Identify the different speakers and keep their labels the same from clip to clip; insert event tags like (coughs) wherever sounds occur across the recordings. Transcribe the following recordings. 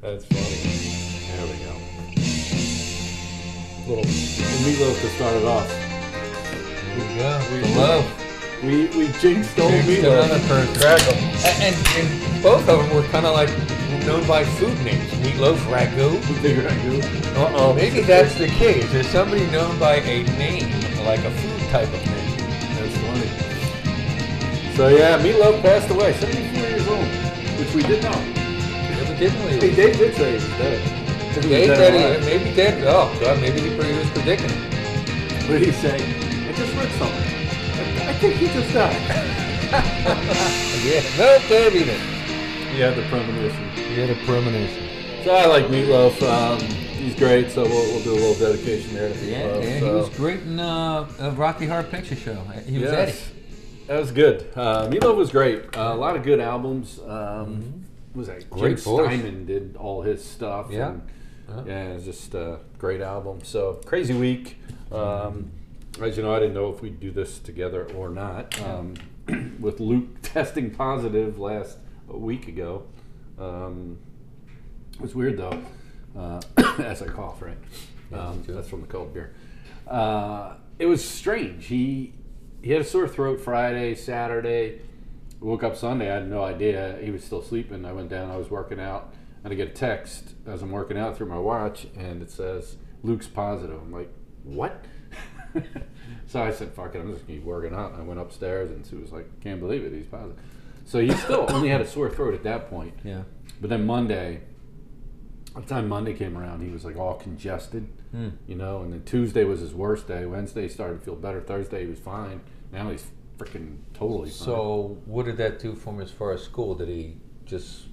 Speaker 1: That's funny. There we go. Little meatloaf to start it off.
Speaker 2: Here we go.
Speaker 1: We-
Speaker 2: the love.
Speaker 1: We we jinxed old
Speaker 2: Here's another
Speaker 1: meatloaf.
Speaker 2: for crackle. And, and, and both of them were kind of like known by food names. Meatloaf Ragu.
Speaker 1: Figure I do.
Speaker 2: Uh-oh. Maybe that's the case. There's somebody known by a name, like a food type of name.
Speaker 1: That's funny. So yeah, meatloaf passed away, 74 years old, which we did know.
Speaker 2: Evidently,
Speaker 1: Hey, Dave did say he was dead. He was
Speaker 2: Dave
Speaker 1: dead
Speaker 2: said
Speaker 1: alive.
Speaker 2: he maybe dead. Oh God, maybe he pre- he was predicting. it.
Speaker 1: What did he say? I just read something. I think he just died. (laughs)
Speaker 2: Yeah, no, Dave even.
Speaker 1: He had the premonition.
Speaker 2: He had a premonition.
Speaker 1: So I like Meatloaf. Um, he's great, so we'll, we'll do a little dedication there to
Speaker 2: Yeah,
Speaker 1: Meatloaf.
Speaker 2: yeah, he
Speaker 1: so.
Speaker 2: was great in uh, a Rocky Horror Picture Show. He was Eddie.
Speaker 1: Yes. That was good. Uh, Meatloaf was great. Uh, a lot of good albums. Um, what Was that
Speaker 2: Mm-hmm. Great
Speaker 1: Jim
Speaker 2: voice.
Speaker 1: Steinman did all his stuff.
Speaker 2: Yeah.
Speaker 1: and-
Speaker 2: Yeah.
Speaker 1: yeah, it's just a great album. So crazy week. Um, as you know, I didn't know if we'd do this together or not. Um, (clears throat) with Luke (laughs) testing positive last a week ago, um, it was weird though. Uh, (coughs) as I cough, right? Um, that's from the cold beer. Uh, it was strange. He he had a sore throat Friday, Saturday. Woke up Sunday. I had no idea he was still sleeping. I went down. I was working out, and I get a text as I'm working out through my watch, and it says Luke's positive. I'm like, what? (laughs) so I said, fuck it. I'm just gonna keep working out. And I went upstairs, and Sue was like, can't believe it. He's positive. So he still only had a sore throat at that point.
Speaker 2: Yeah.
Speaker 1: But then Monday, by the time Monday came around, he was like all congested, you know. And then Tuesday was his worst day. Wednesday he started to feel better. Thursday he was fine. Now he's freaking totally fine.
Speaker 2: So, what did that do for him as far as school? Did he just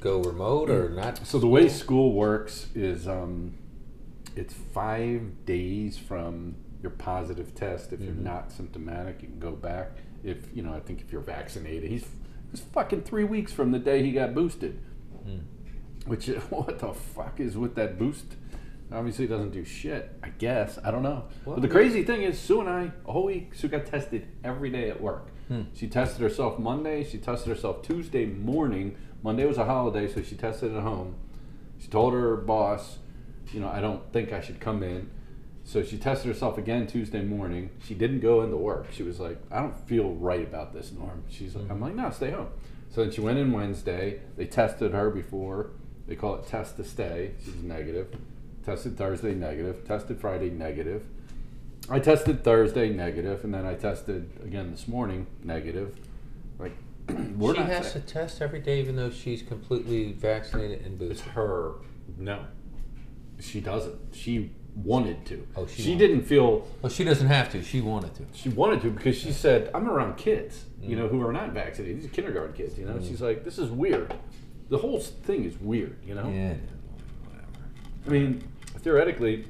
Speaker 2: go remote
Speaker 1: Mm.
Speaker 2: or not?
Speaker 1: So the way school works is um, it's five days from your positive test. If you're not symptomatic, you can go back. If you know, I think if you're vaccinated, he's it's fucking three weeks from the day he got boosted. Which (laughs) is- what the fuck is with that boost? Obviously it doesn't do shit. I guess I don't know. but the
Speaker 2: Well-
Speaker 1: crazy thing is, Sue and I a whole week. Sue got tested every day at work. She tested herself Monday. She tested herself Tuesday morning. Monday was a holiday, so she tested at home. She told her boss, you know, I don't think I should come in. So she tested herself again Tuesday morning. She didn't go into work. She was like, I don't feel right about this, Norm. She's like, I'm like, no, stay home. So then she went in Wednesday. They tested her before. They call it test to stay. She's negative. Tested Thursday, negative. Tested Friday, negative. I tested Thursday, negative, and then I tested again this morning, negative. Like, (clears throat) we're
Speaker 2: she
Speaker 1: not
Speaker 2: has
Speaker 1: sick.
Speaker 2: to test every day, even though she's completely vaccinated and
Speaker 1: It's
Speaker 2: boosted.
Speaker 1: her. No. She doesn't. She wanted to.
Speaker 2: Oh, she
Speaker 1: she
Speaker 2: wanted-
Speaker 1: didn't feel
Speaker 2: Well, she doesn't have to. She wanted to.
Speaker 1: she wanted to because she said, I'm around kids, you
Speaker 2: Mm.
Speaker 1: know, who are not vaccinated. These are kindergarten kids, you know. She's like, this is weird. The whole s- thing is weird, you know.
Speaker 2: Yeah.
Speaker 1: I mean, theoretically,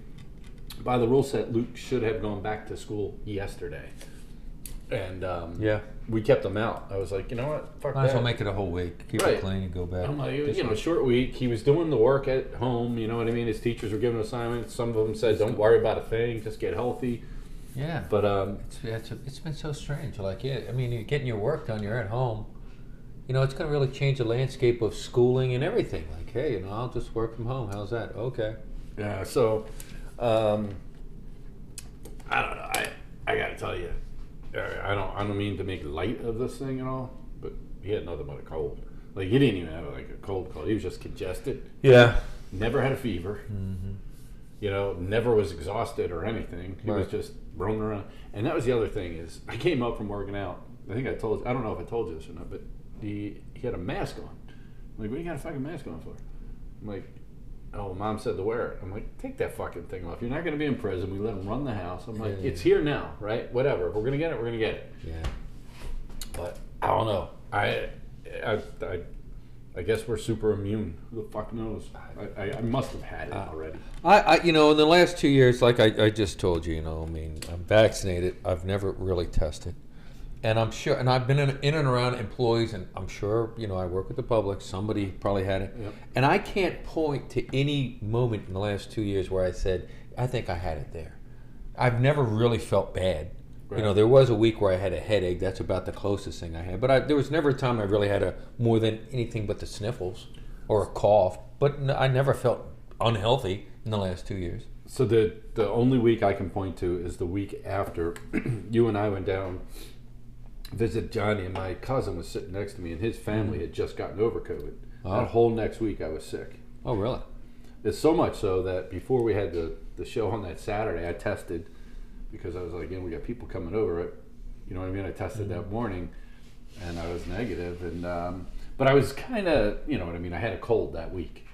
Speaker 1: by the rule set, Luke should have gone back to school yesterday. And um,
Speaker 2: Yeah.
Speaker 1: we kept him out. I was like, you know what? Fuck
Speaker 2: Might as
Speaker 1: that.
Speaker 2: well make it a whole week. Keep
Speaker 1: Right.
Speaker 2: it clean and go back.
Speaker 1: I'm like,
Speaker 2: Just-
Speaker 1: you know, short week. He was doing the work at home. You know what I mean? His teachers were giving assignments. Some of them said, "Don't worry about a thing. Just get healthy."
Speaker 2: yeah.
Speaker 1: But um,
Speaker 2: It's, it's, it's been so strange. Like, yeah, I mean, you're getting your work done, you're at home. You know, it's going to really change the landscape of schooling and everything. Like, hey, you know, I'll just work from home. How's that? Okay.
Speaker 1: yeah, so um, I don't know. I I gotta tell you, uh, I I don't I don't mean to make light of this thing at all, but he had nothing but a cold. Like he didn't even have like a cold cold. He was just congested.
Speaker 2: Yeah.
Speaker 1: Never had a fever.
Speaker 2: Mm-hmm.
Speaker 1: You know, never was exhausted or anything. He was
Speaker 2: Right.
Speaker 1: just roaming around. And that was the other thing is I came up from working out. I think I told I don't know if I told you this or not, but he he had a mask on. I'm like, what do you got a fucking mask on for? I'm like, oh, mom said to wear it. I'm like, take that fucking thing off. You're not going to be in prison. We let him run the house. I'm like,
Speaker 2: Yeah.
Speaker 1: it's here now, right? Whatever. If we're gonna get it. We're gonna get it.
Speaker 2: Yeah.
Speaker 1: But I don't know. I I I, I guess we're super immune. Uh, Who the fuck knows? I, I, I must have had it already.
Speaker 2: I, I, you know, in the last two years, like I, I just told you, you know, I mean, I'm vaccinated. I've never really tested. And I'm sure, and I've been in, in and around employees, and I'm sure, you know, I work with the public. Somebody probably had it.
Speaker 1: Yep.
Speaker 2: And I can't point to any moment in the last two years where I said, I think I had it there. I've never really felt bad. You know,
Speaker 1: Right.
Speaker 2: there was a week where I had a headache. That's about the closest thing I had. But I, there was never a time I really had a more than anything but the sniffles or a cough. but n- I never felt unhealthy in the last two years.
Speaker 1: So the the only week I can point to is the week after (clears throat) you and I went down visit Johnny and my cousin was sitting next to me and his family had just gotten over COVID.
Speaker 2: Oh.
Speaker 1: That whole next week I was sick.
Speaker 2: Oh, really?
Speaker 1: It's so much so that before we had the, the show on that Saturday I tested because I was like, you know, we got people coming over it. You know what I mean? I tested
Speaker 2: Mm-hmm.
Speaker 1: that morning and I was negative and um, but I was kinda you know what I mean, I had a cold that week.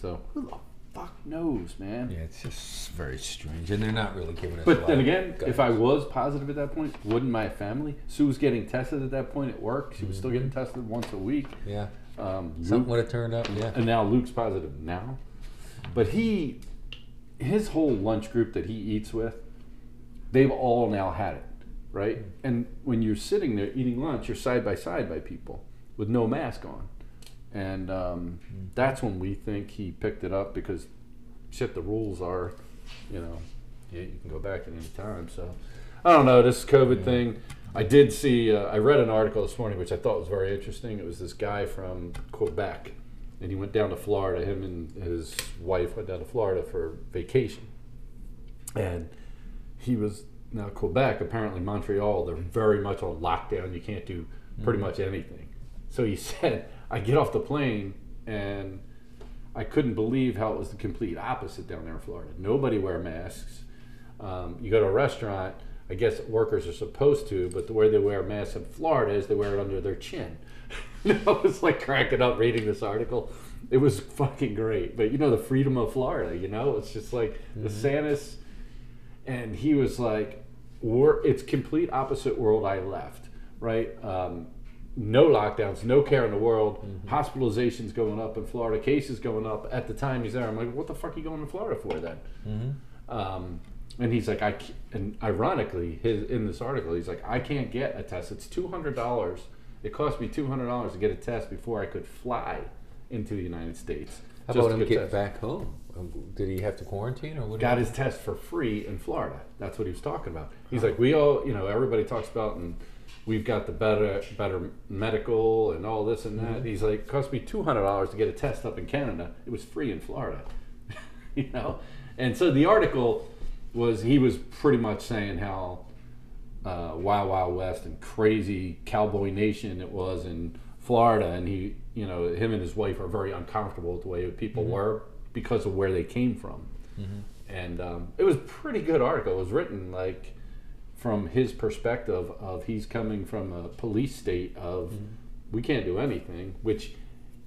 Speaker 1: So who the fuck knows, man?
Speaker 2: Yeah, it's just very strange, and they're not really giving us. a
Speaker 1: But
Speaker 2: lot
Speaker 1: then
Speaker 2: of
Speaker 1: again, if I
Speaker 2: guidance.
Speaker 1: was positive at that point, wouldn't my family? Sue was getting tested at that point at work. She was still
Speaker 2: Mm-hmm.
Speaker 1: getting tested once a week.
Speaker 2: yeah,
Speaker 1: Um,
Speaker 2: something
Speaker 1: Luke-
Speaker 2: would have turned up. Yeah,
Speaker 1: and now Luke's positive now. But he, his whole lunch group that he eats with, they've all now had it, right? And when you're sitting there eating lunch, you're side by side by people with no mask on. And um, that's when we think he picked it up because shit, the rules are, you know, you, you can go back at any time. So I don't know this COVID thing. I did see. Uh, I read an article this morning which I thought was very interesting. It was this guy from Quebec, and he went down to Florida. Him and his wife went down to Florida for vacation, and he was now Quebec. Apparently, Montreal, they're very much on lockdown. You can't do pretty much anything. So he (laughs) said, I get off the plane and I couldn't believe how it was the complete opposite down there in Florida. Nobody wear masks. Um, you go to a restaurant, I guess workers are supposed to, but the way they wear masks in Florida is they wear it under their chin. (laughs) I was like cracking up reading this article. It was fucking great. But you know, the freedom of Florida, you know? It's just like the Sanus, and he was like, we're, it's complete opposite world I left, right? Um, no lockdowns, no care in the world,
Speaker 2: Mm-hmm.
Speaker 1: hospitalizations going up in Florida, cases going up. At the time he's there, I'm like, what the fuck are you going to Florida for then?
Speaker 2: Mm-hmm.
Speaker 1: Um, and he's like, I ca- and ironically, his, in this article, he's like, I can't get a test. It's two hundred dollars. It cost me two hundred dollars to get a test before I could fly into the United States.
Speaker 2: how
Speaker 1: just to
Speaker 2: about him
Speaker 1: get
Speaker 2: get
Speaker 1: tested.
Speaker 2: back home? Um, Did he have to quarantine or what?
Speaker 1: Got his test for free in Florida. That's what he was talking about. He's like, we all, you know, everybody talks about, and we've got the better, better medical and all this and that. He's like, cost me two hundred dollars to get a test up in Canada. It was free in Florida, (laughs) you know. And so the article was he was pretty much saying how uh, Wild Wild West and crazy cowboy nation it was in Florida, and he, you know, him and his wife are very uncomfortable with the way people were because of where they came from and um, it was a pretty good article. It was written like from his perspective of he's coming from a police state of we can't do anything, which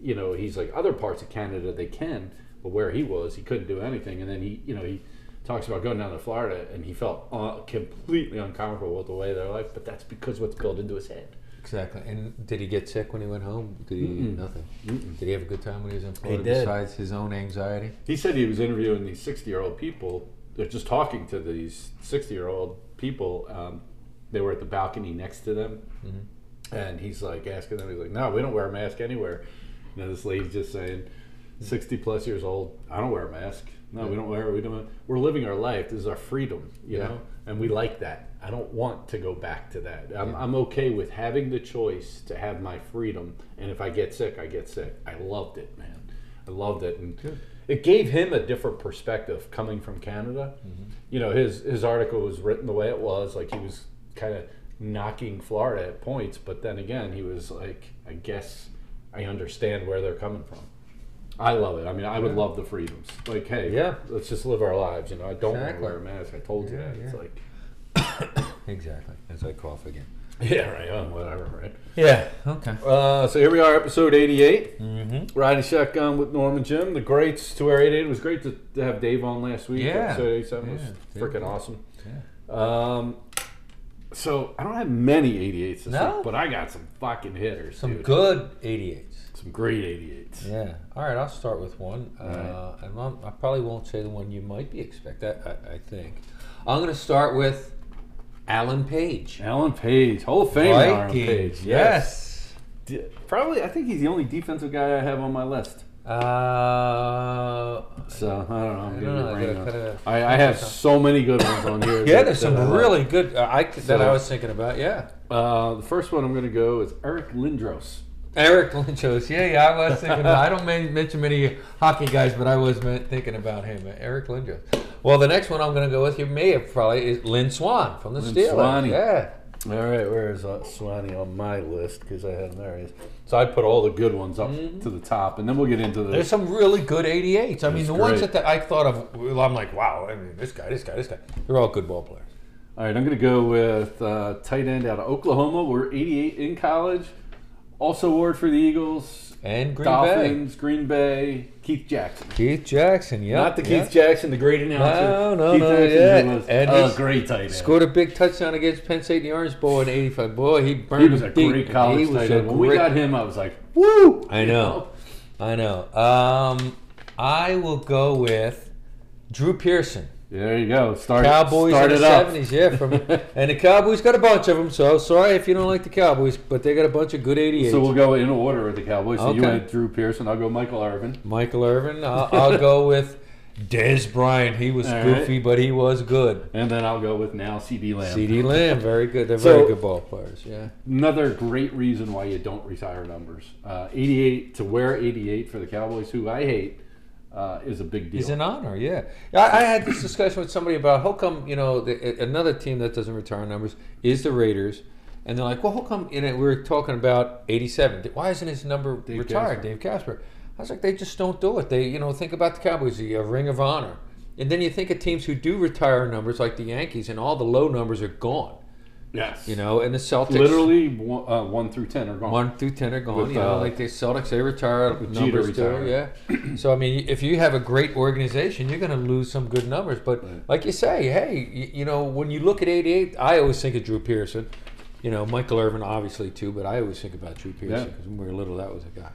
Speaker 1: you know he's like other parts of Canada they can, but where he was he couldn't do anything, and then he you know he talks about going down to Florida and he felt uh, completely uncomfortable with the way their life, but that's because what's built into his head.
Speaker 2: Exactly. And did he get sick when he went home? Did he nothing? Did he have a good time when he was in Florida
Speaker 1: did.
Speaker 2: besides his own anxiety?
Speaker 1: He said he was interviewing these 60 year old people. They're just talking to these 60 year old people. Um, they were at the balcony next to them. And he's like asking them, he's like, no, we don't wear a mask anywhere. You know, this lady's just saying, 60 plus years old, I don't wear a mask. No, we don't wear it. We don't. We're living our life. This is our freedom, you
Speaker 2: Yeah.
Speaker 1: know, and we like that. I don't want to go back to that. I'm, I'm okay with having the choice to have my freedom, and if I get sick, I get sick. I loved it, man. I loved it, and it gave him a different perspective coming from Canada.
Speaker 2: Mm-hmm.
Speaker 1: You know, his his article was written the way it was, like he was kind of knocking Florida at points, but then again, he was like, I guess I understand where they're coming from. I love it. I mean, I would love the freedoms. Like, hey,
Speaker 2: Yeah.
Speaker 1: let's just live our lives. You know, I don't
Speaker 2: Exactly.
Speaker 1: want to wear a mask. I told you
Speaker 2: Yeah,
Speaker 1: that. It's
Speaker 2: yeah. (laughs)
Speaker 1: like,
Speaker 2: Exactly. As I cough again.
Speaker 1: yeah, right. Oh, whatever, right.
Speaker 2: Yeah. Okay.
Speaker 1: Uh, so here we are, episode 88.
Speaker 2: Mm-hmm.
Speaker 1: Riding shotgun with Norman Jim. The greats to our 88. It was great to, to have Dave on last week.
Speaker 2: Yeah.
Speaker 1: Episode 87 was
Speaker 2: Yeah, Dave
Speaker 1: freaking
Speaker 2: was-
Speaker 1: awesome.
Speaker 2: Yeah.
Speaker 1: Um, so I don't have many 88s this
Speaker 2: No?
Speaker 1: week, but I got some fucking hitters.
Speaker 2: Some
Speaker 1: dude.
Speaker 2: good 88s.
Speaker 1: Some great 88s.
Speaker 2: Yeah. All right. I'll start with one. Uh,
Speaker 1: right.
Speaker 2: and I'm, I probably won't say the one you might be expecting. I, I think I'm going to start with Alan Page.
Speaker 1: Alan Page, Hall of Fame. Alan Page.
Speaker 2: Yes.
Speaker 1: D- Probably, I think he's the only defensive guy I have on my list.
Speaker 2: Uh,
Speaker 1: So I don't know. I'm gonna
Speaker 2: I don't know, I
Speaker 1: be
Speaker 2: gotta
Speaker 1: brainwashed.
Speaker 2: kinda-
Speaker 1: I, I have so many good ones on here.
Speaker 2: (laughs) yeah,
Speaker 1: that-
Speaker 2: there's
Speaker 1: that I
Speaker 2: some
Speaker 1: like.
Speaker 2: really good uh, I, that I
Speaker 1: So-
Speaker 2: was thinking about. Yeah.
Speaker 1: Uh, the first one I'm going to go is Eric Lindros.
Speaker 2: Eric (laughs) Lynchos. Yeah, yeah, I was thinking. I don't ma- mention many hockey guys, but I was ma- thinking about him, uh, Eric Lynchos. Well, the next one I'm going to go with, you may have probably is Lynn Swan from the
Speaker 1: Lynn
Speaker 2: Steelers.
Speaker 1: Swanee.
Speaker 2: Yeah.
Speaker 1: All right, where is uh, Swanee on my list? Because I had him there. he is. So I put all the good ones up to the top, and then we'll get into the.
Speaker 2: Mm-hmm. There's some really good 88s. I mean,
Speaker 1: That's
Speaker 2: the ones
Speaker 1: great.
Speaker 2: that I thought of, well, I'm like, wow, I mean, this guy, this guy, this guy. They're all good ball players.
Speaker 1: All right, I'm going to go with uh, tight end out of Oklahoma. We're 88 in college. Also award for the Eagles,
Speaker 2: And Green
Speaker 1: Dolphins, Green Bay, Keith Jackson.
Speaker 2: Bay. Keith Jackson, yeah.
Speaker 1: Not the Keith Jackson, the great announcer.
Speaker 2: No, no,
Speaker 1: Keith
Speaker 2: no,
Speaker 1: Jackson,
Speaker 2: yeah.
Speaker 1: who was
Speaker 2: And
Speaker 1: a
Speaker 2: he's-
Speaker 1: great tight end.
Speaker 2: Scored a big touchdown against Penn State in the Orange Bowl in 85. Boy, he burned
Speaker 1: he was a
Speaker 2: deep.
Speaker 1: great college
Speaker 2: He was
Speaker 1: tight
Speaker 2: a
Speaker 1: end. When we
Speaker 2: great-
Speaker 1: got him, I was like, woo!
Speaker 2: I know. I know. Um, I will go with Drew Pearson.
Speaker 1: There you go. Start,
Speaker 2: Cowboys
Speaker 1: start
Speaker 2: in
Speaker 1: it
Speaker 2: the
Speaker 1: up.
Speaker 2: 70s, yeah. From,
Speaker 1: (laughs)
Speaker 2: and the Cowboys got a bunch of them, so sorry if you don't like the Cowboys, but they got a bunch of good 88s.
Speaker 1: So we'll go in order of the Cowboys. So you
Speaker 2: Okay.
Speaker 1: went Drew Pearson. I'll go Michael Irvin.
Speaker 2: Michael Irvin. I'll, I'll go with Des Bryant. He was
Speaker 1: All
Speaker 2: goofy, but he was good.
Speaker 1: And then I'll go with now CD Lamb.
Speaker 2: C.D. Lamb, very good. They're
Speaker 1: So-
Speaker 2: very good ball players. Yeah.
Speaker 1: Another great reason why you don't retire numbers. Uh, 88, to wear 88 for the Cowboys, who I hate, uh, is a big deal.
Speaker 2: He's an honor, yeah. I, I had this discussion with somebody about how come you know the, another team that doesn't retire numbers is the Raiders, and they're like, well, how come? You know, we were talking about '87. Why isn't his number
Speaker 1: Dave
Speaker 2: retired,
Speaker 1: Casper.
Speaker 2: Dave Casper? I was like, they just don't do it. They, you know, think about the Cowboys, the uh, Ring of Honor, and then you think of teams who do retire numbers like the Yankees, and all the low numbers are gone.
Speaker 1: yes.
Speaker 2: You know, and the Celtics,
Speaker 1: Literally one, uh, 1 through 10 are gone.
Speaker 2: one through ten are gone.
Speaker 1: With,
Speaker 2: you know,
Speaker 1: uh,
Speaker 2: like the Celtics, they retire
Speaker 1: Jeter
Speaker 2: numbers too.
Speaker 1: (clears throat)
Speaker 2: Yeah. so I mean, if you have a great organization, you're going to lose some good numbers. But like you say, hey, you, you know, when you look at '88, I always think of Drew Pearson. You know, Michael Irvin obviously too, but I always think about Drew Pearson
Speaker 1: Yeah.
Speaker 2: because when we were little, that was a guy.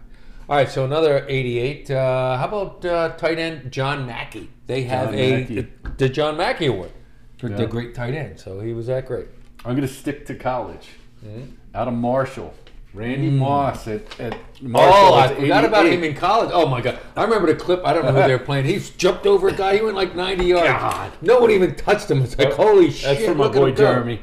Speaker 2: All right, so another '88. Uh, how about uh, tight end John Mackey? They have
Speaker 1: John
Speaker 2: a
Speaker 1: Mackey.
Speaker 2: the John Mackey Award for
Speaker 1: Yeah.
Speaker 2: the great tight end. So he was that great.
Speaker 1: I'm going to stick to college. Out of Marshall. Randy Moss at, at Marshall.
Speaker 2: Mm-hmm. Mm. Oh, I
Speaker 1: is
Speaker 2: forgot about
Speaker 1: 88.
Speaker 2: him in college. Oh my god, I remember the clip. I don't know who they were playing. He jumped over a guy. He went like ninety yards.
Speaker 1: God. Oh,
Speaker 2: No one even touched him. It's like holy shit.
Speaker 1: That's for my
Speaker 2: look at
Speaker 1: boy
Speaker 2: him go.
Speaker 1: Jeremy.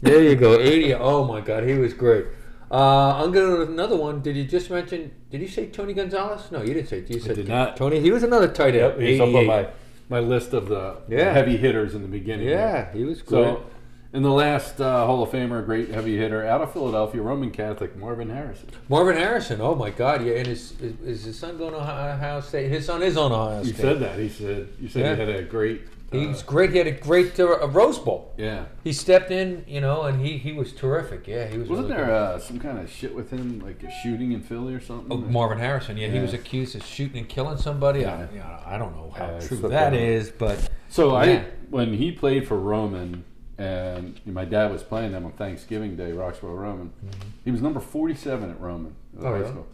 Speaker 2: There you go, eighty. Oh my god, he was great. Uh, I'm going to another one. Did you just mention? Did you say Tony Gonzalez? No, you didn't say. You said
Speaker 1: did not.
Speaker 2: Tony. He was another tight end.
Speaker 1: He's up on
Speaker 2: 88.
Speaker 1: my, my list of the
Speaker 2: Yeah.
Speaker 1: heavy hitters in the beginning. there.
Speaker 2: Yeah, he was great.
Speaker 1: So, in the last uh, Hall of Famer, great heavy hitter out of Philadelphia, Roman Catholic Marvin Harrison.
Speaker 2: Marvin Harrison. Oh my god, yeah. And his is, is his son going to Ohio Ohio State? His son is on Ohio
Speaker 1: You
Speaker 2: State.
Speaker 1: said uh, that. He said you said
Speaker 2: Yeah.
Speaker 1: he had a great. uh,
Speaker 2: He's great. He had a great uh, a Rose Bowl.
Speaker 1: yeah.
Speaker 2: He stepped in, you know, and he, he was terrific. Yeah, he was.
Speaker 1: Wasn't
Speaker 2: really
Speaker 1: there
Speaker 2: good.
Speaker 1: uh, some kind of shit with him, like a shooting in Philly or something?
Speaker 2: Oh, Marvin Harrison? Yeah, he
Speaker 1: Yeah.
Speaker 2: was accused of shooting and killing somebody.
Speaker 1: Yeah.
Speaker 2: I, you know, I don't know how
Speaker 1: Yeah,
Speaker 2: true
Speaker 1: it's the
Speaker 2: that
Speaker 1: problem.
Speaker 2: is, but
Speaker 1: so
Speaker 2: Yeah.
Speaker 1: I when he played for Roman. And my dad was playing them on Thanksgiving Day, Roxborough Roman. He was number 47 at Roman. at
Speaker 2: Mm-hmm. Oh,
Speaker 1: high
Speaker 2: really?
Speaker 1: school.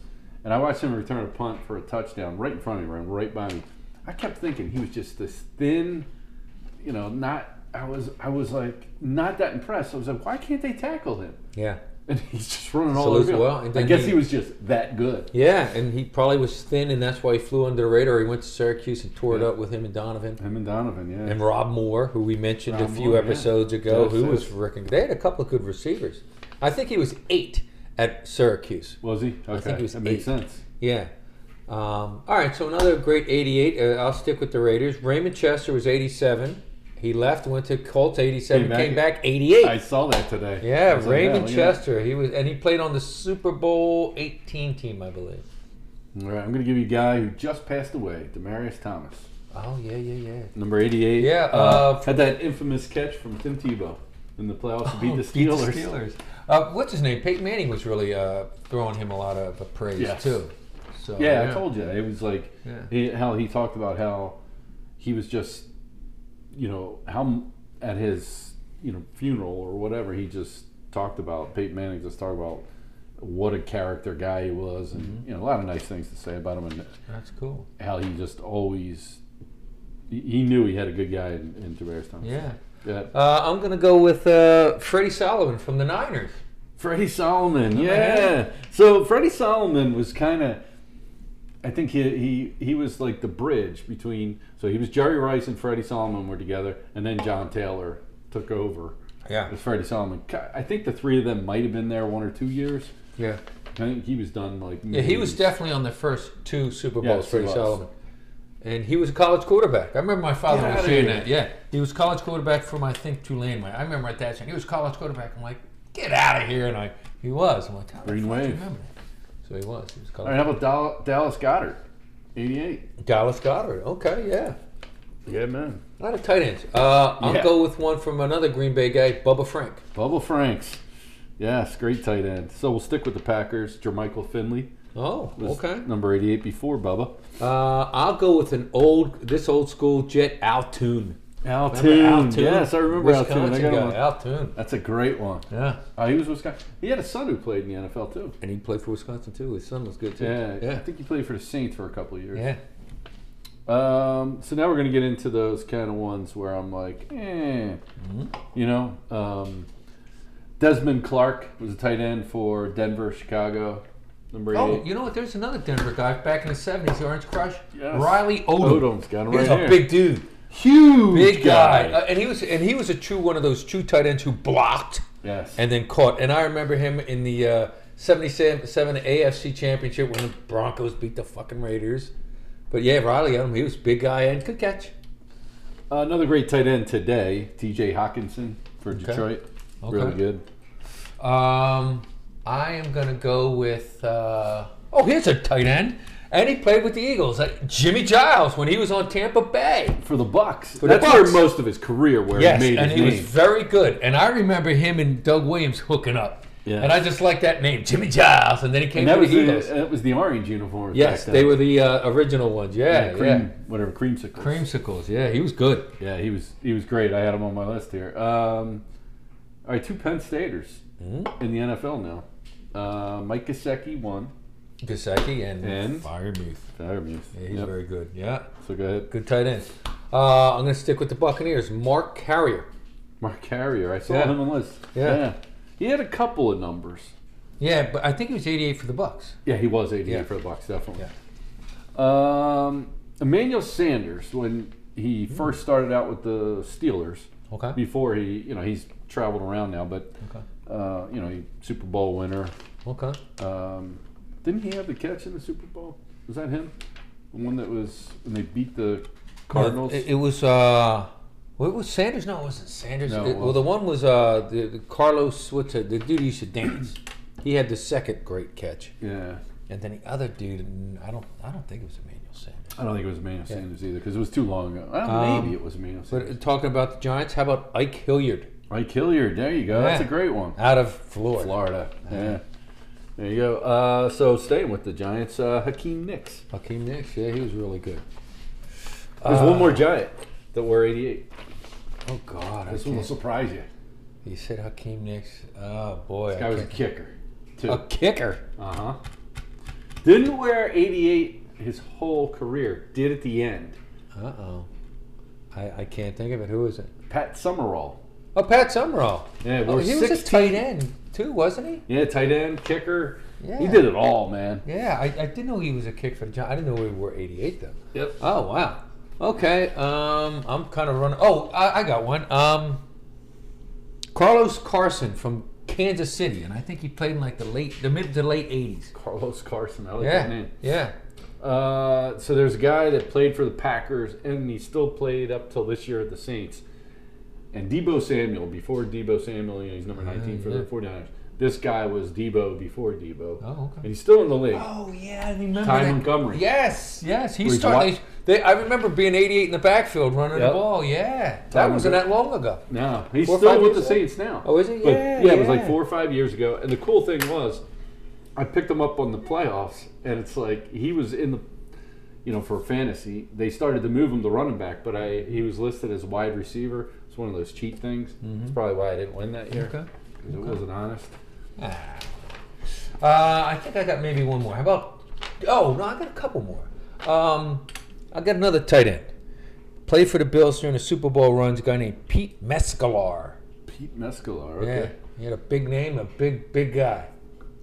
Speaker 1: And I watched him return a punt for a touchdown right in front of me, ran right by me. I kept thinking he was just this thin, you know, not. I was I was like not that impressed. I was like, why can't they tackle him? (laughs)
Speaker 2: yeah,
Speaker 1: And he's just running
Speaker 2: So
Speaker 1: all over.
Speaker 2: as
Speaker 1: the field.
Speaker 2: well, and
Speaker 1: I
Speaker 2: then
Speaker 1: guess
Speaker 2: he-
Speaker 1: he was just that good.
Speaker 2: yeah, and he probably was thin, and that's why he flew under the radar. He went to Syracuse and tore it up with him and Donovan
Speaker 1: Him and Donovan, yeah.
Speaker 2: and Rob Moore, who we mentioned
Speaker 1: Rob
Speaker 2: a few
Speaker 1: Moore, yeah.
Speaker 2: episodes ago,
Speaker 1: Yes,
Speaker 2: who
Speaker 1: yes.
Speaker 2: was freaking. They had a couple of good receivers. I think he was eight at Syracuse.
Speaker 1: was he? Okay,
Speaker 2: think he was
Speaker 1: that makes
Speaker 2: eight.
Speaker 1: sense.
Speaker 2: Yeah. Um, all right, so another great 88. Uh, I'll stick with the Raiders. Raymond Chester was 87. He left, went to Colts 87,
Speaker 1: Came
Speaker 2: came
Speaker 1: back-
Speaker 2: back, 88.
Speaker 1: I saw that today. I
Speaker 2: yeah,
Speaker 1: was like, oh,
Speaker 2: Raymond
Speaker 1: look at that.
Speaker 2: Chester. He was, and he played on the Super Bowl 18 team, I believe.
Speaker 1: All right, I'm gonna give you a guy who just passed away, Demarius Thomas,
Speaker 2: Oh yeah, yeah, yeah.
Speaker 1: number 88.
Speaker 2: Yeah,
Speaker 1: uh,
Speaker 2: uh,
Speaker 1: had that infamous catch from Tim Tebow in the playoffs to beat
Speaker 2: Oh,
Speaker 1: the Steelers.
Speaker 2: Steelers. Uh, what's his name? Peyton Manning was really uh, throwing him a lot of uh, praise
Speaker 1: Yes.
Speaker 2: too. So
Speaker 1: Yeah, I told you it was like
Speaker 2: Yeah.
Speaker 1: he, how he talked about how he was just, you know, how m- at his you know funeral or whatever he just talked about Peyton Manning just talked about what a character guy he was and
Speaker 2: Mm-hmm.
Speaker 1: you know a lot of nice things to say about him and
Speaker 2: that's cool.
Speaker 1: how he just always he- he knew he had a good guy in, in Tavares Thompson.
Speaker 2: Yeah,
Speaker 1: Yeah.
Speaker 2: uh, I'm gonna go with uh, Freddie Solomon from the Niners.
Speaker 1: Freddie Solomon,
Speaker 2: yeah.
Speaker 1: yeah. So Freddie Solomon was kind of, I think he, he he was like the bridge between. So he was Jerry Rice and Freddie Solomon were together, and then John Taylor took over
Speaker 2: Yeah,
Speaker 1: as Freddie Solomon. Ki- I think the three of them might have been there one or two years,
Speaker 2: yeah.
Speaker 1: I think he was done like.
Speaker 2: Yeah, he was
Speaker 1: mid-eighties.
Speaker 2: definitely on the first two Super
Speaker 1: Yes,
Speaker 2: Bowls for
Speaker 1: he was.
Speaker 2: Solomon. And he was a college quarterback. I remember my father
Speaker 1: Get
Speaker 2: was
Speaker 1: outta
Speaker 2: saying
Speaker 1: here.
Speaker 2: that. Yeah, he was college quarterback from I think Tulane. I remember at that time he was college quarterback. I'm like, get out of here! And I, he was. I'm like, how the
Speaker 1: Green
Speaker 2: fuck do you
Speaker 1: wave.
Speaker 2: remember that? So he was. He was
Speaker 1: All
Speaker 2: college.
Speaker 1: right, how about Dal- Dallas Goddard, eighty-eight?
Speaker 2: Dallas Goddard. Okay, yeah,
Speaker 1: Yeah, man.
Speaker 2: a lot of tight ends. Uh, I'll
Speaker 1: Yeah.
Speaker 2: go with one from another Green Bay guy, Bubba Frank.
Speaker 1: Bubba Franks. Yes, great tight end. So we'll stick with the Packers. Jermichael Finley
Speaker 2: Oh,
Speaker 1: was
Speaker 2: okay.
Speaker 1: number eighty-eight before Bubba.
Speaker 2: Uh, I'll go with an old, this old school Jet Altoon.
Speaker 1: Altoon. Yes, I remember Altoon. I
Speaker 2: Wisconsin
Speaker 1: got him
Speaker 2: guy,
Speaker 1: on-
Speaker 2: Altoon.
Speaker 1: That's a great one.
Speaker 2: Yeah.
Speaker 1: Uh, he was Wisconsin. He had a son who played in the NFL too.
Speaker 2: And he played for Wisconsin too. His son was good too.
Speaker 1: Yeah, I
Speaker 2: yeah,
Speaker 1: think he played for the Saints for a couple of years.
Speaker 2: yeah.
Speaker 1: Um, so now we're gonna get into those kind of ones where I'm like, eh,
Speaker 2: Mm-hmm.
Speaker 1: you know. Um, Desmond Clark was a tight end for Denver, Chicago, number
Speaker 2: Oh,
Speaker 1: eight.
Speaker 2: you know what? There's another Denver guy back in the '70s, Orange Crush,
Speaker 1: Yes.
Speaker 2: Riley Odom.
Speaker 1: Odom's got him
Speaker 2: He
Speaker 1: right
Speaker 2: was
Speaker 1: here.
Speaker 2: a big dude,
Speaker 1: huge
Speaker 2: big guy, Uh, and he was and he was a true one of those true tight ends who blocked
Speaker 1: yes,
Speaker 2: and then caught. And I remember him in the uh, '77 AFC Championship when the Broncos beat the fucking Raiders. But yeah, Riley Odom, he was a big guy and could catch.
Speaker 1: another great tight end today, T.J. Hawkinson for Detroit, really
Speaker 2: Okay.
Speaker 1: good.
Speaker 2: Um, I am gonna go with. Uh, oh, here's a tight end, and he played with the Eagles. Uh, Jimmy Giles when he was on Tampa Bay.
Speaker 1: For the Bucks,
Speaker 2: the
Speaker 1: that's where
Speaker 2: Bucks.
Speaker 1: most of his career where
Speaker 2: Yes,
Speaker 1: he made
Speaker 2: and
Speaker 1: his
Speaker 2: he
Speaker 1: name.
Speaker 2: was very good. And I remember him and Doug Williams hooking up.
Speaker 1: Yeah.
Speaker 2: And I just like that name, Jimmy Giles. And then he
Speaker 1: and
Speaker 2: came
Speaker 1: that
Speaker 2: to
Speaker 1: was
Speaker 2: the Eagles.
Speaker 1: the, uh, that was the orange uniform.
Speaker 2: yes, they were the uh, original ones. Yeah, yeah,
Speaker 1: cream, whatever creamsicle.
Speaker 2: Creamsicles. Yeah, he was good.
Speaker 1: Yeah, he was he was great. I had him on my list here. Um, all right, two Penn Staters
Speaker 2: Hmm?
Speaker 1: in the NFL now. Uh, Mike Gesicki won.
Speaker 2: Gasecki and,
Speaker 1: And?
Speaker 2: Firemuth.
Speaker 1: Yep.
Speaker 2: Yeah, he's very good. Yeah,
Speaker 1: So go ahead.
Speaker 2: good tight ends. Uh, I'm going to stick with the Buccaneers. Mark Carrier.
Speaker 1: Mark Carrier. I saw
Speaker 2: Yeah.
Speaker 1: him on the list.
Speaker 2: Yeah.
Speaker 1: He had a couple of numbers.
Speaker 2: Yeah, but I think he was 88 for the Bucks.
Speaker 1: Yeah, he was 88
Speaker 2: Yeah.
Speaker 1: for the Bucks, definitely. Um, Emmanuel Sanders, when he first started out with the Steelers,
Speaker 2: Okay.
Speaker 1: before he, you know, he's traveled around now, but, uh, you know, he Super Bowl winner.
Speaker 2: Okay.
Speaker 1: Um, didn't he have the catch in the Super Bowl? Was that him? The one that was when they beat the Cardinals.
Speaker 2: It, it was. Uh, what was Sanders? No, it wasn't Sanders.
Speaker 1: No, it
Speaker 2: It- well, the one was uh, the, the Carlos. What's it, the dude who used to dance? (clears throat) he had the second great catch,
Speaker 1: yeah,
Speaker 2: and then the other dude. mm, I don't. I don't think it was Emmanuel Sanders.
Speaker 1: I don't think it was Emmanuel Sanders either because it was too long ago. I don't, maybe it was Emmanuel Sanders.
Speaker 2: Um, But uh, talking about the Giants, how about Ike Hilliard
Speaker 1: Mike Hilliard, there you go. That's a
Speaker 2: Yeah.
Speaker 1: great one.
Speaker 2: out of Florida?
Speaker 1: Florida. Yeah. There you go. Uh, so staying with the Giants, uh, Hakeem Nicks.
Speaker 2: Hakeem Nicks. Yeah, he was really good.
Speaker 1: There's one more Giant that wore 88.
Speaker 2: Oh God, I
Speaker 1: This one will
Speaker 2: can't.
Speaker 1: surprise you.
Speaker 2: You said Hakeem Nicks. Oh boy,
Speaker 1: Guy
Speaker 2: I
Speaker 1: was a
Speaker 2: can't-
Speaker 1: kicker, too.
Speaker 2: a kicker.
Speaker 1: Uh huh. Didn't wear 88 his whole career. Did at the end.
Speaker 2: Uh oh. I, I can't think of it. Who is it?
Speaker 1: Pat Summerall.
Speaker 2: Oh, Pat Summerall.
Speaker 1: Yeah,
Speaker 2: Oh,
Speaker 1: we're
Speaker 2: he was a
Speaker 1: 16.
Speaker 2: tight end too, wasn't he?
Speaker 1: Yeah, tight end, kicker. He
Speaker 2: Yeah.
Speaker 1: did it all, man.
Speaker 2: Yeah, I, I didn't know he was a kick for the Giants. I didn't know he wore 88 though.
Speaker 1: Yep.
Speaker 2: Oh wow. Okay. Um, I'm kind of running. Oh, I, I got one. Um, Carlos Carson from Kansas City, and I think he played in like the late, the mid to late 80s.
Speaker 1: Carlos Carson. I like that
Speaker 2: Yeah.
Speaker 1: name.
Speaker 2: Yeah.
Speaker 1: Uh, so there's a guy that played for the Packers, and he still played up till this year at the Saints. And Debo Samuel, before Debo Samuel, you know, he's number 19 for the 49ers. This guy was Debo before Debo.
Speaker 2: Oh,
Speaker 1: And
Speaker 2: okay.
Speaker 1: he's still in the league.
Speaker 2: Oh yeah, I remember
Speaker 1: Ty
Speaker 2: that.
Speaker 1: Montgomery.
Speaker 2: Yes, yes, he
Speaker 1: Where he
Speaker 2: started.
Speaker 1: blocked-
Speaker 2: They, I remember being 88 in the backfield running
Speaker 1: Yep.
Speaker 2: the ball. Yeah, that
Speaker 1: Ty
Speaker 2: wasn't that long ago.
Speaker 1: No, he's
Speaker 2: Four or
Speaker 1: still
Speaker 2: five
Speaker 1: with the
Speaker 2: years
Speaker 1: Saints now.
Speaker 2: Oh, is he?
Speaker 1: But
Speaker 2: Yeah,
Speaker 1: it was like
Speaker 2: yeah.
Speaker 1: four or five years ago. And the cool thing was, I picked him up on the playoffs, and it's like he was in the, you know, for fantasy. They started to move him to running back, but I he was listed as wide receiver. It's one of those cheat things. It's probably why I didn't win that year.
Speaker 2: Mm-hmm. Okay.
Speaker 1: 'cause It wasn't honest.
Speaker 2: Uh, I think I got maybe one more. How about? Oh no, I got a couple more. Um, I got another tight end. Played for the Bills during the Super Bowl runs. A guy named Pete Mescalar.
Speaker 1: Pete Mescalar.
Speaker 2: Yeah,
Speaker 1: Okay.
Speaker 2: he had a big name, a big big guy.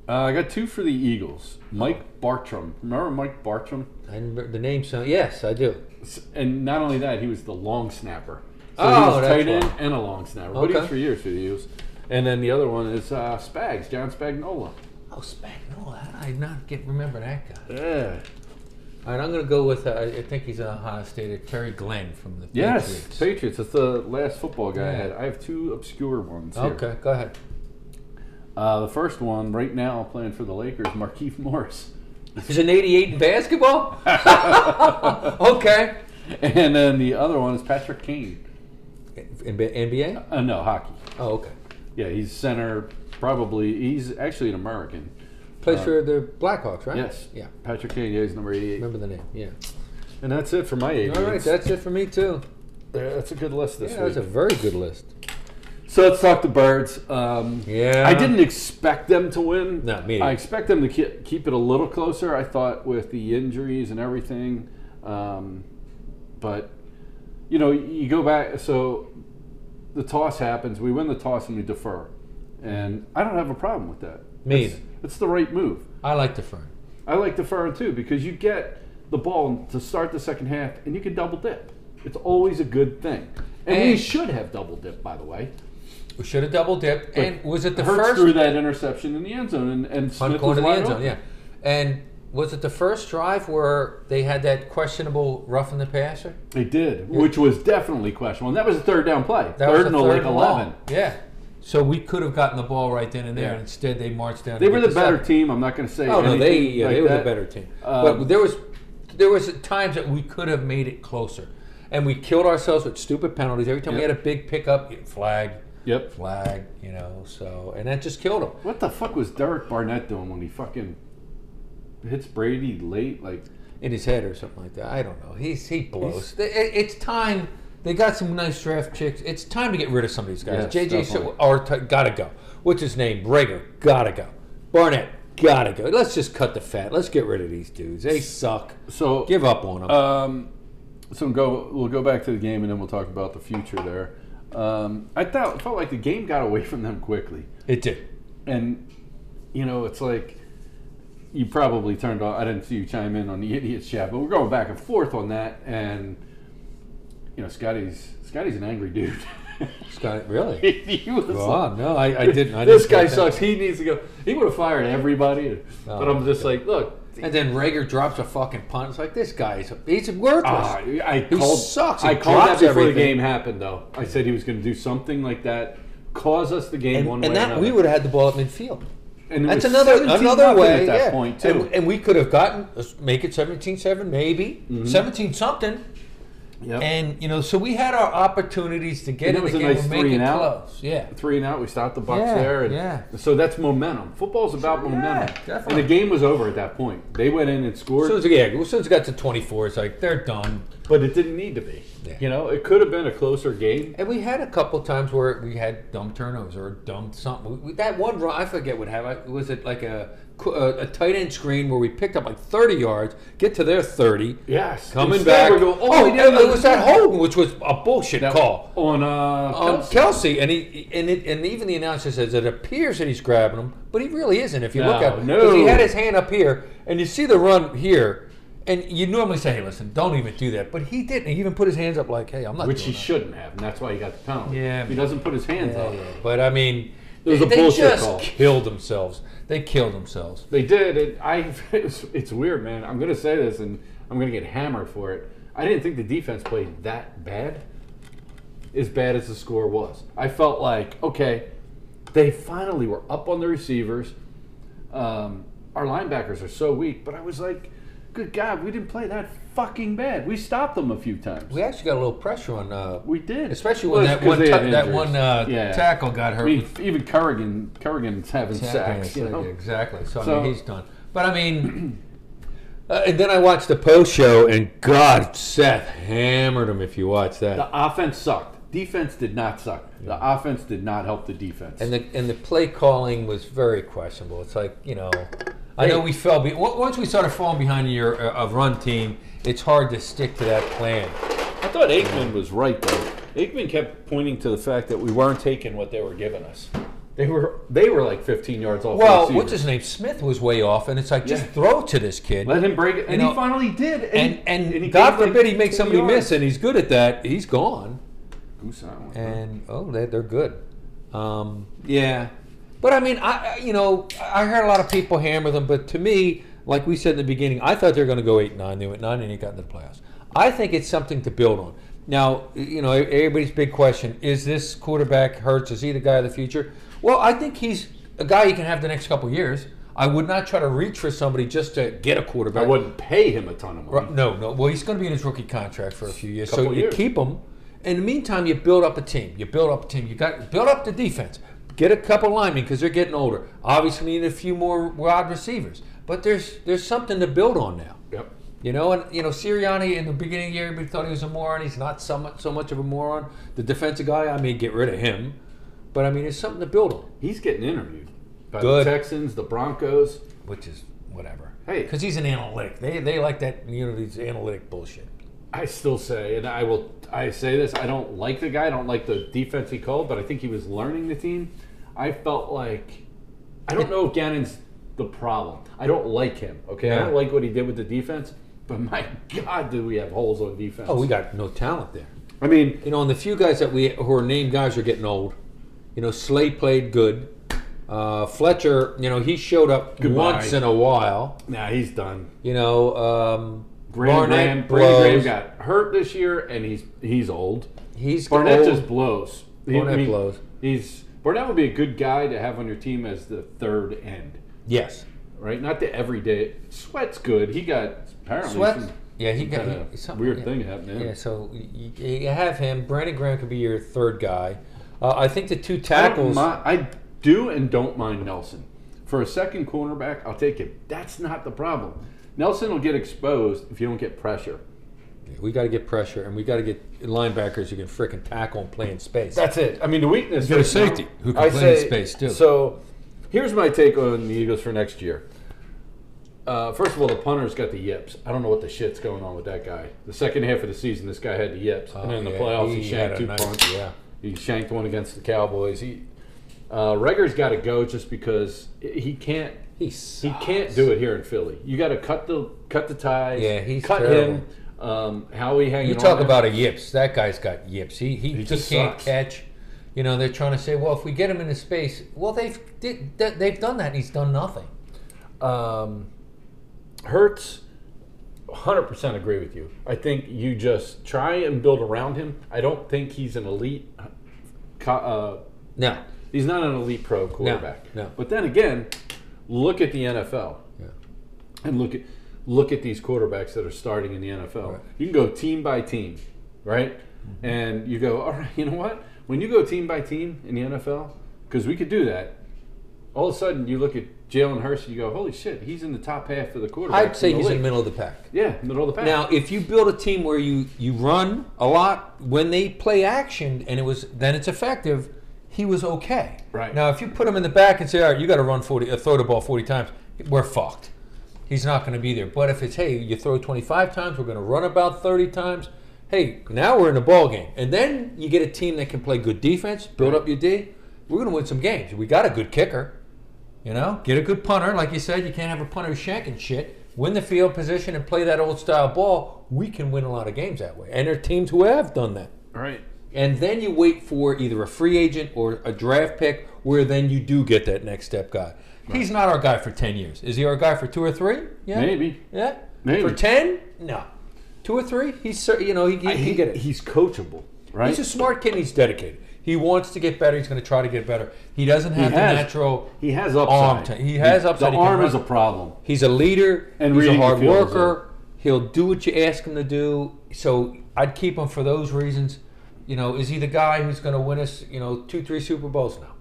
Speaker 1: Uh, I got two for the Eagles. Mike Bartram. Remember Mike Bartram?
Speaker 2: I remember the name. So yes, I do.
Speaker 1: S- And not only that, he was the long snapper. So
Speaker 2: Oh,
Speaker 1: he was
Speaker 2: that's
Speaker 1: tight end
Speaker 2: why.
Speaker 1: and a long snapper. But he
Speaker 2: Okay.
Speaker 1: was for years for the Eagles. And then the other one is uh, Spags, John Spagnola.
Speaker 2: Oh, Spagnola. How did I not get remember that guy?
Speaker 1: Yeah.
Speaker 2: All right, I'm going to go with, uh, I think he's an Ohio State, Terry Glenn from the
Speaker 1: Yes, Patriots.
Speaker 2: Patriots.
Speaker 1: That's the last football guy I
Speaker 2: Yeah.
Speaker 1: had. I have two obscure ones. here.
Speaker 2: Okay, go ahead.
Speaker 1: Uh, the first one, right now, playing for the Lakers, Markeith Morris. (laughs)
Speaker 2: He's an 88 in (laughs) basketball? okay.
Speaker 1: And then the other one is Patrick Kane.
Speaker 2: In, NBA?
Speaker 1: Uh, no, hockey.
Speaker 2: Oh, okay.
Speaker 1: Yeah, he's center. Probably he's actually an American.
Speaker 2: Plays for the Blackhawks, right?
Speaker 1: Uh, Yes.
Speaker 2: Yeah.
Speaker 1: Patrick Kane. Yeah, he's number eighty-eight.
Speaker 2: Remember the name, yeah.
Speaker 1: And that's it for my age.
Speaker 2: All right, that's it for me, too.
Speaker 1: that's a good list this
Speaker 2: Yeah, that's a
Speaker 1: week.
Speaker 2: very good list.
Speaker 1: so let's talk the birds. Um,
Speaker 2: Yeah.
Speaker 1: I didn't expect them to win.
Speaker 2: No, me
Speaker 1: I
Speaker 2: neither.
Speaker 1: expect them to ke- keep it a little closer. I thought with the injuries and everything, um, but you know, you go back. So the toss happens. We win the toss and we defer, and I don't have a problem with that.
Speaker 2: Me
Speaker 1: It's,
Speaker 2: either.
Speaker 1: it's the right move.
Speaker 2: I like the fern.
Speaker 1: I like deferring too because you get the ball to start the second half and you can double dip. It's always a good thing. And, we
Speaker 2: And-
Speaker 1: should have double dip, by the way.
Speaker 2: We should have double dipped. And was it the
Speaker 1: Hurts
Speaker 2: first
Speaker 1: threw that interception in the end zone, and, and
Speaker 2: punt
Speaker 1: Smith
Speaker 2: going
Speaker 1: was
Speaker 2: to the
Speaker 1: wide
Speaker 2: end zone?
Speaker 1: open.
Speaker 2: Yeah. And was it the first drive where they had that questionable roughing the passer?
Speaker 1: They did, which was definitely questionable. And that was a third down play,
Speaker 2: That was
Speaker 1: third
Speaker 2: the
Speaker 1: and like
Speaker 2: and
Speaker 1: eleven.
Speaker 2: long. Yeah. So we could have gotten the ball right then and there.
Speaker 1: Yeah.
Speaker 2: and Instead, they marched down.
Speaker 1: They
Speaker 2: and
Speaker 1: were
Speaker 2: get
Speaker 1: the better
Speaker 2: seven.
Speaker 1: team. I'm not going to say.
Speaker 2: Oh no, they
Speaker 1: anything
Speaker 2: yeah,
Speaker 1: like
Speaker 2: they were the
Speaker 1: that.
Speaker 2: better team.
Speaker 1: Um,
Speaker 2: but there was there was times that we could have made it closer, and we killed ourselves with stupid penalties. Every time we
Speaker 1: Yep.
Speaker 2: had a big pickup, it flag,
Speaker 1: Yep.
Speaker 2: flag, you know. So and that just killed them.
Speaker 1: What the fuck was Derek Barnett doing when he fucking hits Brady late? Like
Speaker 2: in his head or something like that. I don't know. He's he blows. They- it- it's time. They got some nice draft chicks. It's time to get rid of some of these
Speaker 1: Yes,
Speaker 2: guys. JJ
Speaker 1: definitely.
Speaker 2: so, or t- gotta go. What's his name? Brager gotta go. Barnett gotta go. Let's just cut the fat. Let's get rid of these dudes. They suck.
Speaker 1: so,
Speaker 2: Give up on them.
Speaker 1: Um, so go. We'll go back to the game, and then we'll talk about the future there. Um, I thought felt like the game got away from them quickly,
Speaker 2: it did.
Speaker 1: and you know it's like you probably turned off. I didn't see you chime in on the (laughs) idiots chat, but we're going back and forth on that, and you know Scotty's Scotty's an angry dude. (laughs)
Speaker 2: Scott, really?
Speaker 1: he was like,
Speaker 2: Oh no, I, I didn't. I
Speaker 1: this
Speaker 2: didn't
Speaker 1: guy
Speaker 2: get that.
Speaker 1: sucks. He needs to go. He would have fired everybody,
Speaker 2: Oh,
Speaker 1: but I'm just like, look.
Speaker 2: And then Rager drops a fucking punt. It's like this guy's he's worthless.
Speaker 1: Ah, I
Speaker 2: He
Speaker 1: called,
Speaker 2: sucks. He
Speaker 1: I called that
Speaker 2: drops
Speaker 1: before the
Speaker 2: everything.
Speaker 1: game happened, though. I said he was going to do something like that, cause us the game
Speaker 2: and,
Speaker 1: one
Speaker 2: and
Speaker 1: way or
Speaker 2: that
Speaker 1: another.
Speaker 2: we would have had the ball at midfield.
Speaker 1: And it
Speaker 2: That's
Speaker 1: was
Speaker 2: another
Speaker 1: 17
Speaker 2: another
Speaker 1: nothing
Speaker 2: way
Speaker 1: at that
Speaker 2: yeah.
Speaker 1: point
Speaker 2: And-
Speaker 1: too.
Speaker 2: And, we could have gotten let's make it 17-7 maybe
Speaker 1: Mm-hmm.
Speaker 2: 17 something.
Speaker 1: Yep.
Speaker 2: And you know, so we had our opportunities to get
Speaker 1: And
Speaker 2: in
Speaker 1: it was
Speaker 2: the
Speaker 1: a
Speaker 2: game
Speaker 1: nice
Speaker 2: and make
Speaker 1: three
Speaker 2: it
Speaker 1: and out.
Speaker 2: close. Yeah.
Speaker 1: Three and out, we stopped the Bucks
Speaker 2: Yeah,
Speaker 1: there, and
Speaker 2: yeah.
Speaker 1: so that's momentum. Football's about
Speaker 2: Sure, yeah,
Speaker 1: momentum, and
Speaker 2: definitely.
Speaker 1: the game was over at that point. They went in and
Speaker 2: As
Speaker 1: scored,
Speaker 2: soon as, yeah, as soon as it got to 24, it's like they're done.
Speaker 1: but it didn't need to be.
Speaker 2: Yeah.
Speaker 1: You know, it could have been a closer game.
Speaker 2: And we had a couple times where we had dumb turnovers or dumb something. We, we- that one run, I forget what happened. Was it like a, a a tight end screen where we picked up like 30 yards, get to their 30,
Speaker 1: Yes,
Speaker 2: coming
Speaker 1: Instead,
Speaker 2: back?
Speaker 1: we go,
Speaker 2: oh,
Speaker 1: oh,
Speaker 2: and it was that Holden, which was a bullshit call.
Speaker 1: on uh,
Speaker 2: on
Speaker 1: Kelsey.
Speaker 2: Kelsey, and he and it, and even the announcer says it appears that he's grabbing him, but he really isn't. If you look
Speaker 1: No,
Speaker 2: at him,
Speaker 1: no.
Speaker 2: he had his hand up here, and you see the run here, and you normally say, "Hey, listen, don't even do that," but he didn't. He even put his hands up like, "Hey, I'm not."
Speaker 1: which he
Speaker 2: doing that."
Speaker 1: shouldn't have, and that's why he got the penalty.
Speaker 2: Yeah,
Speaker 1: he doesn't put his hands
Speaker 2: Yeah,
Speaker 1: up.
Speaker 2: yeah. But I mean,
Speaker 1: It was
Speaker 2: they,
Speaker 1: a
Speaker 2: they
Speaker 1: bullshit
Speaker 2: just
Speaker 1: call.
Speaker 2: killed themselves. They killed themselves.
Speaker 1: They did. It, I. (laughs) It's, it's weird, man. I'm gonna say this, and I'm gonna get hammered for it. I didn't think the defense played that bad, as bad as the score was. I felt like okay, they finally were up on the receivers. Um, our linebackers are so weak, but I was like, good God, we didn't play that fucking bad. We stopped them a few times.
Speaker 2: We actually got a little pressure on, uh,
Speaker 1: We did,
Speaker 2: especially
Speaker 1: Well,
Speaker 2: when
Speaker 1: it's
Speaker 2: that
Speaker 1: 'cause
Speaker 2: one
Speaker 1: they
Speaker 2: ta-
Speaker 1: had
Speaker 2: that
Speaker 1: injuries.
Speaker 2: one uh,
Speaker 1: Yeah.
Speaker 2: tackle got
Speaker 1: I
Speaker 2: hurt.
Speaker 1: mean, even Currigan, Currigan's having sacks. You know?
Speaker 2: Exactly. So,
Speaker 1: So-
Speaker 2: I mean, he's done. But I mean, (clears throat) uh, and then I watched the post show, and God, Seth hammered him. If you watch that,
Speaker 1: The offense sucked. Defense did not suck. The offense did not help the defense.
Speaker 2: and the and the play calling was very questionable. It's like you know, I know we fell. Be- on- once we started falling behind your uh, a run team, it's hard to stick to that plan.
Speaker 1: I thought Aikman was right though. Aikman kept pointing to the fact that we weren't taking what they were giving us. They were they were like 15 yards off.
Speaker 2: Well,
Speaker 1: the
Speaker 2: what's
Speaker 1: receiver.
Speaker 2: his name? Smith was way off, and it's like just
Speaker 1: Yeah.
Speaker 2: throw to this kid.
Speaker 1: let him break it, and
Speaker 2: You know,
Speaker 1: he finally did.
Speaker 2: and and,
Speaker 1: he
Speaker 2: God
Speaker 1: gave, like,
Speaker 2: forbid he
Speaker 1: 20
Speaker 2: makes somebody
Speaker 1: yards.
Speaker 2: miss, and he's good at that. He's gone.
Speaker 1: Goose on one.
Speaker 2: and oh, they, they're good. Um,
Speaker 1: yeah,
Speaker 2: But I mean, I I- you know, I heard a lot of people hammer them, but to me, like we said in the beginning, I thought they were going to go eight nine. They went nine and they got in the playoffs. I think it's something to build on. Now, you know, e-, everybody's big question is this quarterback Hurts? Is he the guy of the future? Well, I think he's a guy you can have the next couple years. I would not try to reach for somebody just to get a quarterback.
Speaker 1: I wouldn't pay him a ton of money.
Speaker 2: Right, no, no. Well, he's going to be in his rookie contract for a few years, so
Speaker 1: Couple
Speaker 2: you
Speaker 1: years.
Speaker 2: keep him. In the meantime, you build up a team. You build up a team. You got build up the defense. Get a couple linemen because they're getting older. Obviously, we need a few more wide receivers, but there's there's something to build on now.
Speaker 1: Yep.
Speaker 2: You know, and you know Sirianni in the beginning of the year, everybody thought he was a moron. He's not so much so much of a moron. The defensive guy, I mean, get rid of him, but I mean, it's something to build on,
Speaker 1: He's getting interviewed by
Speaker 2: Good.
Speaker 1: the Texans, the Broncos.
Speaker 2: which is whatever.
Speaker 1: Hey.
Speaker 2: because he's an analytic. They they like that you know these analytic bullshit.
Speaker 1: I still say, and I will, I say this: I don't like the guy. I don't like the defense he called, but I think he was learning the team. I felt like I don't know if Gannon's the problem. I don't like him. Okay, I
Speaker 2: Yeah.
Speaker 1: don't like what he did with the defense. But my (laughs) God, do we have holes on defense?
Speaker 2: Oh, we got no talent there.
Speaker 1: I mean,
Speaker 2: You know, and the few guys that we who are named guys are getting old. You know, Slay played good. Uh, Fletcher, you know, he showed up
Speaker 1: Goodbye.
Speaker 2: once in a while.
Speaker 1: nah, he's done.
Speaker 2: You know, um,
Speaker 1: Brandon Graham,
Speaker 2: Barnett
Speaker 1: Brandon Graham
Speaker 2: blows.
Speaker 1: got hurt this year, and he's he's old.
Speaker 2: He's
Speaker 1: Barnett
Speaker 2: old.
Speaker 1: just blows. He- I
Speaker 2: Barnett
Speaker 1: mean,
Speaker 2: blows.
Speaker 1: He's Barnett would be a good guy to have on your team as the third end,
Speaker 2: yes.
Speaker 1: right? Not the everyday. Sweat's good. He got apparently
Speaker 2: Sweat.
Speaker 1: some
Speaker 2: Yeah, he got
Speaker 1: kinda
Speaker 2: he, something-
Speaker 1: weird
Speaker 2: yeah.
Speaker 1: thing happening.
Speaker 2: Yeah, so you, you have him. Brandon Graham could be your third guy. Uh, I think the two
Speaker 1: I, don't
Speaker 2: tackles.
Speaker 1: mi- I do and don't mind Nelson for a second cornerback. I'll take it. That's not the problem. Nelson will get exposed if you don't get pressure.
Speaker 2: We got to get pressure, and we got to get linebackers who can frickin' tackle and play in space.
Speaker 1: That's it. I mean, the weakness.
Speaker 2: You got a
Speaker 1: is now-
Speaker 2: safety who can play in space, too.
Speaker 1: So, here's my take on the Eagles for next year. Uh, first of all, the punter's got the yips. I don't know what the shit's going on with that guy. The second half of the season, this guy had the yips, and then in the
Speaker 2: Oh, yeah,
Speaker 1: playoffs, he,
Speaker 2: had
Speaker 1: shanked
Speaker 2: a
Speaker 1: two
Speaker 2: nice-
Speaker 1: punts.
Speaker 2: Yeah.
Speaker 1: He shanked one against the Cowboys. He uh, Rager's got to go just because he can't.
Speaker 2: He
Speaker 1: He can't do it here in Philly. You got to cut the cut the ties.
Speaker 2: Yeah, he's
Speaker 1: cut
Speaker 2: terrible.
Speaker 1: him. Um, Howie hanging.
Speaker 2: You
Speaker 1: on
Speaker 2: talk
Speaker 1: there.
Speaker 2: about a yips. That guy's got yips. He he, he
Speaker 1: just
Speaker 2: can't
Speaker 1: sucks.
Speaker 2: catch. You know they're trying to say, well, if we get him into space, well they've did, that- they've done that and he's done nothing.
Speaker 1: Um, Hertz, 100% agree with you. I think you just try and build around him. I don't think he's an elite. co- Uh,
Speaker 2: No,
Speaker 1: he's not an elite pro quarterback.
Speaker 2: no.
Speaker 1: But then again, look at the NFL.
Speaker 2: Yeah.
Speaker 1: And look at look at these quarterbacks that are starting in the NFL. You can go team by team, right?
Speaker 2: Mm-hmm.
Speaker 1: And you go, all right, you know what? When you go team by team in the NFL, because we could do that. All of a sudden, you look at Jalen Hurst and you go, "Holy shit, he's in the top half of the quarterback."
Speaker 2: I'd say he's in the middle of the pack.
Speaker 1: yeah, middle of the pack.
Speaker 2: Now, if you build a team where you you run a lot when they play action and it was then it's effective, he was okay.
Speaker 1: Right.
Speaker 2: Now, if you put him in the back and say, all right, you got to run forty, uh, throw the ball forty times, we're fucked. He's not going to be there. But if it's hey, you throw twenty five times, we're going to run about thirty times. Hey, now we're in the ball game, and then you get a team that can play good defense, build up your D. We're going to win some games. We got a good kicker. You know, get a good punter. Like you said, you can't have a punter who's shanking shit. Win the field position and play that old style ball. We can win a lot of games that way. And there are teams who have done that.
Speaker 1: all right.
Speaker 2: And then you wait for either a free agent or a draft pick where then you do get that next step guy. He's not our guy for 10 years. Is he our guy for two or three? Yeah.
Speaker 1: Maybe.
Speaker 2: Yeah.
Speaker 1: Maybe.
Speaker 2: For 10? No. Two or three? He's, cer- you know, he, he, he get it.
Speaker 1: He's coachable, right?
Speaker 2: He's a smart kid and he's dedicated. He wants to get better. He's going to try to get better. He doesn't have the
Speaker 1: has-
Speaker 2: natural.
Speaker 1: he has upside.
Speaker 2: Arm ta- he has upside.
Speaker 1: The
Speaker 2: He can
Speaker 1: arm
Speaker 2: run.
Speaker 1: is a problem.
Speaker 2: He's a leader.
Speaker 1: And
Speaker 2: he's a
Speaker 1: reading the
Speaker 2: hard
Speaker 1: field is
Speaker 2: worker. He'll do what you ask him to do. So I'd keep him for those reasons. You know, is he the guy who's going to win us, you know, two, three Super Bowls now?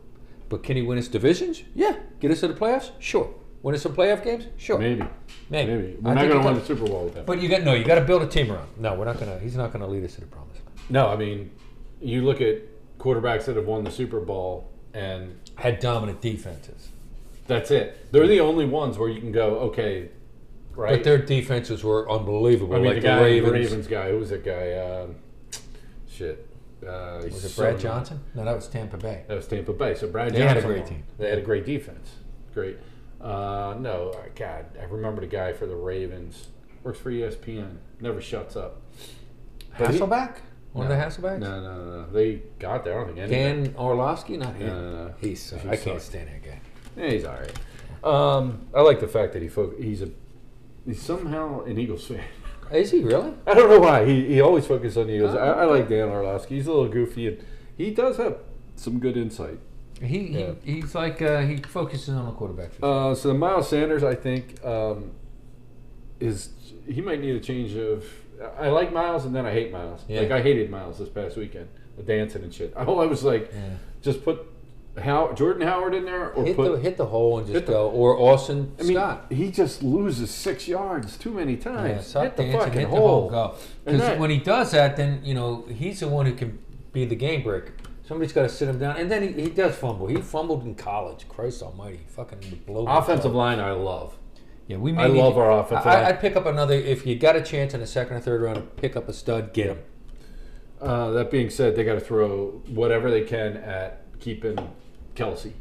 Speaker 2: But can he win us divisions? Yeah. Get us to the playoffs? Sure. Win us some playoff games? Sure.
Speaker 1: Maybe,
Speaker 2: Maybe.
Speaker 1: maybe.
Speaker 2: I
Speaker 1: We're not going
Speaker 2: think he
Speaker 1: to win
Speaker 2: does.
Speaker 1: the Super Bowl with him.
Speaker 2: But you got no. You got to build a team around. No, we're not going to. He's not going to lead us to the promised land.
Speaker 1: No, I mean, you look at quarterbacks that have won the Super Bowl, and
Speaker 2: Had dominant defenses,
Speaker 1: that's it. They're the only ones where you can go, okay, right?
Speaker 2: but their defenses were unbelievable.
Speaker 1: I mean,
Speaker 2: like
Speaker 1: the
Speaker 2: the,
Speaker 1: guy,
Speaker 2: Ravens.
Speaker 1: the Ravens guy, who was that guy? Um, shit. Uh, he's
Speaker 2: Was it
Speaker 1: so
Speaker 2: Brad
Speaker 1: young.
Speaker 2: Johnson? No, that was Tampa Bay.
Speaker 1: That was Tampa Bay. So Brad
Speaker 2: They
Speaker 1: Johnson.
Speaker 2: had a great team.
Speaker 1: They had a great defense. Great. Uh, no, uh, God, I remember the guy E for the Ravens. Works for ESPN. Never shuts up. But he-
Speaker 2: Hasselback? One
Speaker 1: No.
Speaker 2: of the Hasselbacks?
Speaker 1: No, no, no, no. They got there. I don't think any.
Speaker 2: Dan Orlovsky? Not him.
Speaker 1: No, no, no.
Speaker 2: He's
Speaker 1: He
Speaker 2: I can't
Speaker 1: sucked.
Speaker 2: stand that guy.
Speaker 1: Yeah, he's all right. Um, I like the fact that he fo- he's a he's somehow an Eagles fan. (laughs)
Speaker 2: Is he really?
Speaker 1: I don't know why he, he always focuses on the Eagles.
Speaker 2: Oh,
Speaker 1: I, I like Dan Orlovsky. He's a little goofy and he does have some good insight.
Speaker 2: He, he
Speaker 1: Yeah.
Speaker 2: he's like uh, he focuses on the quarterback.
Speaker 1: Uh, so Miles Sanders, I think, um, is he might need a change of. I like Miles and then I hate Miles.
Speaker 2: Yeah.
Speaker 1: Like I hated Miles this past weekend, the dancing and shit. (laughs) All I was like,
Speaker 2: Yeah.
Speaker 1: just put How Jordan Howard in there or
Speaker 2: Hit
Speaker 1: put
Speaker 2: the hit the hole and just
Speaker 1: hit the-
Speaker 2: go. Or Austin
Speaker 1: I mean,
Speaker 2: Scott.
Speaker 1: he just loses six yards too many
Speaker 2: Yeah,
Speaker 1: times.
Speaker 2: stop
Speaker 1: hit the
Speaker 2: dancing,
Speaker 1: fucking
Speaker 2: hit the
Speaker 1: hole.
Speaker 2: go.
Speaker 1: And
Speaker 2: Because
Speaker 1: that-
Speaker 2: when he does that, then you know he's the one who can be the game breaker. Somebody's got to sit him down, and then he, he does fumble. He fumbled in college. Christ Almighty, he fucking blow.
Speaker 1: Offensive line, I love.
Speaker 2: Yeah, we.
Speaker 1: I
Speaker 2: need
Speaker 1: love
Speaker 2: to-
Speaker 1: our offensive
Speaker 2: I,
Speaker 1: line.
Speaker 2: I'd pick up another if you got a chance in the second or third round to pick up a stud, get him.
Speaker 1: Uh, that being said, they got to throw whatever they can at keeping Kelsey.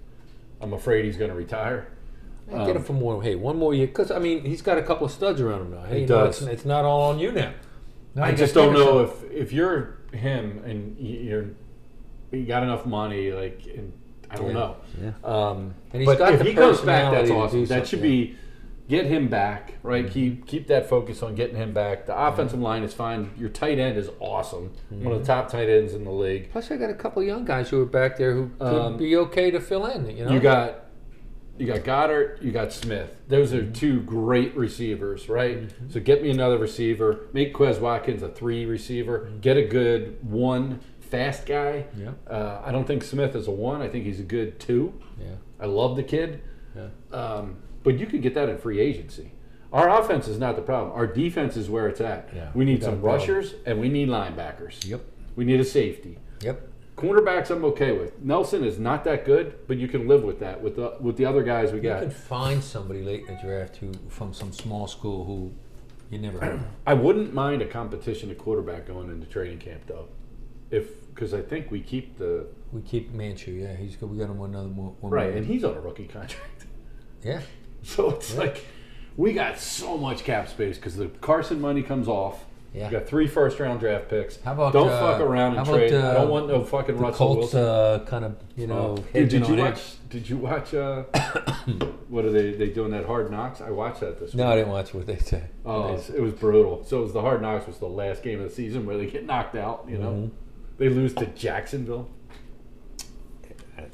Speaker 1: I'm afraid he's going to retire.
Speaker 2: And
Speaker 1: Um,
Speaker 2: get him for more. Hey, one more year, because I mean he's got a couple of studs around him now. Hey,
Speaker 1: He
Speaker 2: you know,
Speaker 1: does.
Speaker 2: It's, it's not all on you now. Now
Speaker 1: I
Speaker 2: you
Speaker 1: just don't
Speaker 2: gotta figure
Speaker 1: know
Speaker 2: something.
Speaker 1: if if you're him and y- you're you got enough money, like and I don't
Speaker 2: Yeah.
Speaker 1: know.
Speaker 2: Yeah.
Speaker 1: Um,
Speaker 2: And he's
Speaker 1: but
Speaker 2: got
Speaker 1: if
Speaker 2: the
Speaker 1: he goes back,
Speaker 2: personality
Speaker 1: that's
Speaker 2: to
Speaker 1: awesome.
Speaker 2: do
Speaker 1: That should
Speaker 2: something. Mm-hmm.
Speaker 1: be get him back, right? Keep keep that focus on getting him back. The offensive line is fine. Your tight end is awesome. One of
Speaker 2: Mm-hmm.
Speaker 1: the top tight ends in the league.
Speaker 2: Plus, I got a couple of young guys who are back there who could
Speaker 1: Um,
Speaker 2: be okay to fill in. You know,
Speaker 1: You got you got Goddard, you got Smith. Those are two great receivers, right?
Speaker 2: Mm-hmm.
Speaker 1: So get me another receiver. Make Quez Watkins a three receiver.
Speaker 2: Mm-hmm.
Speaker 1: Get a good one fast guy.
Speaker 2: Yeah.
Speaker 1: Uh, I don't think Smith is a one. I think he's a good two.
Speaker 2: yeah.
Speaker 1: I love the kid.
Speaker 2: Yeah.
Speaker 1: Um, but you could get that in free agency. Our offense is not the problem. Our defense is where it's at.
Speaker 2: Yeah,
Speaker 1: we
Speaker 2: we
Speaker 1: need
Speaker 2: got a
Speaker 1: some
Speaker 2: problem.
Speaker 1: rushers and we need linebackers.
Speaker 2: Yep.
Speaker 1: We need a safety.
Speaker 2: Yep.
Speaker 1: Cornerbacks, I'm okay with. Nelson is not that good, but you can live with that with the with the other guys we
Speaker 2: You
Speaker 1: got.
Speaker 2: could find somebody late in the draft who from some small school who you never heard of.
Speaker 1: I wouldn't mind a competition at quarterback going into training camp though, if because I think we keep the
Speaker 2: (clears throat) We keep Manchu, yeah. He's good. We got him one another one. one
Speaker 1: right,
Speaker 2: more.
Speaker 1: and he's on a rookie contract, (laughs)
Speaker 2: yeah.
Speaker 1: so it's like we got so much cap space because the Carson money comes off.
Speaker 2: Yeah.
Speaker 1: We got three first round draft picks.
Speaker 2: How about,
Speaker 1: don't
Speaker 2: uh,
Speaker 1: fuck around
Speaker 2: how
Speaker 1: and
Speaker 2: about,
Speaker 1: trade? I
Speaker 2: uh,
Speaker 1: don't want no fucking
Speaker 2: The
Speaker 1: Russell
Speaker 2: Colts
Speaker 1: Wilson.
Speaker 2: uh, kind of, you know,
Speaker 1: Oh, dude,
Speaker 2: hedging
Speaker 1: did you
Speaker 2: on
Speaker 1: watch?
Speaker 2: it.
Speaker 1: Did you watch? Uh, (coughs) what are they? They doing that Hard Knocks? I watched that this
Speaker 2: No, I didn't watch what they said.
Speaker 1: Oh, it's- it was brutal. So it was the Hard Knocks was the last game of the season where they get knocked out. You know, they lose to Jacksonville.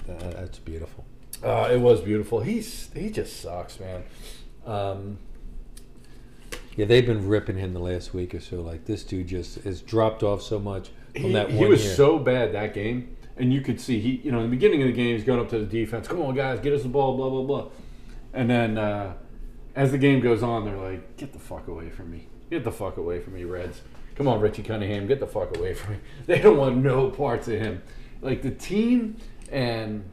Speaker 2: that's beautiful.
Speaker 1: Uh, it was beautiful. He's he just sucks, man. Um,
Speaker 2: Yeah, they've been ripping him the last week or so. Like this dude just has dropped off so much from
Speaker 1: he,
Speaker 2: that
Speaker 1: he
Speaker 2: one
Speaker 1: was
Speaker 2: year.
Speaker 1: so bad that game, and you could see he you know in the beginning of the game he's going up to the defense. Come on, guys, get us the ball. Blah blah blah. And then uh, as the game goes on, they're like, get the fuck away from me. Get the fuck away from me, Reds. Come on, Richie Cunningham, get the fuck away from me. (laughs) They don't want no parts of him. Like the team and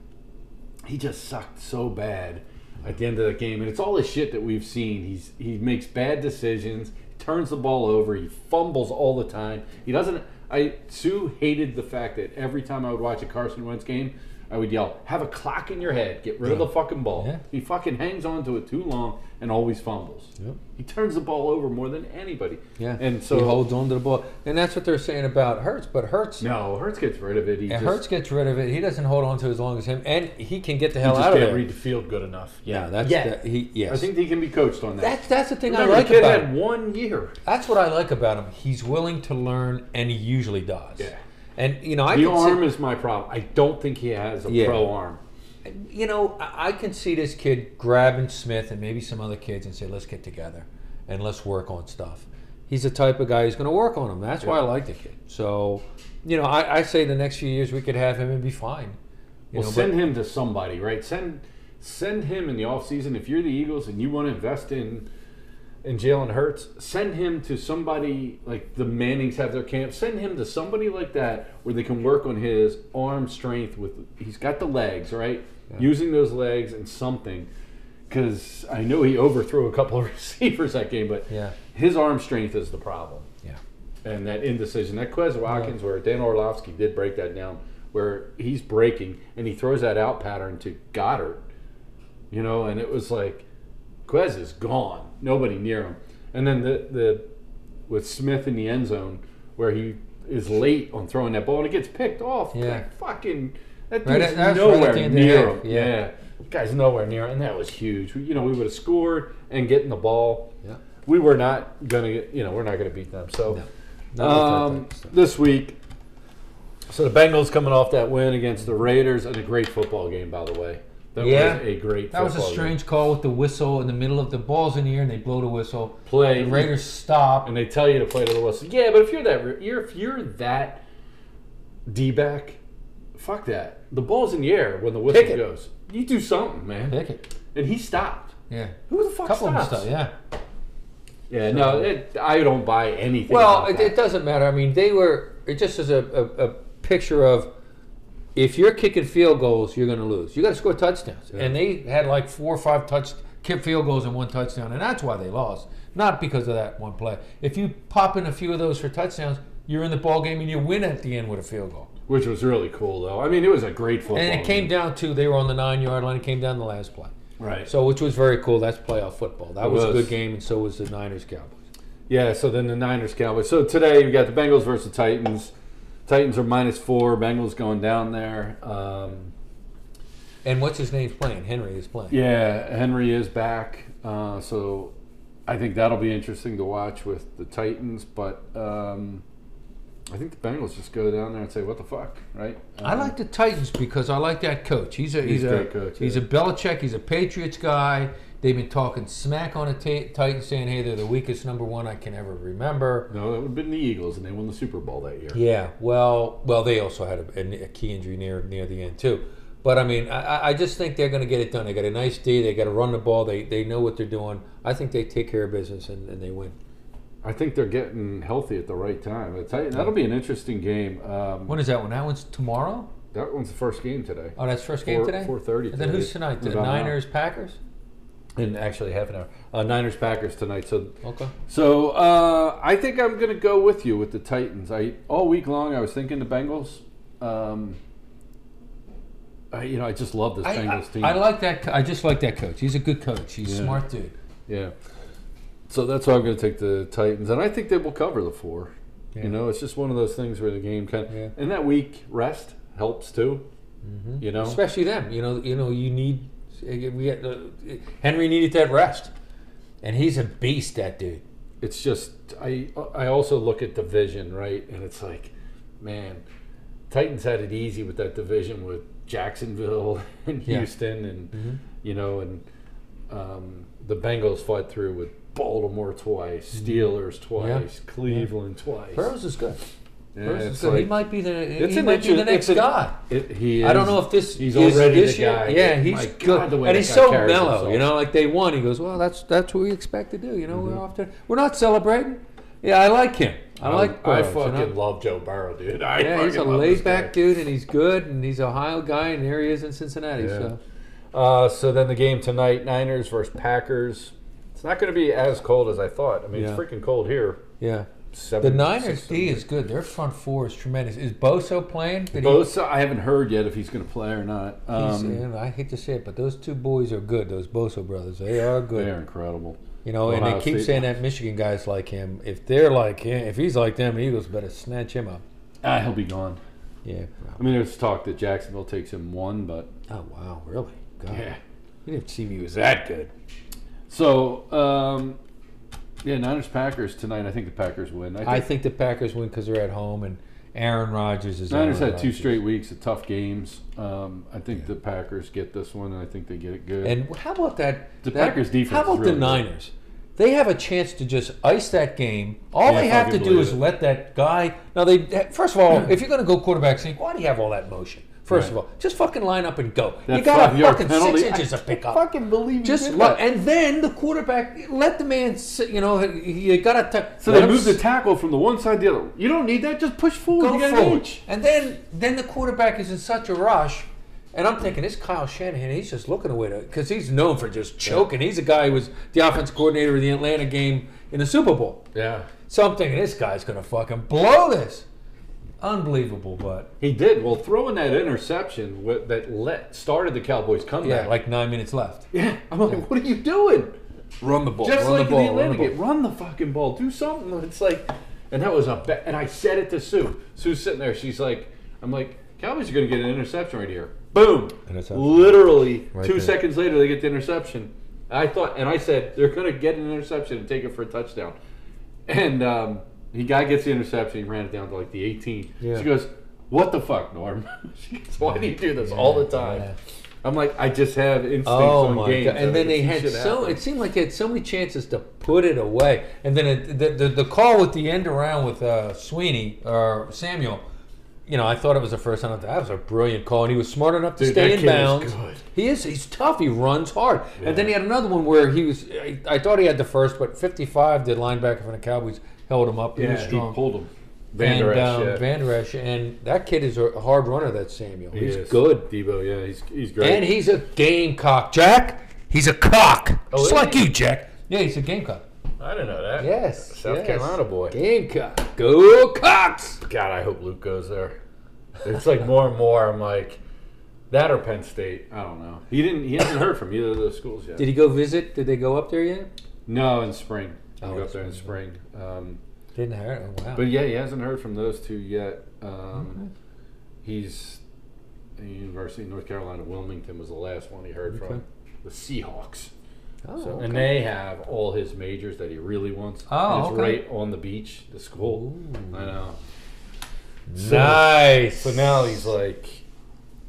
Speaker 1: he just sucked so bad at the end of that game, and it's all the shit that we've seen. He's he makes bad decisions, turns the ball over, he fumbles all the time. He doesn't. I Sue hated the fact that every time I would watch a Carson Wentz game, I would yell, "Have a clock in your head, get rid of the fucking ball."
Speaker 2: Yeah.
Speaker 1: He fucking hangs on to it too long and always fumbles.
Speaker 2: Yep.
Speaker 1: He turns the ball over more than anybody.
Speaker 2: yeah,
Speaker 1: and so
Speaker 2: he holds on to the ball, and that's what they're saying about Hurts. But Hurts,
Speaker 1: no, Hurts gets rid of it. He
Speaker 2: and
Speaker 1: just,
Speaker 2: Hurts gets rid of it. He doesn't hold on to it as long as him, and he can get the
Speaker 1: he
Speaker 2: hell
Speaker 1: just
Speaker 2: out
Speaker 1: can't
Speaker 2: of there.
Speaker 1: read the field good enough.
Speaker 2: yeah, that's
Speaker 1: Yeah.
Speaker 2: that- he. Yes,
Speaker 1: I think he can be coached on that.
Speaker 2: That's that's the thing
Speaker 1: Remember,
Speaker 2: I like
Speaker 1: the kid
Speaker 2: about
Speaker 1: had
Speaker 2: him.
Speaker 1: one year.
Speaker 2: That's what I like about him. He's willing to learn, and he usually does.
Speaker 1: Yeah.
Speaker 2: And you know, I
Speaker 1: The
Speaker 2: can see-
Speaker 1: arm is my problem. I don't think he has a
Speaker 2: Yeah.
Speaker 1: pro arm.
Speaker 2: you know, I I can see this kid grabbing Smith and maybe some other kids and say, "Let's get together and let's work on stuff." He's the type of guy who's going to work on him. That's why I like the kid. So, you know, I, I say the next few years we could have him and be fine. You
Speaker 1: Well,
Speaker 2: know,
Speaker 1: send him to somebody, right? Send send him in the offseason. If you're the Eagles and you want to invest in in Jalen Hurts, send him to somebody like the Mannings have their camp. Send him to somebody like that where they can work on his arm strength. With he's got the legs, right? Using those legs and something. Because I know he overthrew a couple of (laughs) receivers that game, but
Speaker 2: Yeah.
Speaker 1: his arm strength is the problem.
Speaker 2: but, yeah.
Speaker 1: and that indecision. That Quez Watkins, where Dan Orlovsky did break that down, where he's breaking and he throws that out pattern to Goddard, you know, and it was like Quez is gone, nobody near him. And then the the with Smith in the end zone, where he is late on throwing that ball and it gets picked off.
Speaker 2: Yeah.
Speaker 1: That fucking that
Speaker 2: Right
Speaker 1: dude's
Speaker 2: at- that's right at the
Speaker 1: nowhere
Speaker 2: end of the
Speaker 1: near
Speaker 2: half,
Speaker 1: him.
Speaker 2: yeah.
Speaker 1: Yeah. Guy's nowhere near, him, and that was huge. We, you know, we would have scored and getting the ball.
Speaker 2: Yeah.
Speaker 1: We were not gonna, get, you know, we're not gonna beat them. So,
Speaker 2: Not
Speaker 1: um,
Speaker 2: with that type of stuff.
Speaker 1: this week, so the Bengals coming off that win against the Raiders and a great football game, by the way. That
Speaker 2: Yeah.
Speaker 1: was a great.
Speaker 2: That was a
Speaker 1: football game.
Speaker 2: strange call with the whistle in the middle of the balls in the air, and they blow the whistle.
Speaker 1: play.
Speaker 2: The Raiders stop.
Speaker 1: and they tell you to play to the whistle. Yeah, but if you're that, you're, if you're that d back, fuck that. The ball's in the air when the whistle
Speaker 2: Pick it.
Speaker 1: goes. You do something, man.
Speaker 2: Pick it.
Speaker 1: And he stopped.
Speaker 2: Yeah.
Speaker 1: Who the fuck
Speaker 2: couple of them
Speaker 1: stops?
Speaker 2: stop. Yeah.
Speaker 1: yeah. no, it, I don't buy anything.
Speaker 2: Well,
Speaker 1: about
Speaker 2: it,
Speaker 1: that.
Speaker 2: it doesn't matter. I mean, they were. It just is a, a, a picture of if you're kicking field goals, you're going to lose. You got to score touchdowns, and they had like four or five touch kick field goals and one touchdown, and that's why they lost. Not because of that one play. If you pop in a few of those for touchdowns, you're in the ball game and you win at the end with a field goal.
Speaker 1: which was really cool though. I mean, it was a great football.
Speaker 2: And it came
Speaker 1: game.
Speaker 2: down to they were on the nine yard line. It came down to the last play.
Speaker 1: right.
Speaker 2: So, which was very cool. That's playoff football. That
Speaker 1: It
Speaker 2: was, a
Speaker 1: was.
Speaker 2: good game, and so was the Niners Cowboys.
Speaker 1: Yeah, so then the Niners Cowboys. So today we got the Bengals versus Titans. Titans are minus four. Bengals going down there. Um,
Speaker 2: And what's his name's playing? Henry is playing.
Speaker 1: Yeah, Henry is back, uh, so I think that'll be interesting to watch with the Titans. But um, I think the Bengals just go down there and say, "What the fuck?" Right?
Speaker 2: I like the Titans because I like that coach. He's a he's,
Speaker 1: He's a
Speaker 2: a
Speaker 1: great coach,
Speaker 2: he's
Speaker 1: yeah.
Speaker 2: a Belichick. He's a Patriots guy. They've been talking smack on the t- Titans, saying, "Hey, they're the weakest number one I can ever remember."
Speaker 1: Um, No, that would have been the Eagles, and they won the Super Bowl that year.
Speaker 2: Yeah, well, well, they also had a, a key injury near near the end too. But I mean, I, I- I just think they're going to get it done. They got a nice D. They got to run the ball. They they know what they're doing. I think they take care of business and, and they win.
Speaker 1: I think they're getting healthy at the right time. The Titan, that'll be an interesting game. Um,
Speaker 2: When is that one? That one's tomorrow.
Speaker 1: that one's the first game today.
Speaker 2: Oh, that's first game
Speaker 1: Four-
Speaker 2: today.
Speaker 1: 4:30
Speaker 2: And then
Speaker 1: today.
Speaker 2: who's tonight? The
Speaker 1: About now.
Speaker 2: Niners, Packers.
Speaker 1: In actually half an hour, uh, Niners Packers tonight. So
Speaker 2: Okay.
Speaker 1: So uh, I think I'm going to go with you with the Titans. I all week long I was thinking the Bengals. Um, I, you know, I just love this
Speaker 2: I-
Speaker 1: Bengals
Speaker 2: I,
Speaker 1: team.
Speaker 2: I like that. co- I just like that coach. He's a good coach. He's a
Speaker 1: Yeah.
Speaker 2: smart dude.
Speaker 1: yeah. So that's why I'm going to take the Titans, and I think they will cover the four.
Speaker 2: Yeah.
Speaker 1: You know, it's just one of those things where the game kind of
Speaker 2: Yeah.
Speaker 1: and that week rest helps too. You know,
Speaker 2: Especially them. You know. You know. You need. We had, uh, Henry needed that rest, and he's a beast. That dude.
Speaker 1: it's just I I also look at division right, and it's like, man, Titans had it easy with that division with Jacksonville (laughs) and
Speaker 2: Yeah. Mm-hmm.
Speaker 1: Houston and you know and um, the Bengals fought through with Baltimore twice,
Speaker 2: Mm-hmm.
Speaker 1: Steelers twice, Cleveland twice.
Speaker 2: Burrows is good.
Speaker 1: Yeah,
Speaker 2: Burrows is
Speaker 1: it's
Speaker 2: good. he
Speaker 1: like-
Speaker 2: might be the. eh,
Speaker 1: it's
Speaker 2: he
Speaker 1: an
Speaker 2: might be the
Speaker 1: inter- it's
Speaker 2: next
Speaker 1: an-
Speaker 2: guy.
Speaker 1: it- he
Speaker 2: I don't
Speaker 1: is-
Speaker 2: know if this
Speaker 1: he's
Speaker 2: is
Speaker 1: already
Speaker 2: this
Speaker 1: the
Speaker 2: year.
Speaker 1: guy.
Speaker 2: Yeah,
Speaker 1: that-
Speaker 2: he's
Speaker 1: my
Speaker 2: good,
Speaker 1: God, the way
Speaker 2: and
Speaker 1: that
Speaker 2: he's
Speaker 1: guy
Speaker 2: so
Speaker 1: carries
Speaker 2: mellow.
Speaker 1: himself.
Speaker 2: You know, like they won. He goes, "Well, that's that's what we expect to do." You know, we're off to we're not celebrating. Yeah, I like him. I like.
Speaker 1: Mm-hmm. I
Speaker 2: Burrows, you know?
Speaker 1: fucking love Joe Burrow, dude. (laughs) I
Speaker 2: Yeah, he's a
Speaker 1: fucking love this
Speaker 2: laid back
Speaker 1: guy.
Speaker 2: dude, and he's good, and he's an Ohio guy, and here he is in Cincinnati.
Speaker 1: Yeah.
Speaker 2: So
Speaker 1: Uh, so then the game tonight, Niners versus Packers. It's not going to be as cold as I thought. I mean,
Speaker 2: Yeah.
Speaker 1: it's freaking cold here.
Speaker 2: yeah, the
Speaker 1: Seven,
Speaker 2: Niners
Speaker 1: six
Speaker 2: D is good. Their front four is tremendous. Is Boso playing? Did
Speaker 1: Bosa, I haven't heard yet if he's going to play or not.
Speaker 2: He, he's-
Speaker 1: Um,
Speaker 2: and I hate to say it, but those two boys are good. Those Boso brothers, they are good.
Speaker 1: they're incredible.
Speaker 2: You know, and
Speaker 1: Ohio
Speaker 2: they keep
Speaker 1: State.
Speaker 2: saying that Michigan guys like him. If they're like him, if he's like them, the Eagles better snatch him up.
Speaker 1: Ah, he'll be gone.
Speaker 2: Yeah.
Speaker 1: I mean, there's talk that Jacksonville takes him one, but
Speaker 2: Oh wow, really? God,
Speaker 1: yeah.
Speaker 2: you didn't see me was that good.
Speaker 1: So, um, yeah, Niners Packers tonight. I think the Packers win. I think,
Speaker 2: I think the Packers win because they're at home, and Aaron Rodgers is.
Speaker 1: Niners
Speaker 2: Aaron
Speaker 1: had two
Speaker 2: Rodgers.
Speaker 1: straight weeks of tough games. Um, I think the Packers get this one, and I think they get it good.
Speaker 2: And how about that?
Speaker 1: The
Speaker 2: that-
Speaker 1: Packers' defense
Speaker 2: How
Speaker 1: is
Speaker 2: about
Speaker 1: really
Speaker 2: the
Speaker 1: good.
Speaker 2: Niners? They have a chance to just ice that game. All
Speaker 1: Yeah,
Speaker 2: they
Speaker 1: I
Speaker 2: have to
Speaker 1: fucking
Speaker 2: do
Speaker 1: believe
Speaker 2: is
Speaker 1: it.
Speaker 2: let that guy. Now they first of all, if you're going to go quarterback sneak, why do you have all that motion? First of
Speaker 1: Right.
Speaker 2: all, just fucking line up and go.
Speaker 1: That
Speaker 2: you got a
Speaker 1: five-yard
Speaker 2: fucking
Speaker 1: penalty,
Speaker 2: six inches
Speaker 1: I
Speaker 2: to pick up.
Speaker 1: fucking believe you
Speaker 2: just
Speaker 1: did
Speaker 2: let,
Speaker 1: that.
Speaker 2: and then the quarterback let the man. sit, You know, you got to.
Speaker 1: So they move the tackle from the one side to the other. You don't need that. Just push forward.
Speaker 2: go
Speaker 1: you got an
Speaker 2: forward.
Speaker 1: inch.
Speaker 2: And then then the quarterback is in such a rush, and I'm thinking this Kyle Shanahan, he's just looking away to because he's known for just choking. He's a guy who was the offensive coordinator of the Atlanta game in the Super Bowl.
Speaker 1: Yeah.
Speaker 2: So I'm thinking this guy's gonna fucking blow this. Unbelievable, but
Speaker 1: He did. Well, throwing that interception wa- that let started the Cowboys
Speaker 2: yeah,
Speaker 1: comeback.
Speaker 2: like nine minutes left.
Speaker 1: yeah. I'm like, (laughs) what are you doing?
Speaker 2: Run the ball.
Speaker 1: Just
Speaker 2: run
Speaker 1: like
Speaker 2: the ball.
Speaker 1: in the
Speaker 2: run
Speaker 1: Atlanta
Speaker 2: the
Speaker 1: game, run the fucking ball. Do something. It's like And that was a ba- and I said it to Sue. Sue's sitting there. She's like, I'm like, Cowboys are going to get an interception right here. Boom.
Speaker 2: Interception.
Speaker 1: Literally
Speaker 2: Right
Speaker 1: two
Speaker 2: there.
Speaker 1: seconds later, they get the interception. I thought, and I said they're going to get an interception and take it for a touchdown. And um, the guy gets the interception. He ran it down to like the 18.
Speaker 2: Yeah.
Speaker 1: She goes, "What the fuck, Norm? (laughs) she goes, Why do you do this all the time?"
Speaker 2: yeah.
Speaker 1: I'm like, I just have instincts
Speaker 2: Oh
Speaker 1: on
Speaker 2: my
Speaker 1: games.
Speaker 2: god!
Speaker 1: I
Speaker 2: And then
Speaker 1: think
Speaker 2: they
Speaker 1: it
Speaker 2: had
Speaker 1: should
Speaker 2: so.
Speaker 1: happen.
Speaker 2: It seemed like they had so many chances to put it away. And then it, the, the the call with the end around with uh, Sweeney or Samuel. You know, I thought it was the first time. I thought, That was a brilliant call, and he was smart enough to
Speaker 1: Dude,
Speaker 2: stay
Speaker 1: that
Speaker 2: in
Speaker 1: kid is
Speaker 2: bounds.
Speaker 1: good.
Speaker 2: He is. He's tough. He runs hard. And then he had another one where he was. I, I thought he had the first, but 55, the linebacker from the Cowboys held him up. he was
Speaker 1: yeah, he
Speaker 2: strong.
Speaker 1: pulled him. Van
Speaker 2: and
Speaker 1: Der Esch,
Speaker 2: um,
Speaker 1: yeah.
Speaker 2: Van Der Esch, and that kid is a hard runner. That Samuel.
Speaker 1: He
Speaker 2: he's
Speaker 1: is.
Speaker 2: good.
Speaker 1: Debo, yeah, he's, he's great.
Speaker 2: And he's a gamecock, Jack. He's a cock,
Speaker 1: Oh,
Speaker 2: just
Speaker 1: is
Speaker 2: like
Speaker 1: he?
Speaker 2: you, Jack. Yeah, he's a gamecock.
Speaker 1: I didn't know that.
Speaker 2: Yes,
Speaker 1: South
Speaker 2: yes.
Speaker 1: Carolina boy.
Speaker 2: Gamecock. Go Cox.
Speaker 1: God, I hope Luke goes there. It's like more and more. I'm like that or Penn State. I don't know. He didn't. He hasn't heard from either of those schools yet.
Speaker 2: Did he go visit? Did they go up there yet?
Speaker 1: no, in spring.
Speaker 2: Oh,
Speaker 1: I'll
Speaker 2: in
Speaker 1: go up there in spring. Um,
Speaker 2: Didn't hurt. Oh, wow.
Speaker 1: but yeah, he hasn't heard from those two yet. Um, He's at the University of North Carolina. Wilmington was the last one he heard
Speaker 2: Okay.
Speaker 1: from. The Seahawks.
Speaker 2: oh,
Speaker 1: So,
Speaker 2: okay.
Speaker 1: And they have all his majors that he really wants.
Speaker 2: Oh,
Speaker 1: and it's
Speaker 2: okay.
Speaker 1: right on the beach, the school. I know. So-
Speaker 2: nice.
Speaker 1: So now he's like,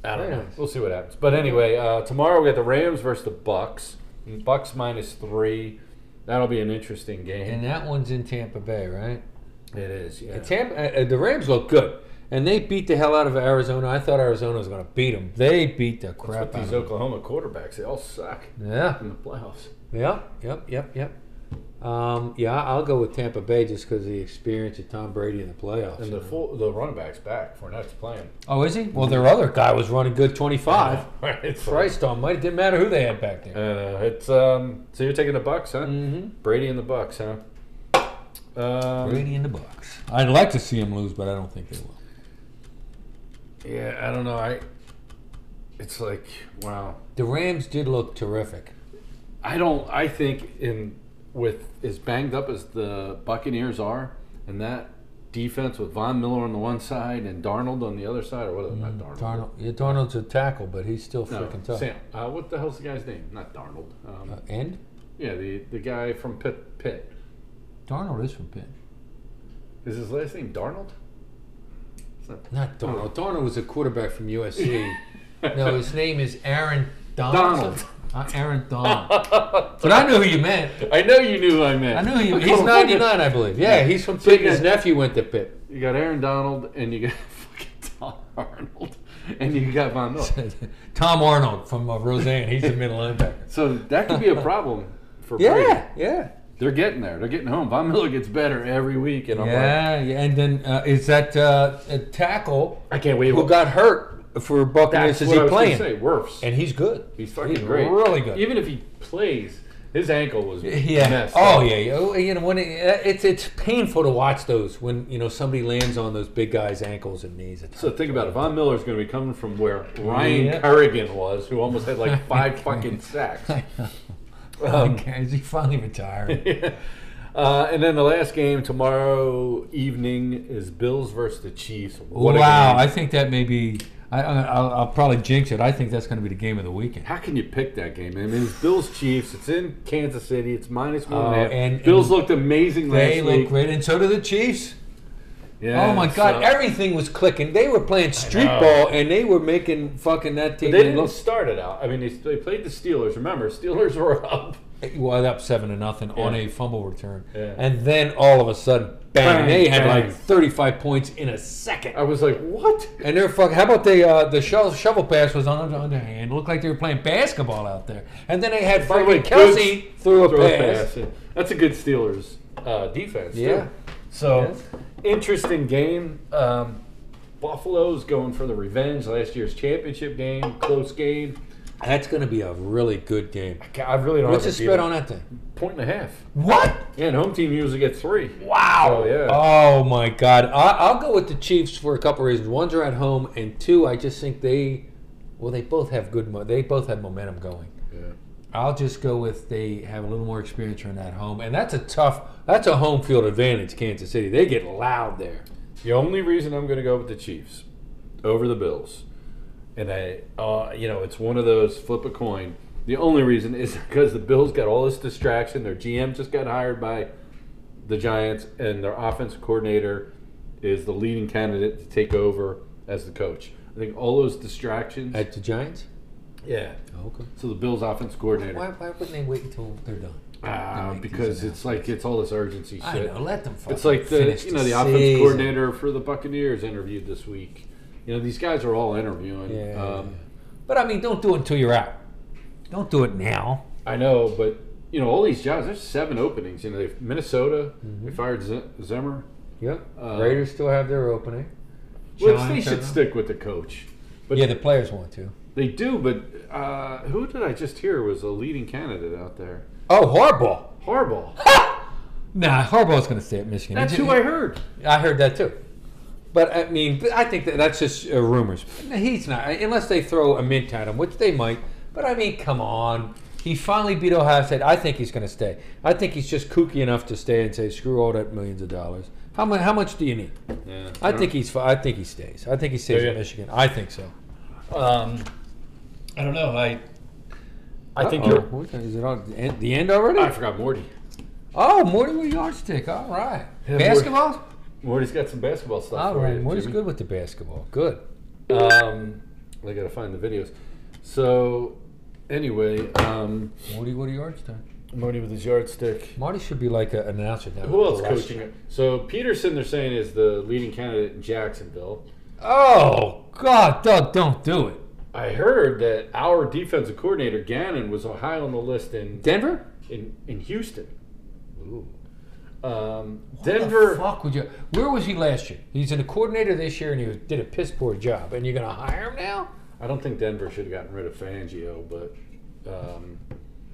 Speaker 1: I don't know.
Speaker 2: Nice.
Speaker 1: We'll see what happens. But anyway, uh, tomorrow we got the Rams versus the Bucks. Bucks minus three. That'll be an interesting game.
Speaker 2: And that one's in Tampa Bay, right?
Speaker 1: it is. Yeah.
Speaker 2: And Tampa, uh, uh, the Rams look good, and they beat the hell out of Arizona. I thought Arizona was going to beat them. They beat the
Speaker 1: But
Speaker 2: crap out
Speaker 1: these
Speaker 2: of them.
Speaker 1: Oklahoma quarterbacks, they all suck
Speaker 2: Yeah.
Speaker 1: in the playoffs.
Speaker 2: Yeah, yep, yep, yep. Um, yeah, I'll go with Tampa Bay just because the experience of Tom Brady in the playoffs.
Speaker 1: And the full, the running back's back. Fournette's playing.
Speaker 2: oh, is he? Well, their other guy was running good 25.
Speaker 1: it's (laughs) right.
Speaker 2: Christ almighty, didn't matter who they had back there.
Speaker 1: Uh, it's um. So you're taking the Bucks, huh?
Speaker 2: Mm-hmm.
Speaker 1: Brady and the Bucks, huh? Um,
Speaker 2: Brady in the Bucks. I'd like to see him lose, but I don't think they will.
Speaker 1: Yeah, I don't know. I. It's like wow.
Speaker 2: The Rams did look terrific.
Speaker 1: I don't. I think in with as banged up as the Buccaneers are, and that defense with Von Miller on the one side and Darnold on the other side, or what? Not Darnold.
Speaker 2: Mm-hmm. Darnold, yeah, Darnold's a tackle, but he's still
Speaker 1: No,
Speaker 2: freaking tough.
Speaker 1: Sam. Uh, what the hell's the guy's name? Not Darnold. Um,
Speaker 2: Uh, and
Speaker 1: yeah, the the guy from Pitt. Pitt
Speaker 2: Darnold is from Pitt.
Speaker 1: is his last name Darnold? It's not
Speaker 2: Not Darnold. Darnold was a quarterback
Speaker 1: (laughs)
Speaker 2: from USC. no, his name is Aaron Donald.
Speaker 1: Donald.
Speaker 2: Uh, Aaron Donald. But I knew who you meant.
Speaker 1: I know you knew who I meant.
Speaker 2: I knew
Speaker 1: (laughs)
Speaker 2: you.
Speaker 1: Come
Speaker 2: He's
Speaker 1: on.
Speaker 2: 99, I believe. Yeah, he's from
Speaker 1: Oh, So you
Speaker 2: Pitt. His
Speaker 1: got-
Speaker 2: nephew went to Pitt. (laughs)
Speaker 1: You got Aaron Donald, and you got (laughs) fucking Darnold, and you got Von Miller.
Speaker 2: Tom Arnold from uh, Roseanne. He's a middle linebacker.
Speaker 1: So that could be a problem for Brady.
Speaker 2: (laughs) Yeah, yeah,
Speaker 1: They're getting there. They're getting home. Von Miller gets better every week, and I'm like,
Speaker 2: yeah, yeah. And then uh, is that uh, a tackle
Speaker 1: I can't wait.
Speaker 2: who got hurt for Buccaneers?
Speaker 1: That's
Speaker 2: Is
Speaker 1: what I
Speaker 2: he
Speaker 1: was gonna
Speaker 2: playing?
Speaker 1: Say worse.
Speaker 2: And he's good.
Speaker 1: he's fucking great.
Speaker 2: really good.
Speaker 1: Even if he plays, his ankle was
Speaker 2: Yeah.
Speaker 1: messed
Speaker 2: Oh
Speaker 1: up.
Speaker 2: yeah. yeah. Oh, You know when it, it's it's painful to watch those when you know somebody lands on those big guys' ankles and knees. It's
Speaker 1: So think about it. Von Miller's going to be coming from where Ryan
Speaker 2: Yeah.
Speaker 1: Kerrigan was, who almost had
Speaker 2: (laughs)
Speaker 1: like five fucking sacks. (laughs) um,
Speaker 2: Okay, (laughs) is he finally retired?
Speaker 1: Uh, and then the last game tomorrow evening is Bills versus the Chiefs. (laughs) What a
Speaker 2: wow,
Speaker 1: game.
Speaker 2: I think that may be. I, I, I'll, I'll probably jinx it. I think that's going to be the game of the weekend.
Speaker 1: How can you pick that game? I mean, it's Bills Chiefs. It's in Kansas City. It's minus one and a
Speaker 2: Oh,
Speaker 1: half.
Speaker 2: and-
Speaker 1: Bills
Speaker 2: and
Speaker 1: looked amazing last
Speaker 2: They look
Speaker 1: week.
Speaker 2: great, and so do the Chiefs.
Speaker 1: Yeah,
Speaker 2: oh my God,
Speaker 1: so-
Speaker 2: everything was clicking. They were playing street
Speaker 1: know.
Speaker 2: ball, and they were making fucking that team.
Speaker 1: they didn't
Speaker 2: look-
Speaker 1: start it out. I mean, they, they played the Steelers. Remember, Steelers (laughs) were up.
Speaker 2: well up seven to nothing on
Speaker 1: Yeah.
Speaker 2: a fumble return,
Speaker 1: Yeah.
Speaker 2: and then all of a sudden, bang!
Speaker 1: Bang,
Speaker 2: they had
Speaker 1: bang.
Speaker 2: like thirty-five points in a second.
Speaker 1: I was like, what?
Speaker 2: And they're fucking. How about the uh, the shovel, shovel pass was on the underhand? It looked like they were playing basketball out there. And then they had
Speaker 1: By the way,
Speaker 2: fucking Kelsey
Speaker 1: good
Speaker 2: threw a
Speaker 1: throw
Speaker 2: pass.
Speaker 1: pass. That's a good Steelers uh, defense. too.
Speaker 2: Yeah.
Speaker 1: So
Speaker 2: Yes.
Speaker 1: interesting game. Um, Buffalo's going for the revenge. Last year's championship game, close game.
Speaker 2: That's going to be a really good game.
Speaker 1: God, I really don't.
Speaker 2: What's the
Speaker 1: have a
Speaker 2: spread
Speaker 1: beat.
Speaker 2: on that thing?
Speaker 1: Point and a half.
Speaker 2: What?
Speaker 1: Yeah, and home team usually gets three.
Speaker 2: Wow.
Speaker 1: Oh, yeah.
Speaker 2: Oh, my God. I, I'll go with the Chiefs for a couple reasons. One's are at home, and two, I just think they, well, they both have good. Mo- they both have momentum going.
Speaker 1: Yeah.
Speaker 2: I'll just go with they have a little more experience around that home, and that's a tough. That's a home field advantage, Kansas City. They get loud there.
Speaker 1: The only reason I'm going to go with the Chiefs over the Bills, and I,
Speaker 2: oh.
Speaker 1: uh, you know, it's one of those flip a coin. The only reason is (laughs) because the Bills got all this distraction. Their GM just got hired by the Giants, and their offensive coordinator is the leading candidate to take over as the coach. I think all those distractions.
Speaker 2: At the Giants. Oh,
Speaker 1: yeah.
Speaker 2: Okay.
Speaker 1: So the Bills' offense coordinator.
Speaker 2: Why, why wouldn't they wait until they're done?
Speaker 1: Ah,
Speaker 2: They make these
Speaker 1: because it's like it's all this urgency
Speaker 2: I
Speaker 1: shit.
Speaker 2: know. Let them. fucking
Speaker 1: It's like the
Speaker 2: finish
Speaker 1: you know the
Speaker 2: season.
Speaker 1: offense coordinator for the Buccaneers interviewed this week. You know these guys are all interviewing.
Speaker 2: Yeah.
Speaker 1: Um,
Speaker 2: but I mean, don't do it until you're out. Don't do it now.
Speaker 1: I know, but you know all these jobs. There's seven openings. You know they've Minnesota.
Speaker 2: Mm-hmm.
Speaker 1: They fired Z- Zimmer.
Speaker 2: Yep.
Speaker 1: Uh,
Speaker 2: Raiders still have their opening.
Speaker 1: Which
Speaker 2: John
Speaker 1: they should
Speaker 2: Turner.
Speaker 1: stick with the coach. But
Speaker 2: yeah, the players want to.
Speaker 1: they do. But uh, who did I just hear was a leading candidate out there?
Speaker 2: Oh, Harbaugh.
Speaker 1: Harbaugh.
Speaker 2: (laughs) Nah, Harbaugh's going to stay at Michigan.
Speaker 1: That's
Speaker 2: He-
Speaker 1: who I heard.
Speaker 2: I heard that too. But I mean, but I think that that's just uh, rumors. No, He's not, uh, unless they throw a mint at him, which they might. But I mean, come on. He finally beat Ohio State. I think he's going to stay. I think he's just kooky enough to stay and say, "Screw all that millions of dollars." How much? How much do you need?
Speaker 1: Yeah.
Speaker 2: I think he's. fi- I think he stays. I think he stays
Speaker 1: Yeah,
Speaker 2: at
Speaker 1: yeah.
Speaker 2: Michigan. I think so.
Speaker 3: Um, I don't know. I I think
Speaker 2: Uh-oh.
Speaker 3: you're.
Speaker 2: What- Is it on the end, the end already?
Speaker 1: I forgot Morty.
Speaker 2: oh, Morty with a yardstick. All right.
Speaker 1: Yeah,
Speaker 2: basketball.
Speaker 1: Morty's got some basketball stuff.
Speaker 2: All
Speaker 1: for
Speaker 2: right.
Speaker 1: you,
Speaker 2: Morty's
Speaker 1: Jimmy.
Speaker 2: good with the basketball. Good.
Speaker 1: Um, I gotta find the videos. So, anyway, um,
Speaker 2: Morty with a yardstick.
Speaker 1: Morty with his yardstick.
Speaker 2: Marty should be like a, an announcer now.
Speaker 1: Who else coaching? it? So Peterson, they're saying is the leading candidate in Jacksonville.
Speaker 2: Oh God, Doug, don't do it.
Speaker 1: I heard that our defensive coordinator Gannon was high on the list in
Speaker 2: Denver?
Speaker 1: in, in Houston. Ooh. Um,
Speaker 2: What the
Speaker 1: Denver.
Speaker 2: fuck would you? Where was he last year? He's in the coordinator this year, and he was, did a piss poor job. And you're gonna hire him now?
Speaker 1: I don't think Denver should have gotten rid of Fangio, but um,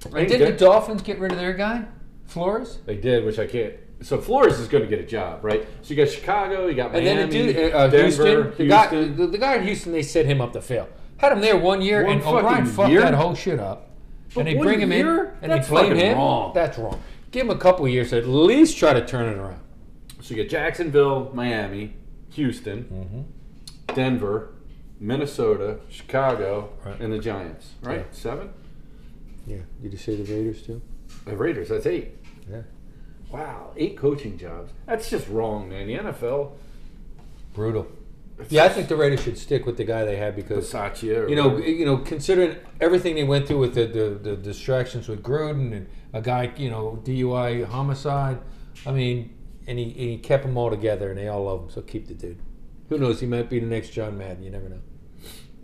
Speaker 1: I think
Speaker 2: Didn't the
Speaker 1: Den-
Speaker 2: Dolphins get rid of their guy, Flores?
Speaker 1: They did, which I can't. So Flores is going to get a job, right? So you got Chicago, you got
Speaker 2: And
Speaker 1: Miami,
Speaker 2: then the dude, uh, uh,
Speaker 1: Denver,
Speaker 2: Houston, the guy,
Speaker 1: Houston.
Speaker 2: the, the guy in Houston, they set him up to fail. Had him there one year,
Speaker 1: One
Speaker 2: and O'Brien
Speaker 1: fucking
Speaker 2: fucked
Speaker 1: year?
Speaker 2: that whole shit up.
Speaker 1: But
Speaker 2: and they
Speaker 1: one
Speaker 2: bring him
Speaker 1: year?
Speaker 2: in, and
Speaker 1: That's
Speaker 2: they blame
Speaker 1: fucking
Speaker 2: him.
Speaker 1: wrong.
Speaker 2: That's wrong. Give him a couple years to at least try to turn it around.
Speaker 1: So you got Jacksonville, Miami,
Speaker 2: Mm-hmm.
Speaker 1: Houston, Denver, Minnesota, Chicago,
Speaker 2: Right.
Speaker 1: and the Giants. Right, seven.
Speaker 2: Yeah. Did you say the Raiders too?
Speaker 1: The Raiders. That's eight.
Speaker 2: Yeah.
Speaker 1: Wow, eight coaching jobs. That's just wrong, man. The NFL,
Speaker 2: Brutal. Yeah, I think the Raiders should stick with the guy they had because
Speaker 1: Versace.
Speaker 2: you know, eh, you know, considering everything they went through with the, the, the distractions with Gruden and a guy, you know, DUI homicide. I mean, and he, and he kept them all together, and they all love him. So keep the dude. Who knows? He might be the next John Madden. You never know.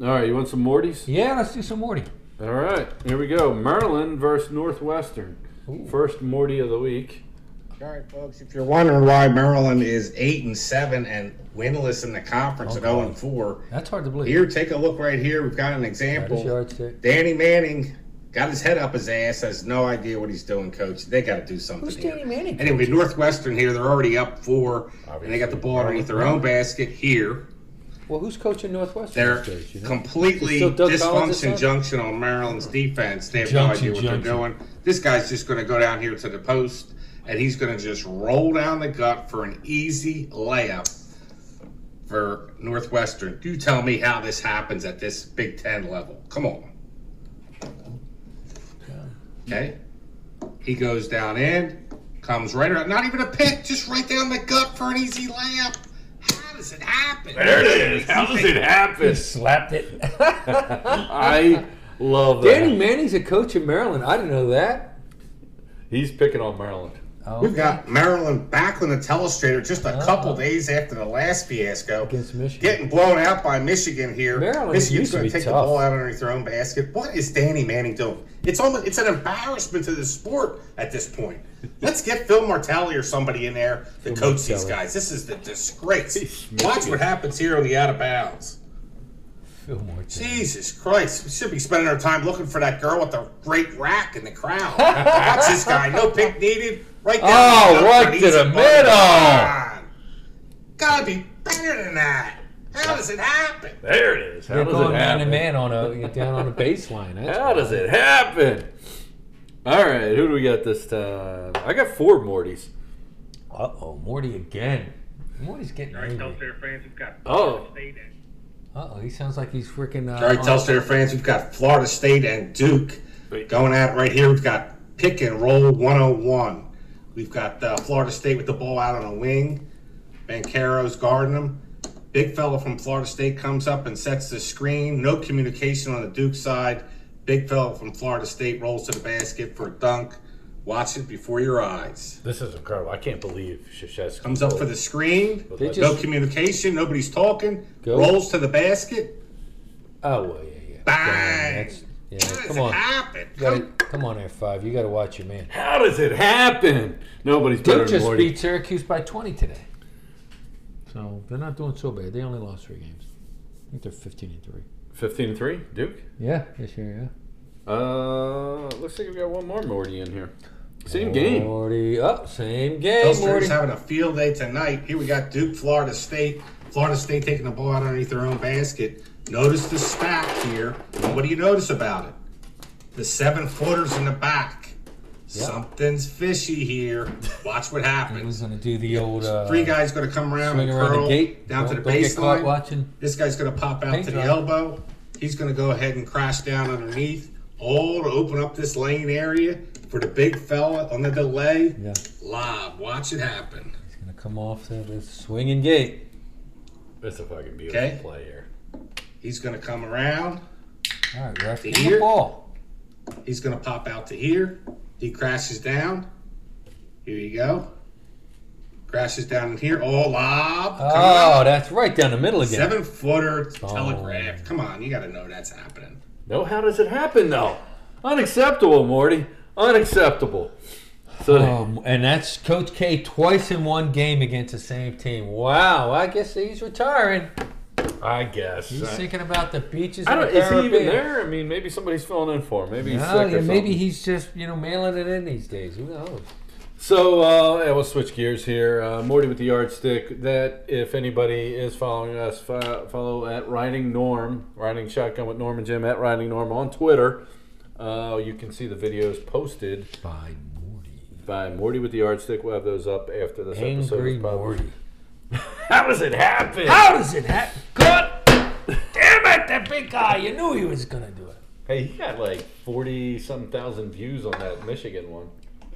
Speaker 1: All right, you want some Mortys?
Speaker 2: Yeah, let's do some Morty.
Speaker 1: All right, here we go. Maryland versus Northwestern.
Speaker 2: Ooh.
Speaker 1: First Morty of the week.
Speaker 4: All right, folks. If you're wondering why Maryland is eight and seven and winless in the conference
Speaker 2: Oh,
Speaker 4: at zero and four,
Speaker 2: That's hard to believe.
Speaker 4: here, take a look right here. We've got an
Speaker 2: That is
Speaker 4: example.
Speaker 2: yardstick.
Speaker 4: Danny Manning got his head up his ass. Has no idea what he's doing, coach. They got to do something.
Speaker 2: Who's
Speaker 4: here.
Speaker 2: Danny Manning?
Speaker 4: Anyway, Northwestern here. They're already up four, and they got the ball underneath their own basket here.
Speaker 2: Well, who's coaching Northwestern?
Speaker 4: They're
Speaker 2: these days, (laughs) you know?
Speaker 4: completely
Speaker 2: Still Doug Collins
Speaker 4: dysfunction
Speaker 2: this
Speaker 4: junction on Maryland's defense. They have no
Speaker 2: Junction,
Speaker 4: idea what
Speaker 2: junction.
Speaker 4: they're doing. This guy's just going to go down here to the post, and he's going to just roll down the gut for an easy layup for Northwestern. Do tell me how this happens at this Big Ten level. Come on. Okay. He goes down in, comes right around. Not even a pick, just right down the gut for an easy layup. How does it happen?
Speaker 1: There it is. How does it happen?
Speaker 2: slapped (laughs) it.
Speaker 1: I love that.
Speaker 2: Danny Manning's a coach in Maryland. I didn't know that.
Speaker 1: He's picking on Maryland.
Speaker 2: Oh,
Speaker 4: We've got Maryland back on the telestrator just a couple days after the last fiasco.
Speaker 2: Ah. Against Michigan.
Speaker 4: Getting blown out by Michigan here.
Speaker 2: Maryland used
Speaker 4: Michigan's
Speaker 2: to
Speaker 4: going
Speaker 2: be
Speaker 4: to take
Speaker 2: tough.
Speaker 4: the ball out underneath their own basket. What is Danny Manning doing? It's almost it's an embarrassment to the sport at this
Speaker 2: (laughs)
Speaker 4: point. Let's get Phil Martelli or somebody in there to coach these
Speaker 2: Martelli.
Speaker 4: guys. This is the disgrace.
Speaker 1: He's
Speaker 4: Watch
Speaker 1: Michigan.
Speaker 4: what happens here on the out of bounds.
Speaker 2: Phil Martin.
Speaker 4: Jesus Christ. We should be spending our time looking for that girl with the great rack in
Speaker 2: (laughs)
Speaker 4: the crowd. That's this guy. No pick needed. Right down
Speaker 2: Oh,
Speaker 4: middle
Speaker 2: right
Speaker 4: for an
Speaker 2: to
Speaker 4: easy
Speaker 2: the
Speaker 4: button.
Speaker 2: middle.
Speaker 4: Come on. Gotta be better than that. How does it happen?
Speaker 1: There it is. How
Speaker 2: They're going man to man on a you're down on a baseline. That's
Speaker 1: How does it happen? All right, who do we got this time? I got four Mortys.
Speaker 2: Uh oh, Morty again. Morty's getting
Speaker 5: All right, tell
Speaker 2: angry.
Speaker 5: their friends we've got
Speaker 1: Oh.
Speaker 5: State in.
Speaker 2: Uh oh, he sounds like he's freaking. Uh,
Speaker 4: All right,
Speaker 2: on-
Speaker 4: tell us their friends. We've got Florida State and Duke
Speaker 1: Wait.
Speaker 4: going at it right here. We've got pick and roll 101. We've got uh, Florida State with the ball out on a wing. Bancaro's guarding him. Big fella from Florida State comes up and sets the screen. No communication on the Duke side. Big fella from Florida State rolls to the basket for a dunk. Watch it before your eyes.
Speaker 1: This is incredible. I can't believe Shashesky
Speaker 4: Comes up for the screen.
Speaker 1: They
Speaker 4: no
Speaker 2: just-
Speaker 4: communication. Nobody's talking.
Speaker 2: Go.
Speaker 4: Rolls to the basket.
Speaker 2: Oh well, yeah, yeah.
Speaker 4: Bang!
Speaker 2: That's- yeah,
Speaker 4: How does
Speaker 2: come
Speaker 4: it
Speaker 2: on.
Speaker 4: happen?
Speaker 2: You gotta- come on, F5. You got to watch your man.
Speaker 1: How does it happen? Nobody's better
Speaker 2: Duke
Speaker 1: than
Speaker 2: just
Speaker 1: Morty.
Speaker 2: beat Syracuse by 20 today. So they're not doing so bad. They only lost three games. I think they're 15 and 3.
Speaker 1: 15-3, Duke.
Speaker 2: Yeah, this year,
Speaker 1: Uh, looks like we got one more Morty in here.
Speaker 2: yeah.
Speaker 1: Same game.
Speaker 2: Morty. Up, same game,
Speaker 4: Hillstream's
Speaker 2: Morty.
Speaker 4: having a field day tonight. Here we got Duke, Florida State. Florida State taking the ball out underneath their own basket. Notice the stack here. What do you notice about it? The seven footers in the back. Something's fishy here. Watch what
Speaker 2: He
Speaker 4: happens.
Speaker 2: was going to do the old. Uh,
Speaker 4: Three guys going to come around
Speaker 2: swing
Speaker 4: and
Speaker 2: around
Speaker 4: curl
Speaker 2: the gate.
Speaker 4: down
Speaker 2: Don't-
Speaker 4: to the
Speaker 2: don't get caught
Speaker 4: baseline.
Speaker 2: watching.
Speaker 4: This guy's going to pop out
Speaker 2: Paint
Speaker 4: to the
Speaker 2: drop.
Speaker 4: elbow. He's going to go ahead and crash down underneath, all to open up this lane area for the big fella on the delay.
Speaker 2: Yeah,
Speaker 4: Lob. Watch it happen.
Speaker 2: he's going to come off the, the swinging gate.
Speaker 1: That's a fucking beautiful
Speaker 4: Okay.
Speaker 1: play here.
Speaker 4: He's going to come around.
Speaker 2: All right, ref,
Speaker 4: To
Speaker 2: give him the
Speaker 4: here.
Speaker 2: ball.
Speaker 4: He's going to pop out to here. He crashes down. Here you go. Crashes down in here. Oh, lob. Come
Speaker 2: Oh,
Speaker 4: on.
Speaker 2: that's right down the middle again.
Speaker 4: Seven footer
Speaker 2: Oh.
Speaker 4: telegraph. Come on. You got to know that's happening.
Speaker 1: No, how does it happen though? Unacceptable, Morty. Unacceptable. So
Speaker 2: Um, and that's Coach K twice in one game against the same team. Wow, I guess he's retiring.
Speaker 1: I guess.
Speaker 2: He's
Speaker 1: I-
Speaker 2: thinking about the beaches.
Speaker 1: I
Speaker 2: and
Speaker 1: don't.
Speaker 2: the
Speaker 1: Is he even
Speaker 2: Caribbean.
Speaker 1: there? I mean, maybe somebody's filling in for him. Maybe he's
Speaker 2: No,
Speaker 1: sick
Speaker 2: yeah,
Speaker 1: or
Speaker 2: maybe
Speaker 1: something.
Speaker 2: he's just you know mailing it in these days. Who knows?
Speaker 1: So uh, yeah, we'll switch gears here. Uh, Morty with the yardstick. That if anybody is following us, fo- follow at Riding Norm, Riding Shotgun with Norm and Jim at Riding Norm on Twitter. Uh, you can see the videos posted
Speaker 2: By Morty,
Speaker 1: by Morty with the yardstick. We'll have those up after this episode.
Speaker 2: angry
Speaker 1: is published.
Speaker 2: Morty.
Speaker 1: How does it happen?
Speaker 2: How does it happen? God damn it! That big guy. You knew he was gonna do it.
Speaker 1: Hey, he got like forty some thousand views on that Michigan one.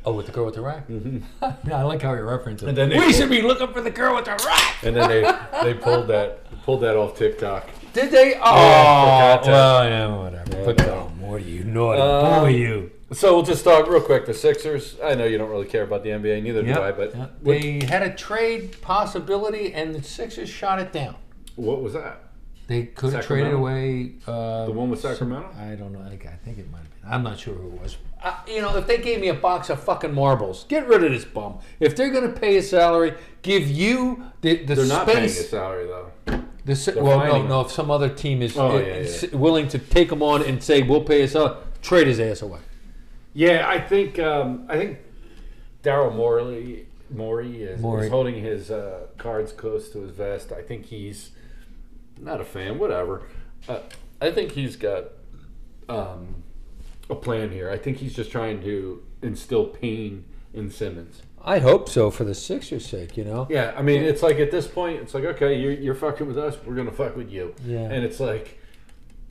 Speaker 2: Oh, with the girl with the rack. (laughs) Mm-hmm. I like how he references.
Speaker 1: And then they
Speaker 2: we
Speaker 1: pulled-
Speaker 2: should be looking for the girl with the rack.
Speaker 1: And then they they pulled that pulled that off TikTok.
Speaker 2: Did they? Oh,
Speaker 1: content.
Speaker 2: well, yeah, Uh, whatever.
Speaker 1: Yeah,
Speaker 2: But
Speaker 1: no.
Speaker 2: oh, Morty, you naughty
Speaker 1: Um,
Speaker 2: boy, you.
Speaker 1: So we'll just talk real quick. The Sixers. I know you don't really care about the NBA, neither do I.
Speaker 2: Yep,
Speaker 1: But
Speaker 2: yep.
Speaker 1: what,
Speaker 2: they had a trade possibility, and the Sixers shot it down.
Speaker 1: what was that?
Speaker 2: They could have traded
Speaker 1: Sacramento?
Speaker 2: away uh,
Speaker 1: The one with Sacramento?
Speaker 2: I don't know. I think, I think it might have been. I'm not sure who it was. Uh, you know, if they gave me a box of fucking marbles, get rid of this bum. If they're going to pay a salary, give you the, the
Speaker 1: They're not paying his
Speaker 2: space.
Speaker 1: salary though.
Speaker 2: the sa- well, no,
Speaker 1: fining
Speaker 2: no. If some other team is
Speaker 1: Oh, yeah,
Speaker 2: i-
Speaker 1: yeah.
Speaker 2: s- willing to take him on and say we'll pay us up, trade his ass away.
Speaker 1: Yeah, I think um, I think Daryl Morey Morey is,
Speaker 2: Morey.
Speaker 1: is holding his uh, cards close to his vest. I think he's not a fan. Whatever. Uh, I think he's got um, a plan here. I think he's just trying to instill pain in Simmons.
Speaker 2: I hope so for the Sixers' sake. You know.
Speaker 1: Yeah, I mean, it's like at this point, it's like, okay, you're, you're fucking with us, we're gonna fuck with you.
Speaker 2: Yeah.
Speaker 1: And it's like,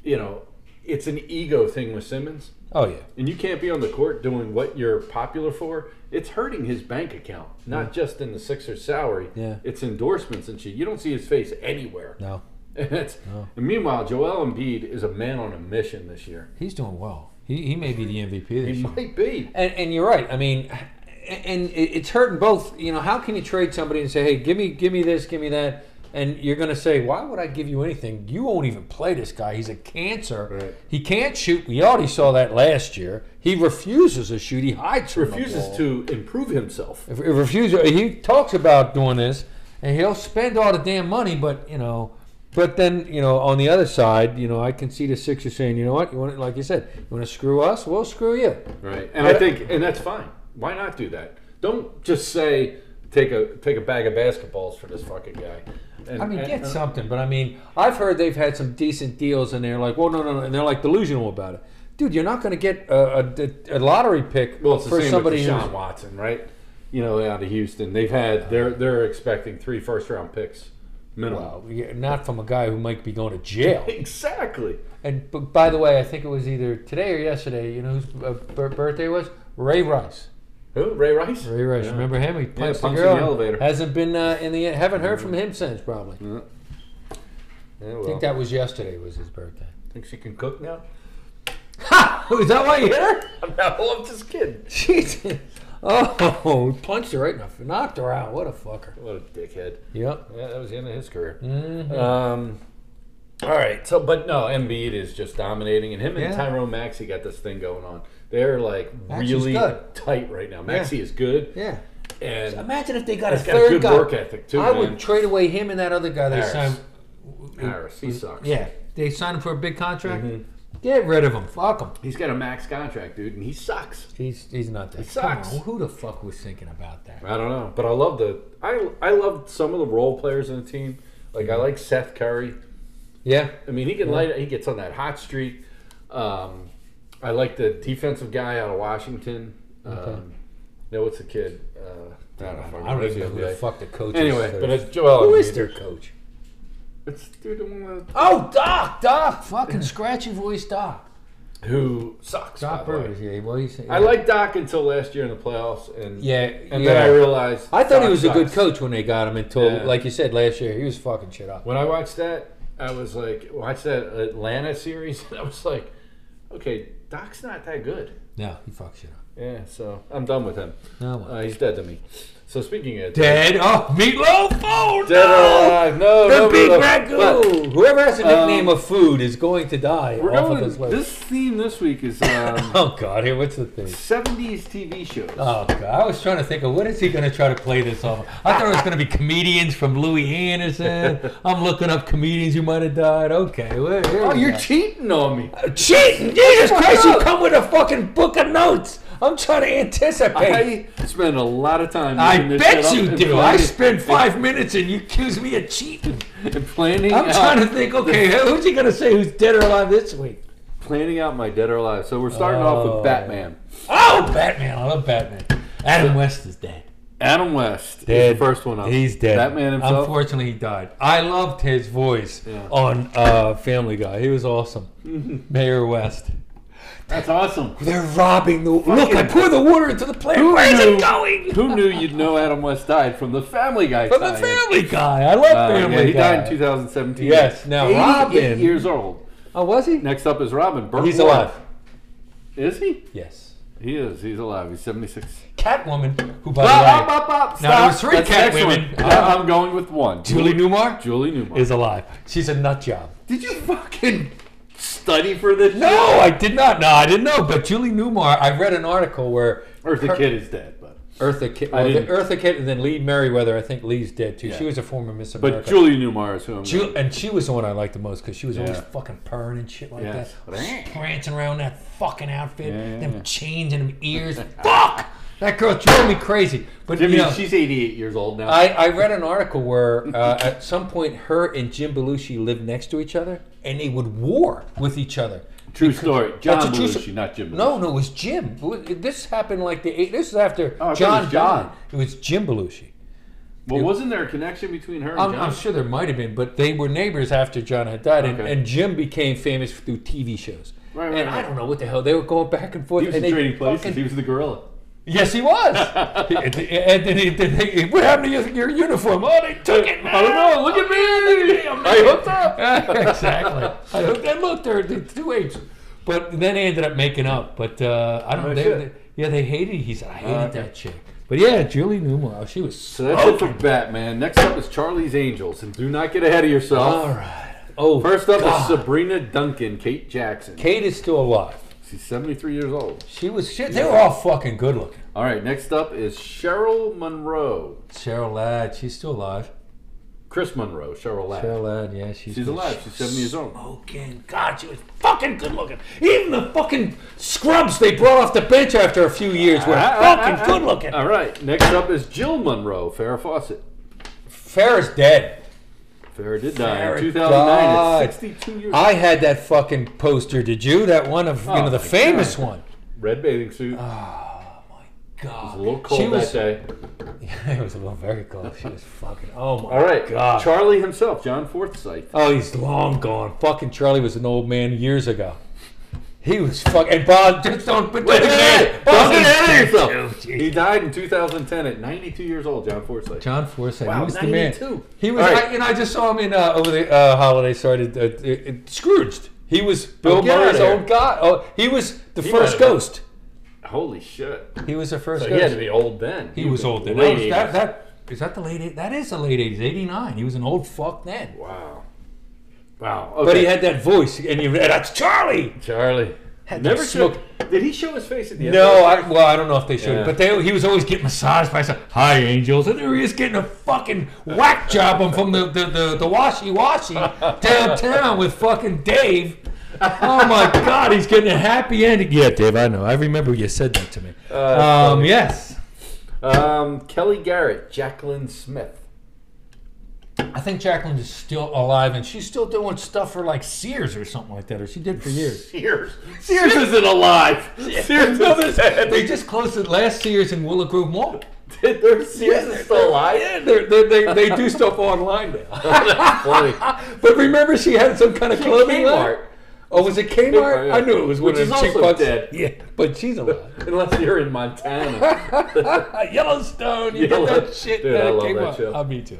Speaker 1: you know, it's an ego thing with Simmons,
Speaker 2: Oh yeah.
Speaker 1: and you can't be on the court doing what you're popular for. It's hurting his bank account, not just in the Sixers' salary.
Speaker 2: Yeah.
Speaker 1: It's endorsements and shit. You don't see his face anywhere.
Speaker 2: No,
Speaker 1: And (laughs) it's,
Speaker 2: No.
Speaker 1: and meanwhile, Joel Embiid is a man on a mission this year.
Speaker 2: he's doing well. He, he may be the MVP this
Speaker 1: He
Speaker 2: year.
Speaker 1: might be.
Speaker 2: And, and you're right. I mean, and it- it's hurting both. You know, how can you trade somebody and say, "Hey, give me, give me this, give me that," and you're going to say, "Why would I give you anything? You won't even play this guy. He's a cancer.
Speaker 1: Right.
Speaker 2: He can't shoot. We already saw that last year. He refuses to shoot. He hides. from the
Speaker 1: Refuses
Speaker 2: ball.
Speaker 1: to improve himself.
Speaker 2: If, if refuses, he talks about doing this, and he'll spend all the damn money. But you know, but then you know, on the other side, you know, I can see the Sixers saying, "You know what? You want, to like you said, you want to screw us? We'll screw you."
Speaker 1: Right. And I think and that's fine. Why not do that? Don't just say take a take a bag of basketballs for this fucking guy. And,
Speaker 2: I mean,
Speaker 1: and- uh,
Speaker 2: get
Speaker 1: and-
Speaker 2: something. But I mean, I've heard they've had some decent deals, and they're like, "Well, no, no, no," and they're like delusional about it. dude, you're not going to get a, a, a lottery pick
Speaker 1: Well, it's the
Speaker 2: for
Speaker 1: same
Speaker 2: somebody
Speaker 1: with
Speaker 2: who's-
Speaker 1: Deshaun Watson, right? You know, out of Houston, they've had they're they're expecting three first round picks minimum.
Speaker 2: Well, yeah, not from a guy who might be going to jail.
Speaker 1: Exactly.
Speaker 2: And b- by the way, I think it was either today or yesterday. You know whose uh, bir- birthday was? Ray Rice.
Speaker 1: Who? Ray Rice.
Speaker 2: Ray Rice.
Speaker 1: Yeah.
Speaker 2: Remember him? He punched the
Speaker 1: punched in
Speaker 2: girl.
Speaker 1: the elevator.
Speaker 2: Hasn't been uh, in the. Haven't heard from him since. Probably.
Speaker 1: Yeah,
Speaker 2: I
Speaker 1: well,
Speaker 2: think that was yesterday. Was his birthday?
Speaker 1: think she can cook (laughs) now?
Speaker 2: Ha! (laughs) Is that why you're here?
Speaker 1: No, I'm just kidding.
Speaker 2: Jesus. Oh, he punched her right in the knocked her out. What a fucker.
Speaker 1: What a dickhead.
Speaker 2: Yep.
Speaker 1: Yeah, that was the end of his career.
Speaker 2: Mhm.
Speaker 1: Um, all right. So, but no, Embiid is just dominating, and him and
Speaker 2: Yeah.
Speaker 1: Tyrone Maxey got this thing going on. They're like
Speaker 2: Maxey's
Speaker 1: really
Speaker 2: good.
Speaker 1: tight right now. Maxey is good,
Speaker 2: Yeah.
Speaker 1: and
Speaker 2: Imagine if they got
Speaker 1: he's
Speaker 2: a
Speaker 1: got
Speaker 2: third
Speaker 1: a good
Speaker 2: guy.
Speaker 1: work ethic too.
Speaker 2: I
Speaker 1: man.
Speaker 2: would trade away him and that other guy they
Speaker 1: Harris.
Speaker 2: signed.
Speaker 1: Harris, he sucks.
Speaker 2: Yeah, they signed him for a big contract.
Speaker 1: Mm-hmm.
Speaker 2: Get rid of him. Fuck him.
Speaker 1: He's got a max contract, dude, and he sucks.
Speaker 2: He's he's not that.
Speaker 1: sucks.
Speaker 2: Come on, who the fuck was thinking about that?
Speaker 1: I don't know, but I love the I I love some of the role players in the team. Like I like Seth Curry.
Speaker 2: Yeah.
Speaker 1: I mean, he can light. He gets on that hot streak. Um, I like the defensive guy out of Washington. Um, No, it's a kid. Uh, I don't, know,
Speaker 2: I don't
Speaker 1: Who's
Speaker 2: even know
Speaker 1: other
Speaker 2: who the
Speaker 1: guy?
Speaker 2: fuck the coach is.
Speaker 1: Anyway,
Speaker 2: Their-
Speaker 1: but it's Joel.
Speaker 2: who is
Speaker 1: Embiid.
Speaker 2: their coach?
Speaker 1: It's dude the one with-
Speaker 2: Oh, Doc, Doc, fucking scratchy voice Doc.
Speaker 1: who sucks.
Speaker 2: Doc
Speaker 1: by the way.
Speaker 2: Rivers, yeah. Well, he's,
Speaker 1: I liked Doc until last year in the playoffs, and
Speaker 2: Yeah,
Speaker 1: and
Speaker 2: yeah.
Speaker 1: then I realized
Speaker 2: I thought
Speaker 1: Doc
Speaker 2: he was a good
Speaker 1: sucks.
Speaker 2: coach when they got him until,
Speaker 1: Yeah.
Speaker 2: like you said, last year he was fucking shit up.
Speaker 1: When I watched that, I was like, watch that Atlanta series, (laughs) and I was like, okay, Doc's not that good.
Speaker 2: No, he fucked shit up.
Speaker 1: Yeah, so I'm done with him.
Speaker 2: No one.
Speaker 1: Uh, he's dead to me. So speaking of
Speaker 2: Dead. Oh, meatloaf. Oh
Speaker 1: Dead or alive? No,
Speaker 2: The
Speaker 1: no,
Speaker 2: big
Speaker 1: no, no.
Speaker 2: ragu. Whoever has a nickname
Speaker 1: Um,
Speaker 2: of food is going to die
Speaker 1: We're
Speaker 2: off
Speaker 1: going,
Speaker 2: of this
Speaker 1: (laughs)
Speaker 2: list.
Speaker 1: this theme this week is um,
Speaker 2: Oh God, here, what's the thing?
Speaker 1: 70s TV shows.
Speaker 2: Oh God, I was trying to think of what is he going to try to play this off. I thought it was going to be comedians from
Speaker 1: (laughs)
Speaker 2: Louis Anderson. I'm looking up comedians who might have died. Okay, well, here
Speaker 1: oh,
Speaker 2: we
Speaker 1: you're
Speaker 2: go.
Speaker 1: cheating on me.
Speaker 2: cheating! Jesus
Speaker 1: Fuck
Speaker 2: Christ, you
Speaker 1: up.
Speaker 2: come with a fucking book of notes. I'm trying to anticipate.
Speaker 1: I spend a lot of time.
Speaker 2: I,
Speaker 1: looking this shit
Speaker 2: bet
Speaker 1: up
Speaker 2: you
Speaker 1: and
Speaker 2: do. I
Speaker 1: planning-
Speaker 2: spend five minutes and you accuse me of cheating.
Speaker 1: and planning.
Speaker 2: I'm
Speaker 1: out,
Speaker 2: trying to
Speaker 1: (laughs)
Speaker 2: think. Okay, who's he going to say who's dead or alive this week?
Speaker 1: planning out my dead or alive. So we're starting off
Speaker 2: Oh.
Speaker 1: with Batman.
Speaker 2: Oh, Batman! I love Batman. Adam West is dead.
Speaker 1: Adam West is the first one up.
Speaker 2: He's dead.
Speaker 1: Batman himself.
Speaker 2: Unfortunately, he died. I loved his voice
Speaker 1: Yeah.
Speaker 2: on uh, Family Guy. He was awesome.
Speaker 1: (laughs)
Speaker 2: Mayor West.
Speaker 1: That's awesome.
Speaker 2: They're robbing the. Look, I pour the water into the plant.
Speaker 1: Who
Speaker 2: Where's
Speaker 1: knew-
Speaker 2: it going?
Speaker 1: Who knew you'd know Adam West died from the Family Guy?
Speaker 2: From the
Speaker 1: tie-in?
Speaker 2: Family Guy. I love
Speaker 1: Uh,
Speaker 2: Family
Speaker 1: yeah, he
Speaker 2: Guy.
Speaker 1: died in 2017.
Speaker 2: Yes, now
Speaker 1: 88
Speaker 2: Robin-
Speaker 1: years old.
Speaker 2: oh, was he?
Speaker 1: Next up is Robin. Burt
Speaker 2: He's
Speaker 1: Ward.
Speaker 2: alive.
Speaker 1: Is he?
Speaker 2: Yes.
Speaker 1: He is. He's alive. He's 76.
Speaker 2: Catwoman, who by
Speaker 1: Bop,
Speaker 2: the way,
Speaker 1: bop, bop,
Speaker 2: Now, there
Speaker 1: stop.
Speaker 2: was three
Speaker 1: That's the
Speaker 2: cat
Speaker 1: next
Speaker 2: women.
Speaker 1: one. I- I'm going with one.
Speaker 2: Julie Newmar
Speaker 1: Julie Newmar.
Speaker 2: is alive. She's a nut job.
Speaker 1: Did you fucking study for this?
Speaker 2: No, I did not. No, I didn't know. But Julie Newmar, I read an article where
Speaker 1: Or the
Speaker 2: her-
Speaker 1: kid is dead, but.
Speaker 2: Eartha Kitt.
Speaker 1: I
Speaker 2: Well, the
Speaker 1: didn't-
Speaker 2: Eartha Kitt and then Lee Merriweather. I think Lee's dead too. She
Speaker 1: Yeah.
Speaker 2: was a former Miss America.
Speaker 1: But Julie Newmar is who I'm.
Speaker 2: Ju- and she was the one I liked the most because she was always
Speaker 1: Yeah.
Speaker 2: fucking purring and shit like
Speaker 1: Yes.
Speaker 2: that, prancing around that fucking
Speaker 1: Yeah,
Speaker 2: outfit,
Speaker 1: yeah,
Speaker 2: them
Speaker 1: yeah.
Speaker 2: chains and them
Speaker 1: (laughs)
Speaker 2: ears. Fuck, that girl drove me crazy. But
Speaker 1: Jimmy,
Speaker 2: you know,
Speaker 1: she's 88 years old now.
Speaker 2: I, I read an article where uh, at some point her and Jim Belushi lived next to each other and they would war with each other.
Speaker 1: true story. John
Speaker 2: That's a true
Speaker 1: Belushi,
Speaker 2: sto-
Speaker 1: not Jim. Belushi.
Speaker 2: No, no, it was Jim. This happened like the eight. This is after
Speaker 1: Oh, I thought it
Speaker 2: John
Speaker 1: was John.
Speaker 2: died. It was Jim Belushi.
Speaker 1: Well, wasn't there a connection between her and
Speaker 2: I'm,
Speaker 1: John?
Speaker 2: I'm sure there might have been, but they were neighbors after John had died, and,
Speaker 1: Okay.
Speaker 2: and Jim became famous through TV shows.
Speaker 1: Right, right,
Speaker 2: and I
Speaker 1: right.
Speaker 2: don't know what the hell they were going back and forth.
Speaker 1: He was
Speaker 2: and
Speaker 1: in
Speaker 2: they
Speaker 1: Trading Places.
Speaker 2: fucking-
Speaker 1: He was the gorilla.
Speaker 2: yes, he
Speaker 1: (laughs)
Speaker 2: was. and then, he, then he- what happened to your, your uniform? Oh, they took it.
Speaker 1: I don't know. Look at me. I hooked up.
Speaker 2: (laughs) exactly. I hooked, and look, they're, they're two apes. But then they ended up making up. But uh, I
Speaker 1: No
Speaker 2: don't. They,
Speaker 1: Oh, shit. Oh,
Speaker 2: they, yeah, they hated. He said, "I hated
Speaker 1: okay.
Speaker 2: that chick." But yeah, Julie Newmar, she was
Speaker 1: So that's it for Batman. Next up is Charlie's Angels, and do not get ahead of yourself.
Speaker 2: All right. Oh,
Speaker 1: First up
Speaker 2: God.
Speaker 1: is Sabrina Duncan, Kate Jackson.
Speaker 2: Kate is still alive.
Speaker 1: She's 73 years old.
Speaker 2: She was shit. They were all fucking good looking.
Speaker 1: All right, next up is Cheryl Monroe.
Speaker 2: Cheryl Ladd, she's still alive.
Speaker 1: Chris Monroe, Cheryl Ladd.
Speaker 2: Cheryl Ladd, yeah, she's,
Speaker 1: She's alive. She's 70 years old.
Speaker 2: Smoking. God, she was fucking good looking. Even the fucking scrubs they brought off the bench after a few years were
Speaker 1: Ah, ah,
Speaker 2: fucking
Speaker 1: ah, ah.
Speaker 2: good looking.
Speaker 1: All right, next up is Jill Monroe, Farrah Fawcett.
Speaker 2: Farrah's dead.
Speaker 1: Farrah did die
Speaker 2: Farrah
Speaker 1: in 2009
Speaker 2: died.
Speaker 1: at 62 years.
Speaker 2: I had that fucking poster. Did you? That one of you
Speaker 1: Oh,
Speaker 2: know the
Speaker 1: my
Speaker 2: famous one.
Speaker 1: Red bathing suit. It
Speaker 2: God,
Speaker 1: Oh,
Speaker 2: (laughs)
Speaker 1: was a little cold
Speaker 2: she
Speaker 1: that
Speaker 2: was,
Speaker 1: day.
Speaker 2: it was a little very cold. She was fucking. Oh my.
Speaker 1: All right,
Speaker 2: God.
Speaker 1: Charlie himself, John Forsythe.
Speaker 2: Oh, he's long gone. Fucking Charlie was an old man years ago. He was fuck. And Bob, just don't put that in there.
Speaker 1: Don't
Speaker 2: Bob,
Speaker 1: get
Speaker 2: he's
Speaker 1: ahead of
Speaker 2: dead.
Speaker 1: yourself. He died in 2010 at 92 years old, John Forsythe.
Speaker 2: John Forsythe.
Speaker 1: Wow,
Speaker 2: he was the man.
Speaker 1: 92.
Speaker 2: He was.
Speaker 1: All right.
Speaker 2: I, you know, I just saw him in uh, over the uh, holiday. Sorry, to, uh, it, it, Scrooged. He was Bill
Speaker 1: get
Speaker 2: Murray's
Speaker 1: outta here.
Speaker 2: old guy. Oh, he was the
Speaker 1: He
Speaker 2: first
Speaker 1: might have been.
Speaker 2: ghost.
Speaker 1: Holy shit.
Speaker 2: He was the first
Speaker 1: So he
Speaker 2: ghost.
Speaker 1: had to be old then.
Speaker 2: He was old then.
Speaker 1: late
Speaker 2: That,
Speaker 1: 80s.
Speaker 2: was- that, that is that the late. eight- That is the late eighties. Eighty nine. He was an old fuck then.
Speaker 1: Wow. Wow.
Speaker 2: But he
Speaker 1: okay.
Speaker 2: had that voice, and you and that's Charlie.
Speaker 1: Charlie.
Speaker 2: Had
Speaker 1: Never
Speaker 2: that
Speaker 1: show,
Speaker 2: smoke.
Speaker 1: Did he show his face at the end?
Speaker 2: No, I, well, I don't know if they showed,
Speaker 1: Yeah.
Speaker 2: it, but they, he was always getting massaged by some hi angels, and there he is getting a fucking whack job on- from the the, the, the washy washy downtown with fucking Dave. Oh my God, he's getting a happy ending. Yeah, Dave, I know. I remember you said that to me. um, yes,
Speaker 1: Um, Kelly Garrett, Jacqueline Smith. (laughs)
Speaker 2: I think Jacqueline is still alive, and she's still doing stuff for like Sears or something like that, or she did for years. (laughs)
Speaker 1: Sears. Sears isn't alive. Sears
Speaker 2: No,
Speaker 1: is
Speaker 2: they-
Speaker 1: dead.
Speaker 2: they just closed it last Sears in Willow Grove Mall.
Speaker 1: Their Sears is still alive.
Speaker 2: Yeah, they're, they're, they they do stuff online now.
Speaker 1: (laughs) That's funny.
Speaker 2: but remember, she had some kind of clothing line.
Speaker 1: Kmart.
Speaker 2: Oh, was it Kmart?
Speaker 1: Kmart, yeah.
Speaker 2: I knew it was one
Speaker 1: Which
Speaker 2: of the
Speaker 1: is
Speaker 2: cheap
Speaker 1: also
Speaker 2: bucks.
Speaker 1: dead.
Speaker 2: (laughs) Yeah, but
Speaker 1: (laughs)
Speaker 2: she's alive.
Speaker 1: Unless you're in Montana.
Speaker 2: (laughs) Yellowstone, you
Speaker 1: Yellow-
Speaker 2: get that shit.
Speaker 1: Dude,
Speaker 2: at
Speaker 1: I love
Speaker 2: Kmart.
Speaker 1: that show.
Speaker 2: Oh, me too.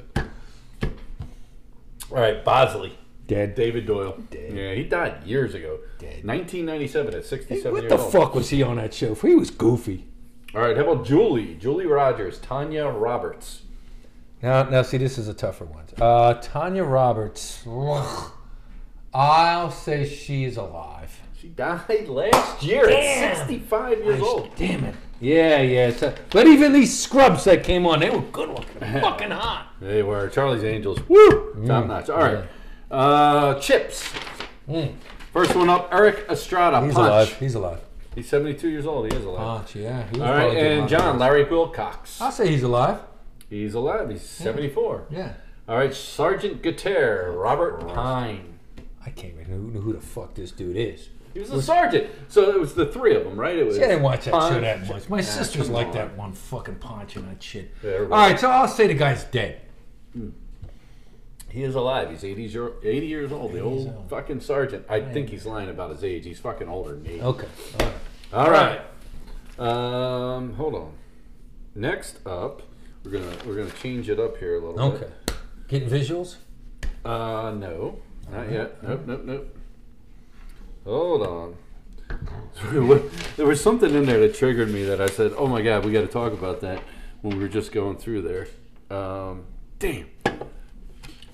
Speaker 1: All right, Bosley.
Speaker 2: Dead.
Speaker 1: David Doyle. Yeah, he died years ago.
Speaker 2: Dead.
Speaker 1: 1997 at 67
Speaker 2: What
Speaker 1: years
Speaker 2: the
Speaker 1: old.
Speaker 2: fuck was he on that show for? He was goofy.
Speaker 1: All right, how about Julie? Julie Rogers, Tanya Roberts.
Speaker 2: Now, now, see, this is a tougher one. Uh, Tanya Roberts. (sighs) I'll say she's alive.
Speaker 1: She died (laughs) last year at 65 years old.
Speaker 2: Damn it. Yeah, yeah. it's a- but even these scrubs that came on, they were good looking.
Speaker 1: (laughs)
Speaker 2: fucking hot.
Speaker 1: They were Charlie's Angels. Woo!
Speaker 2: Mm.
Speaker 1: Top notch. All right. Uh, chips. First one up, Eric Estrada.
Speaker 2: Mm. He's
Speaker 1: Punch.
Speaker 2: alive. He's alive.
Speaker 1: He's 72 years old. He is alive.
Speaker 2: Punch, yeah. he was
Speaker 1: All right,
Speaker 2: probably good
Speaker 1: and
Speaker 2: looking.
Speaker 1: John, Larry Wilcox.
Speaker 2: I'll say he's alive.
Speaker 1: He's alive. He's
Speaker 2: Hmm.
Speaker 1: 74.
Speaker 2: Yeah.
Speaker 1: All right, Sergeant Guterre, Robert Pine.
Speaker 2: I can't even know who the fuck this dude is.
Speaker 1: He was a sergeant. So it was the three of them, right? It was.
Speaker 2: See, I didn't watch that
Speaker 1: Punch.
Speaker 2: show that much. My sisters
Speaker 1: come
Speaker 2: like
Speaker 1: on.
Speaker 2: that one fucking punch and that shit.
Speaker 1: Yeah,
Speaker 2: All
Speaker 1: everybody-
Speaker 2: right, so I'll say the guy's dead.
Speaker 1: He is alive. He's 80 years, 80 years old. The old fucking sergeant. I think he's lying about his age. He's fucking older than me.
Speaker 2: Okay.
Speaker 1: All right. Um, hold on. Next up, we're gonna we're gonna change it up here a little.
Speaker 2: Okay.
Speaker 1: Bit.
Speaker 2: Getting visuals?
Speaker 1: Uh, no, not yet. Nope, nope, nope. Hold on. (laughs) Sorry, what- there was something in there that triggered me that I said, "Oh my god, we got to talk about that." When we were just going through there. Um, damn.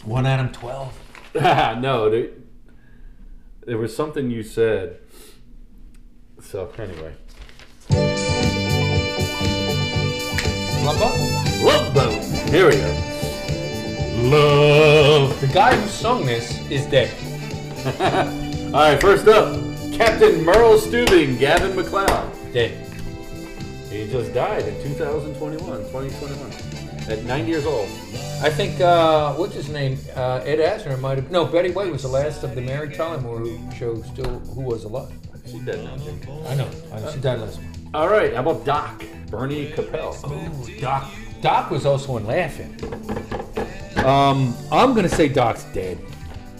Speaker 2: One Adam 12.
Speaker 1: (laughs) no, there, there was something you said. So anyway,
Speaker 2: Lumbo?
Speaker 1: love boat. Here we go. (laughs)
Speaker 2: Love. The guy who sung this is dead.
Speaker 1: All right, first up, Captain Merle Steubing, Gavin McLeod.
Speaker 2: Dead.
Speaker 1: He just died in 2021, 2021, at 90 years old.
Speaker 2: I think uh, what's his name? Uh, Ed Asner might have. No, Betty White was the last of the Mary Tyler show still who was alive.
Speaker 1: She dead now. Jimmy.
Speaker 2: I know. I know. She died last month.
Speaker 1: All right, how about Doc Bernie Capel?
Speaker 2: Doc. Doc was also in Laughing. Um, I'm gonna say Doc's dead.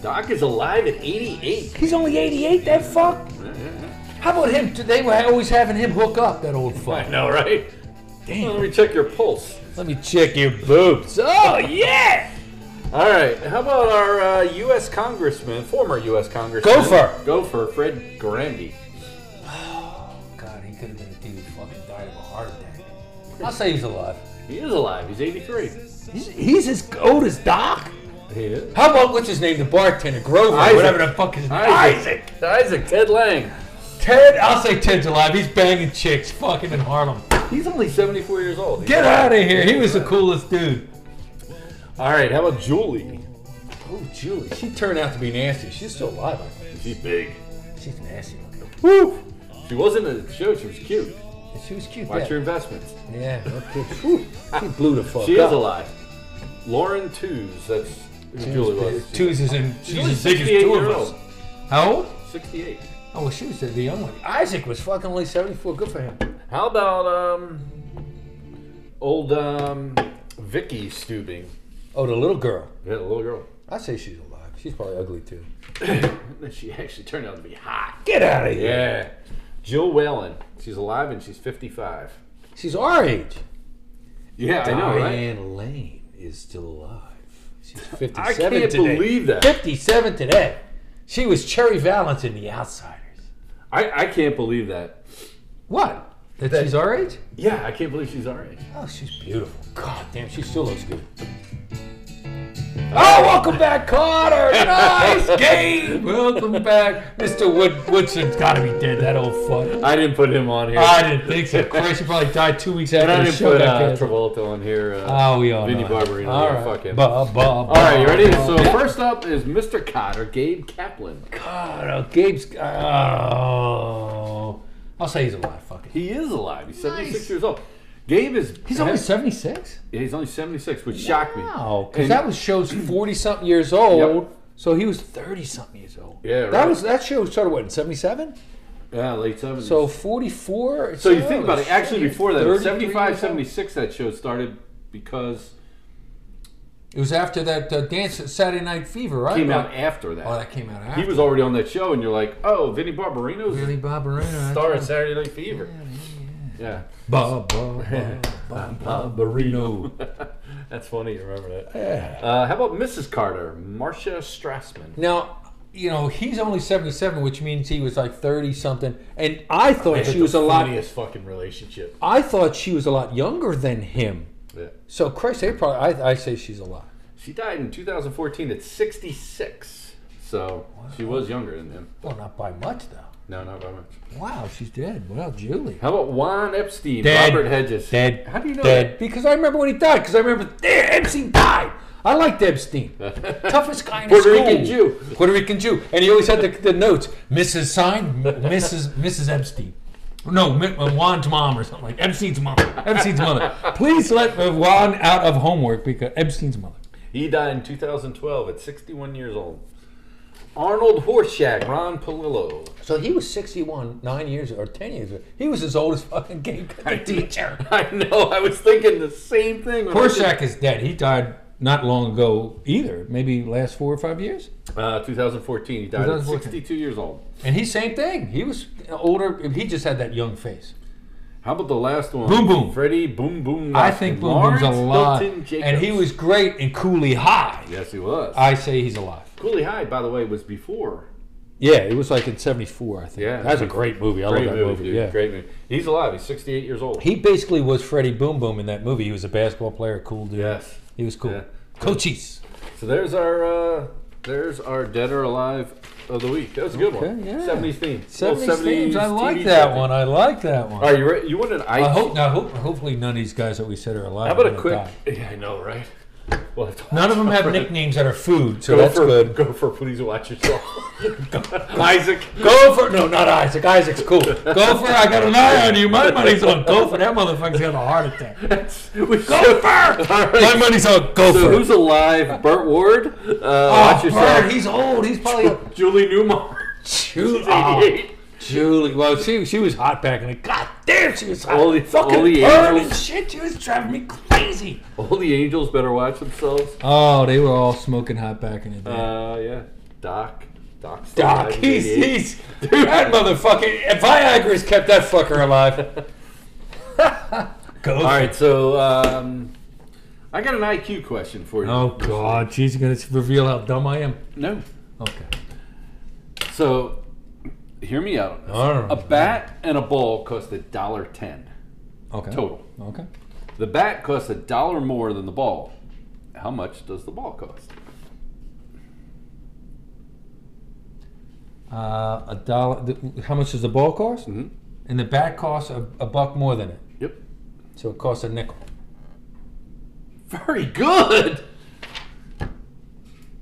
Speaker 1: Doc is alive at 88.
Speaker 2: He's only 88. That fuck. How about him? They were always having him hook up. That old
Speaker 1: (laughs)
Speaker 2: fuck.
Speaker 1: I know, right? Well, let me check your pulse.
Speaker 2: (laughs) Let me check your boobs. Oh yeah.
Speaker 1: All right, how about our uh, U.S. Congressman, former U.S. Congressman,
Speaker 2: Gopher.
Speaker 1: Gopher Fred Grandy.
Speaker 2: God, he could have been a dude who fucking died of a heart attack. I'll say he's alive.
Speaker 1: He is alive. He's 83.
Speaker 2: He's, he's as old as Doc.
Speaker 1: He is.
Speaker 2: How about what's his name, the bartender, Grover,
Speaker 1: Isaac.
Speaker 2: whatever the fuck his name.
Speaker 1: Isaac. Isaac Ted Lang.
Speaker 2: Ted, I'll say Ted's alive. He's banging chicks, fucking in Harlem.
Speaker 1: He's only 74 years old.
Speaker 2: Get out of here. He was the coolest dude.
Speaker 1: All right, how about Julie?
Speaker 2: Oh, Julie, she turned out to be nasty. She's still alive. I think.
Speaker 1: She's big.
Speaker 2: She's nasty looking.
Speaker 1: Woo! She wasn't in the show. She was cute.
Speaker 2: She was cute.
Speaker 1: Watch
Speaker 2: yeah.
Speaker 1: your investments. (laughs)
Speaker 2: Yeah. Okay. Whew, She blew the fuck
Speaker 1: She
Speaker 2: up.
Speaker 1: is alive. Lauren Tews. That's Julie was.
Speaker 2: Tuesdays and
Speaker 1: She's only
Speaker 2: she's as big as
Speaker 1: 68
Speaker 2: two of
Speaker 1: years
Speaker 2: us.
Speaker 1: old.
Speaker 2: How old?
Speaker 1: 68.
Speaker 2: Oh, well, she was the the young one. Isaac was fucking only 74. Good for him.
Speaker 1: How about um, old um, Vicky Stubing?
Speaker 2: Oh, the little girl.
Speaker 1: Yeah, the little girl. (laughs)
Speaker 2: I say she's alive. She's probably ugly too.
Speaker 1: And then she actually turned out to be hot.
Speaker 2: Get out of here.
Speaker 1: Yeah. Jill Whalen. She's alive and she's 55.
Speaker 2: She's our age.
Speaker 1: Yeah,
Speaker 2: Diane Lane is still alive. She's 57
Speaker 1: (laughs) I can't
Speaker 2: today.
Speaker 1: believe that.
Speaker 2: 57 today. She was Cherry Valance in The Outsiders.
Speaker 1: I, I can't believe that.
Speaker 2: What? That, she's our age?
Speaker 1: Yeah, I can't believe she's our age.
Speaker 2: Oh, she's beautiful. God damn, she still looks good. Oh, welcome back, Carter. Nice game. (laughs) Welcome back. Mr. Wood- Woodson's got to be dead, that old fuck.
Speaker 1: I didn't put him on here.
Speaker 2: I didn't think so. Christ, he probably died two weeks after
Speaker 1: Uh, and I
Speaker 2: the
Speaker 1: didn't
Speaker 2: show.
Speaker 1: put
Speaker 2: got
Speaker 1: uh,
Speaker 2: canceled.
Speaker 1: Travolta on here. Uh,
Speaker 2: oh, we all
Speaker 1: Vinnie
Speaker 2: know.
Speaker 1: Barbarino.
Speaker 2: All
Speaker 1: Yeah,
Speaker 2: right.
Speaker 1: fuck him.
Speaker 2: Ba, ba,
Speaker 1: All right, you ready?
Speaker 2: ba.
Speaker 1: So
Speaker 2: Yeah.
Speaker 1: first up is Mr. Cotter, Gabe Kaplan.
Speaker 2: God, oh, Gabe's. Oh, I'll say he's alive. Fuck it.
Speaker 1: He is alive. He's 76 years old. Gabe is.
Speaker 2: He's only seventy six.
Speaker 1: Yeah, he's only 76, which shocked me.
Speaker 2: Wow, because
Speaker 1: And-
Speaker 2: that was shows forty something years old.
Speaker 1: Yep.
Speaker 2: So he was thirty something years old.
Speaker 1: Yeah, right.
Speaker 2: That was that show started what in seventy seven.
Speaker 1: Yeah, late 70s.
Speaker 2: So forty four.
Speaker 1: So you think about it, actually before that, it was 75,
Speaker 2: 76.
Speaker 1: 76 that show started because
Speaker 2: It was after that uh, dance at Saturday Night Fever, right?
Speaker 1: it came out after that.
Speaker 2: Oh, that came out after.
Speaker 1: He was already on that show, and you're like, oh, Vinnie Barbarino's
Speaker 2: really Bob Arena.
Speaker 1: star in Saturday Night Fever. Yeah.
Speaker 2: Bob Barbarino.
Speaker 1: (laughs) That's funny, you remember
Speaker 2: (laughs)
Speaker 1: that. Uh, how about Mrs. Carter, Marcia Strassman?
Speaker 2: Now, you know, he's only 77, which means he was like 30 something. And I thought she was a
Speaker 1: the
Speaker 2: lot
Speaker 1: funniest fucking relationship.
Speaker 2: I thought she was a lot younger than him.
Speaker 1: Yeah.
Speaker 2: So Christ, they probably I, I say she's alive.
Speaker 1: She died in 2014 at 66. So she was younger than him.
Speaker 2: Well, not by much though.
Speaker 1: No, not by much.
Speaker 2: Wow, she's dead. Well, Julie.
Speaker 1: How about Juan Epstein,
Speaker 2: Dead.
Speaker 1: Robert Hedges?
Speaker 2: Dead.
Speaker 1: How do you know
Speaker 2: Dead. Because I remember when he died, because I remember "Damn, Epstein died. I
Speaker 1: (laughs)
Speaker 2: liked Epstein. Toughest guy in the
Speaker 1: Puerto
Speaker 2: school.
Speaker 1: Rican Jew.
Speaker 2: Puerto Rican Jew. And he always had the, the notes. Mrs. Sign, Mrs. Mrs. Epstein. No, Mi- uh, Juan's mom or something like Epstein's mom. Epstein's mother. Please let uh, Juan out of homework because Epstein's mother.
Speaker 1: He died in 2012 at 61 years old. Arnold Horshack, Ron Palillo.
Speaker 2: So he was 61, nine years or 10 years ago. He was as old as fucking game teacher.
Speaker 1: (laughs) I know. I was thinking the same thing. when I did-
Speaker 2: Horshack is dead. He died not long ago either. Maybe last four or five years.
Speaker 1: Uh, 2014. He died at
Speaker 2: 2014.
Speaker 1: 62 years old.
Speaker 2: And he same thing. He was older. He just had that young face.
Speaker 1: How about the last one?
Speaker 2: Boom Boom.
Speaker 1: Freddie Boom Boom.
Speaker 2: I think Boom Boom's alive, and he was great in Cooley High.
Speaker 1: Yes, he was.
Speaker 2: I say he's alive.
Speaker 1: Cooley High, by the way, was before.
Speaker 2: Yeah, it was like in '74, I think.
Speaker 1: Yeah.
Speaker 2: that's a great movie. I
Speaker 1: Great
Speaker 2: love that
Speaker 1: movie,
Speaker 2: movie.
Speaker 1: dude.
Speaker 2: yeah,
Speaker 1: Great movie. He's alive. He's 68 years old.
Speaker 2: he basically was Freddie Boom Boom in that movie. He was a basketball player, cool dude.
Speaker 1: yes.
Speaker 2: he was cool.
Speaker 1: Yeah.
Speaker 2: Coaches.
Speaker 1: So there's our uh, there's our dead or alive of the week. That was a good one.
Speaker 2: Okay, yeah.
Speaker 1: 70s theme. Little
Speaker 2: 70s themes. I
Speaker 1: 70s
Speaker 2: like
Speaker 1: TV
Speaker 2: that
Speaker 1: theme.
Speaker 2: one. I like that one.
Speaker 1: All right, you re- you want an ice?
Speaker 2: I hope now. Hope, hopefully, none of these guys that we said are alive.
Speaker 1: How about a
Speaker 2: are
Speaker 1: quick?
Speaker 2: gonna die.
Speaker 1: (laughs) Yeah, I know, right? We'll have to
Speaker 2: None of them
Speaker 1: (laughs)
Speaker 2: have nicknames that are food, so
Speaker 1: go
Speaker 2: that's
Speaker 1: for,
Speaker 2: good.
Speaker 1: Go for please watch
Speaker 2: (laughs)
Speaker 1: yourself, Isaac.
Speaker 2: Go for no, not Isaac. Isaac's cool. Go for I got an eye on you. My money's on Gopher. That motherfucker's got a
Speaker 1: (laughs)
Speaker 2: heart attack.
Speaker 1: We should-
Speaker 2: Gopher.
Speaker 1: All
Speaker 2: My
Speaker 1: right.
Speaker 2: money's on Gopher.
Speaker 1: So who's alive? Burt Ward. Uh, watch
Speaker 2: oh,
Speaker 1: yourself.
Speaker 2: Bert, he's old.
Speaker 1: (laughs)
Speaker 2: He's probably
Speaker 1: Julie Newmar.
Speaker 2: Julie.
Speaker 1: (laughs)
Speaker 2: Oh,
Speaker 1: 88.
Speaker 2: Julie. Well, she she was hot back in the. God damn, she was hot.
Speaker 1: All the-
Speaker 2: fucking
Speaker 1: all the
Speaker 2: Bert
Speaker 1: angels.
Speaker 2: and shit. She was driving me crazy.
Speaker 1: All the angels better watch themselves.
Speaker 2: Oh, they were all smoking hot back in the day.
Speaker 1: Uh, yeah. Doc. Doc's still
Speaker 2: Doc,
Speaker 1: alive at
Speaker 2: he's
Speaker 1: 88.
Speaker 2: he's dude. That motherfucking if Viagra's kept that fucker
Speaker 1: (laughs)
Speaker 2: alive. Go.
Speaker 1: All right, so um, I got an IQ question for you.
Speaker 2: Oh God, she's gonna reveal how dumb I am.
Speaker 1: No.
Speaker 2: Okay.
Speaker 1: So, hear me out. on this.
Speaker 2: All right.
Speaker 1: A bat and a ball cost a dollar ten
Speaker 2: Okay.
Speaker 1: total.
Speaker 2: Okay.
Speaker 1: The bat costs a dollar more than the ball. How much does the ball cost?
Speaker 2: Uh, a dollar. th- How much does the ball cost?
Speaker 1: Mhm.
Speaker 2: And the bat costs a, a buck more than it,
Speaker 1: Yep.
Speaker 2: so it costs a nickel.
Speaker 1: Very good.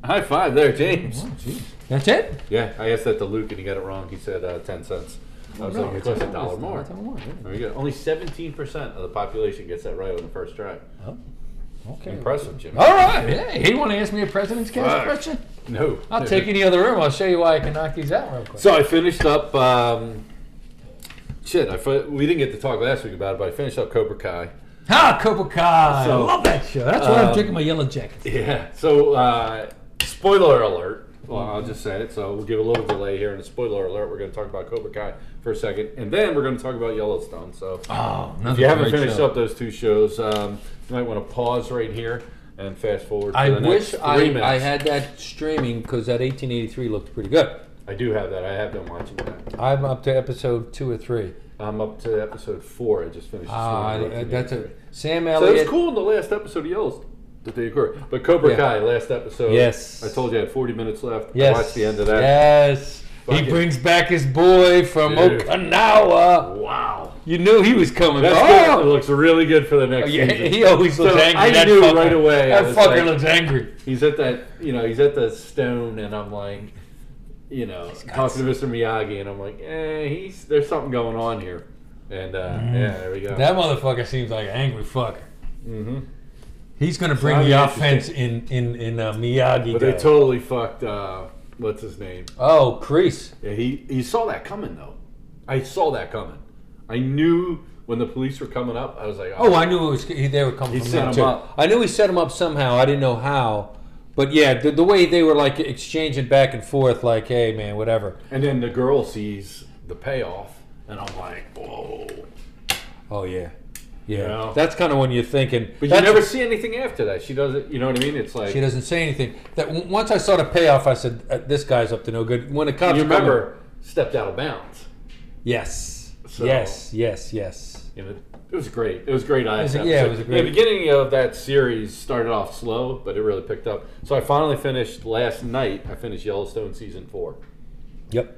Speaker 1: High five there, James.
Speaker 2: Oh, jeez. That's it.
Speaker 1: Yeah, I asked that to Luke and he got it wrong. He said uh, ten cents. I was like, it costs a dollar more.
Speaker 2: It's a dollar more, yeah.
Speaker 1: There we go. Only seventeen percent of the population gets that right on the first try.
Speaker 2: Oh.
Speaker 3: Okay.
Speaker 1: Impressive, Jimmy.
Speaker 3: All right. Yeah. He want to ask me a president's cast
Speaker 1: Fuck.
Speaker 3: question?
Speaker 1: No.
Speaker 3: I'll take any other room. I'll show you why I can knock these out real quick.
Speaker 1: So I finished up. Um, shit, I fi- we didn't get to talk last week about it, but I finished up Cobra
Speaker 2: (laughs)
Speaker 1: Kai.
Speaker 3: ah, Cobra Kai.
Speaker 1: So-
Speaker 3: I love that show. That's why
Speaker 1: Um,
Speaker 3: I'm drinking my yellow jacket.
Speaker 1: Yeah. So, uh, spoiler alert. Well, I'll just say it. So we'll give a little delay here, and a spoiler alert. We're going to talk about Cobra Kai for a second, and then we're going to talk about Yellowstone. So
Speaker 2: Oh,
Speaker 1: if you haven't finished up those two shows, um, you might want to pause right here and fast forward. To
Speaker 2: I
Speaker 1: the
Speaker 2: wish
Speaker 1: next
Speaker 2: I,
Speaker 1: three minutes.
Speaker 2: I had that streaming because that 1883 looked pretty good.
Speaker 1: I do have that. I have been watching that.
Speaker 2: I'm up to episode two or three.
Speaker 1: I'm up to episode four. I just finished. this
Speaker 2: Uh,
Speaker 1: one.
Speaker 2: that's a Sam
Speaker 1: So
Speaker 2: Elliott.
Speaker 1: it was cool in the last episode of Yellowstone that they occurred. But Cobra
Speaker 2: Yeah.
Speaker 1: Kai, last episode.
Speaker 2: Yes.
Speaker 1: I told you I had 40 minutes left.
Speaker 2: Yes.
Speaker 1: I watched the end of that.
Speaker 2: Yes.
Speaker 1: Fuck it.
Speaker 2: he brings back his boy from
Speaker 1: Dude.
Speaker 2: Okinawa.
Speaker 1: Wow. Oh!
Speaker 2: You knew he was coming
Speaker 1: That's
Speaker 2: back. Oh,
Speaker 1: good. It looks really good for the next
Speaker 2: Yeah,
Speaker 1: season.
Speaker 2: he always looks
Speaker 1: So
Speaker 2: angry.
Speaker 1: I
Speaker 2: that
Speaker 1: knew
Speaker 2: fucker.
Speaker 1: right away, I
Speaker 2: That
Speaker 1: was
Speaker 2: fucker
Speaker 1: like-
Speaker 2: looks angry.
Speaker 1: He's at that, you know, he's at the stone, and I'm like, you know, talking to Mr. Miyagi, and I'm like, eh, he's there's something going on here. And uh, yeah, there we go.
Speaker 2: That motherfucker seems like an angry fucker.
Speaker 1: mm-hmm.
Speaker 2: He's gonna bring
Speaker 1: that'd be
Speaker 2: the offense in in in uh, Miyagi.
Speaker 1: But they
Speaker 2: does.
Speaker 1: totally fucked. Uh, what's his name?
Speaker 2: oh, Crease.
Speaker 1: Yeah, he, he saw that coming though. I saw that coming. I knew when the police were coming up. I was like,
Speaker 2: Oh, I knew it was. He, they were coming
Speaker 1: He
Speaker 2: from
Speaker 1: set
Speaker 2: there,
Speaker 1: 'em
Speaker 2: too.
Speaker 1: up.
Speaker 2: I knew he set him up somehow. I didn't know how, but yeah, the, the way they were like exchanging back and forth, like, "Hey, man, whatever."
Speaker 1: And then the girl sees the payoff, and I'm like, whoa.
Speaker 2: Oh yeah, yeah.
Speaker 1: Yeah.
Speaker 2: That's kind of when you're thinking.
Speaker 1: But you
Speaker 2: that's-
Speaker 1: never see anything after that. She doesn't. You know what I mean? It's like
Speaker 2: She doesn't say anything. That w- once I saw the payoff, I said, uh, "This guy's up to no good." When the cops
Speaker 1: you
Speaker 2: come in-
Speaker 1: remember stepped out of bounds.
Speaker 2: yes,
Speaker 1: So-
Speaker 2: yes, yes, yes.
Speaker 1: You know, it was great. It was great. I
Speaker 2: was a- yeah, it was a great-
Speaker 1: The beginning of that series started off slow, but it really picked up. So I finally finished last night. I finished Yellowstone season four.
Speaker 2: Yep.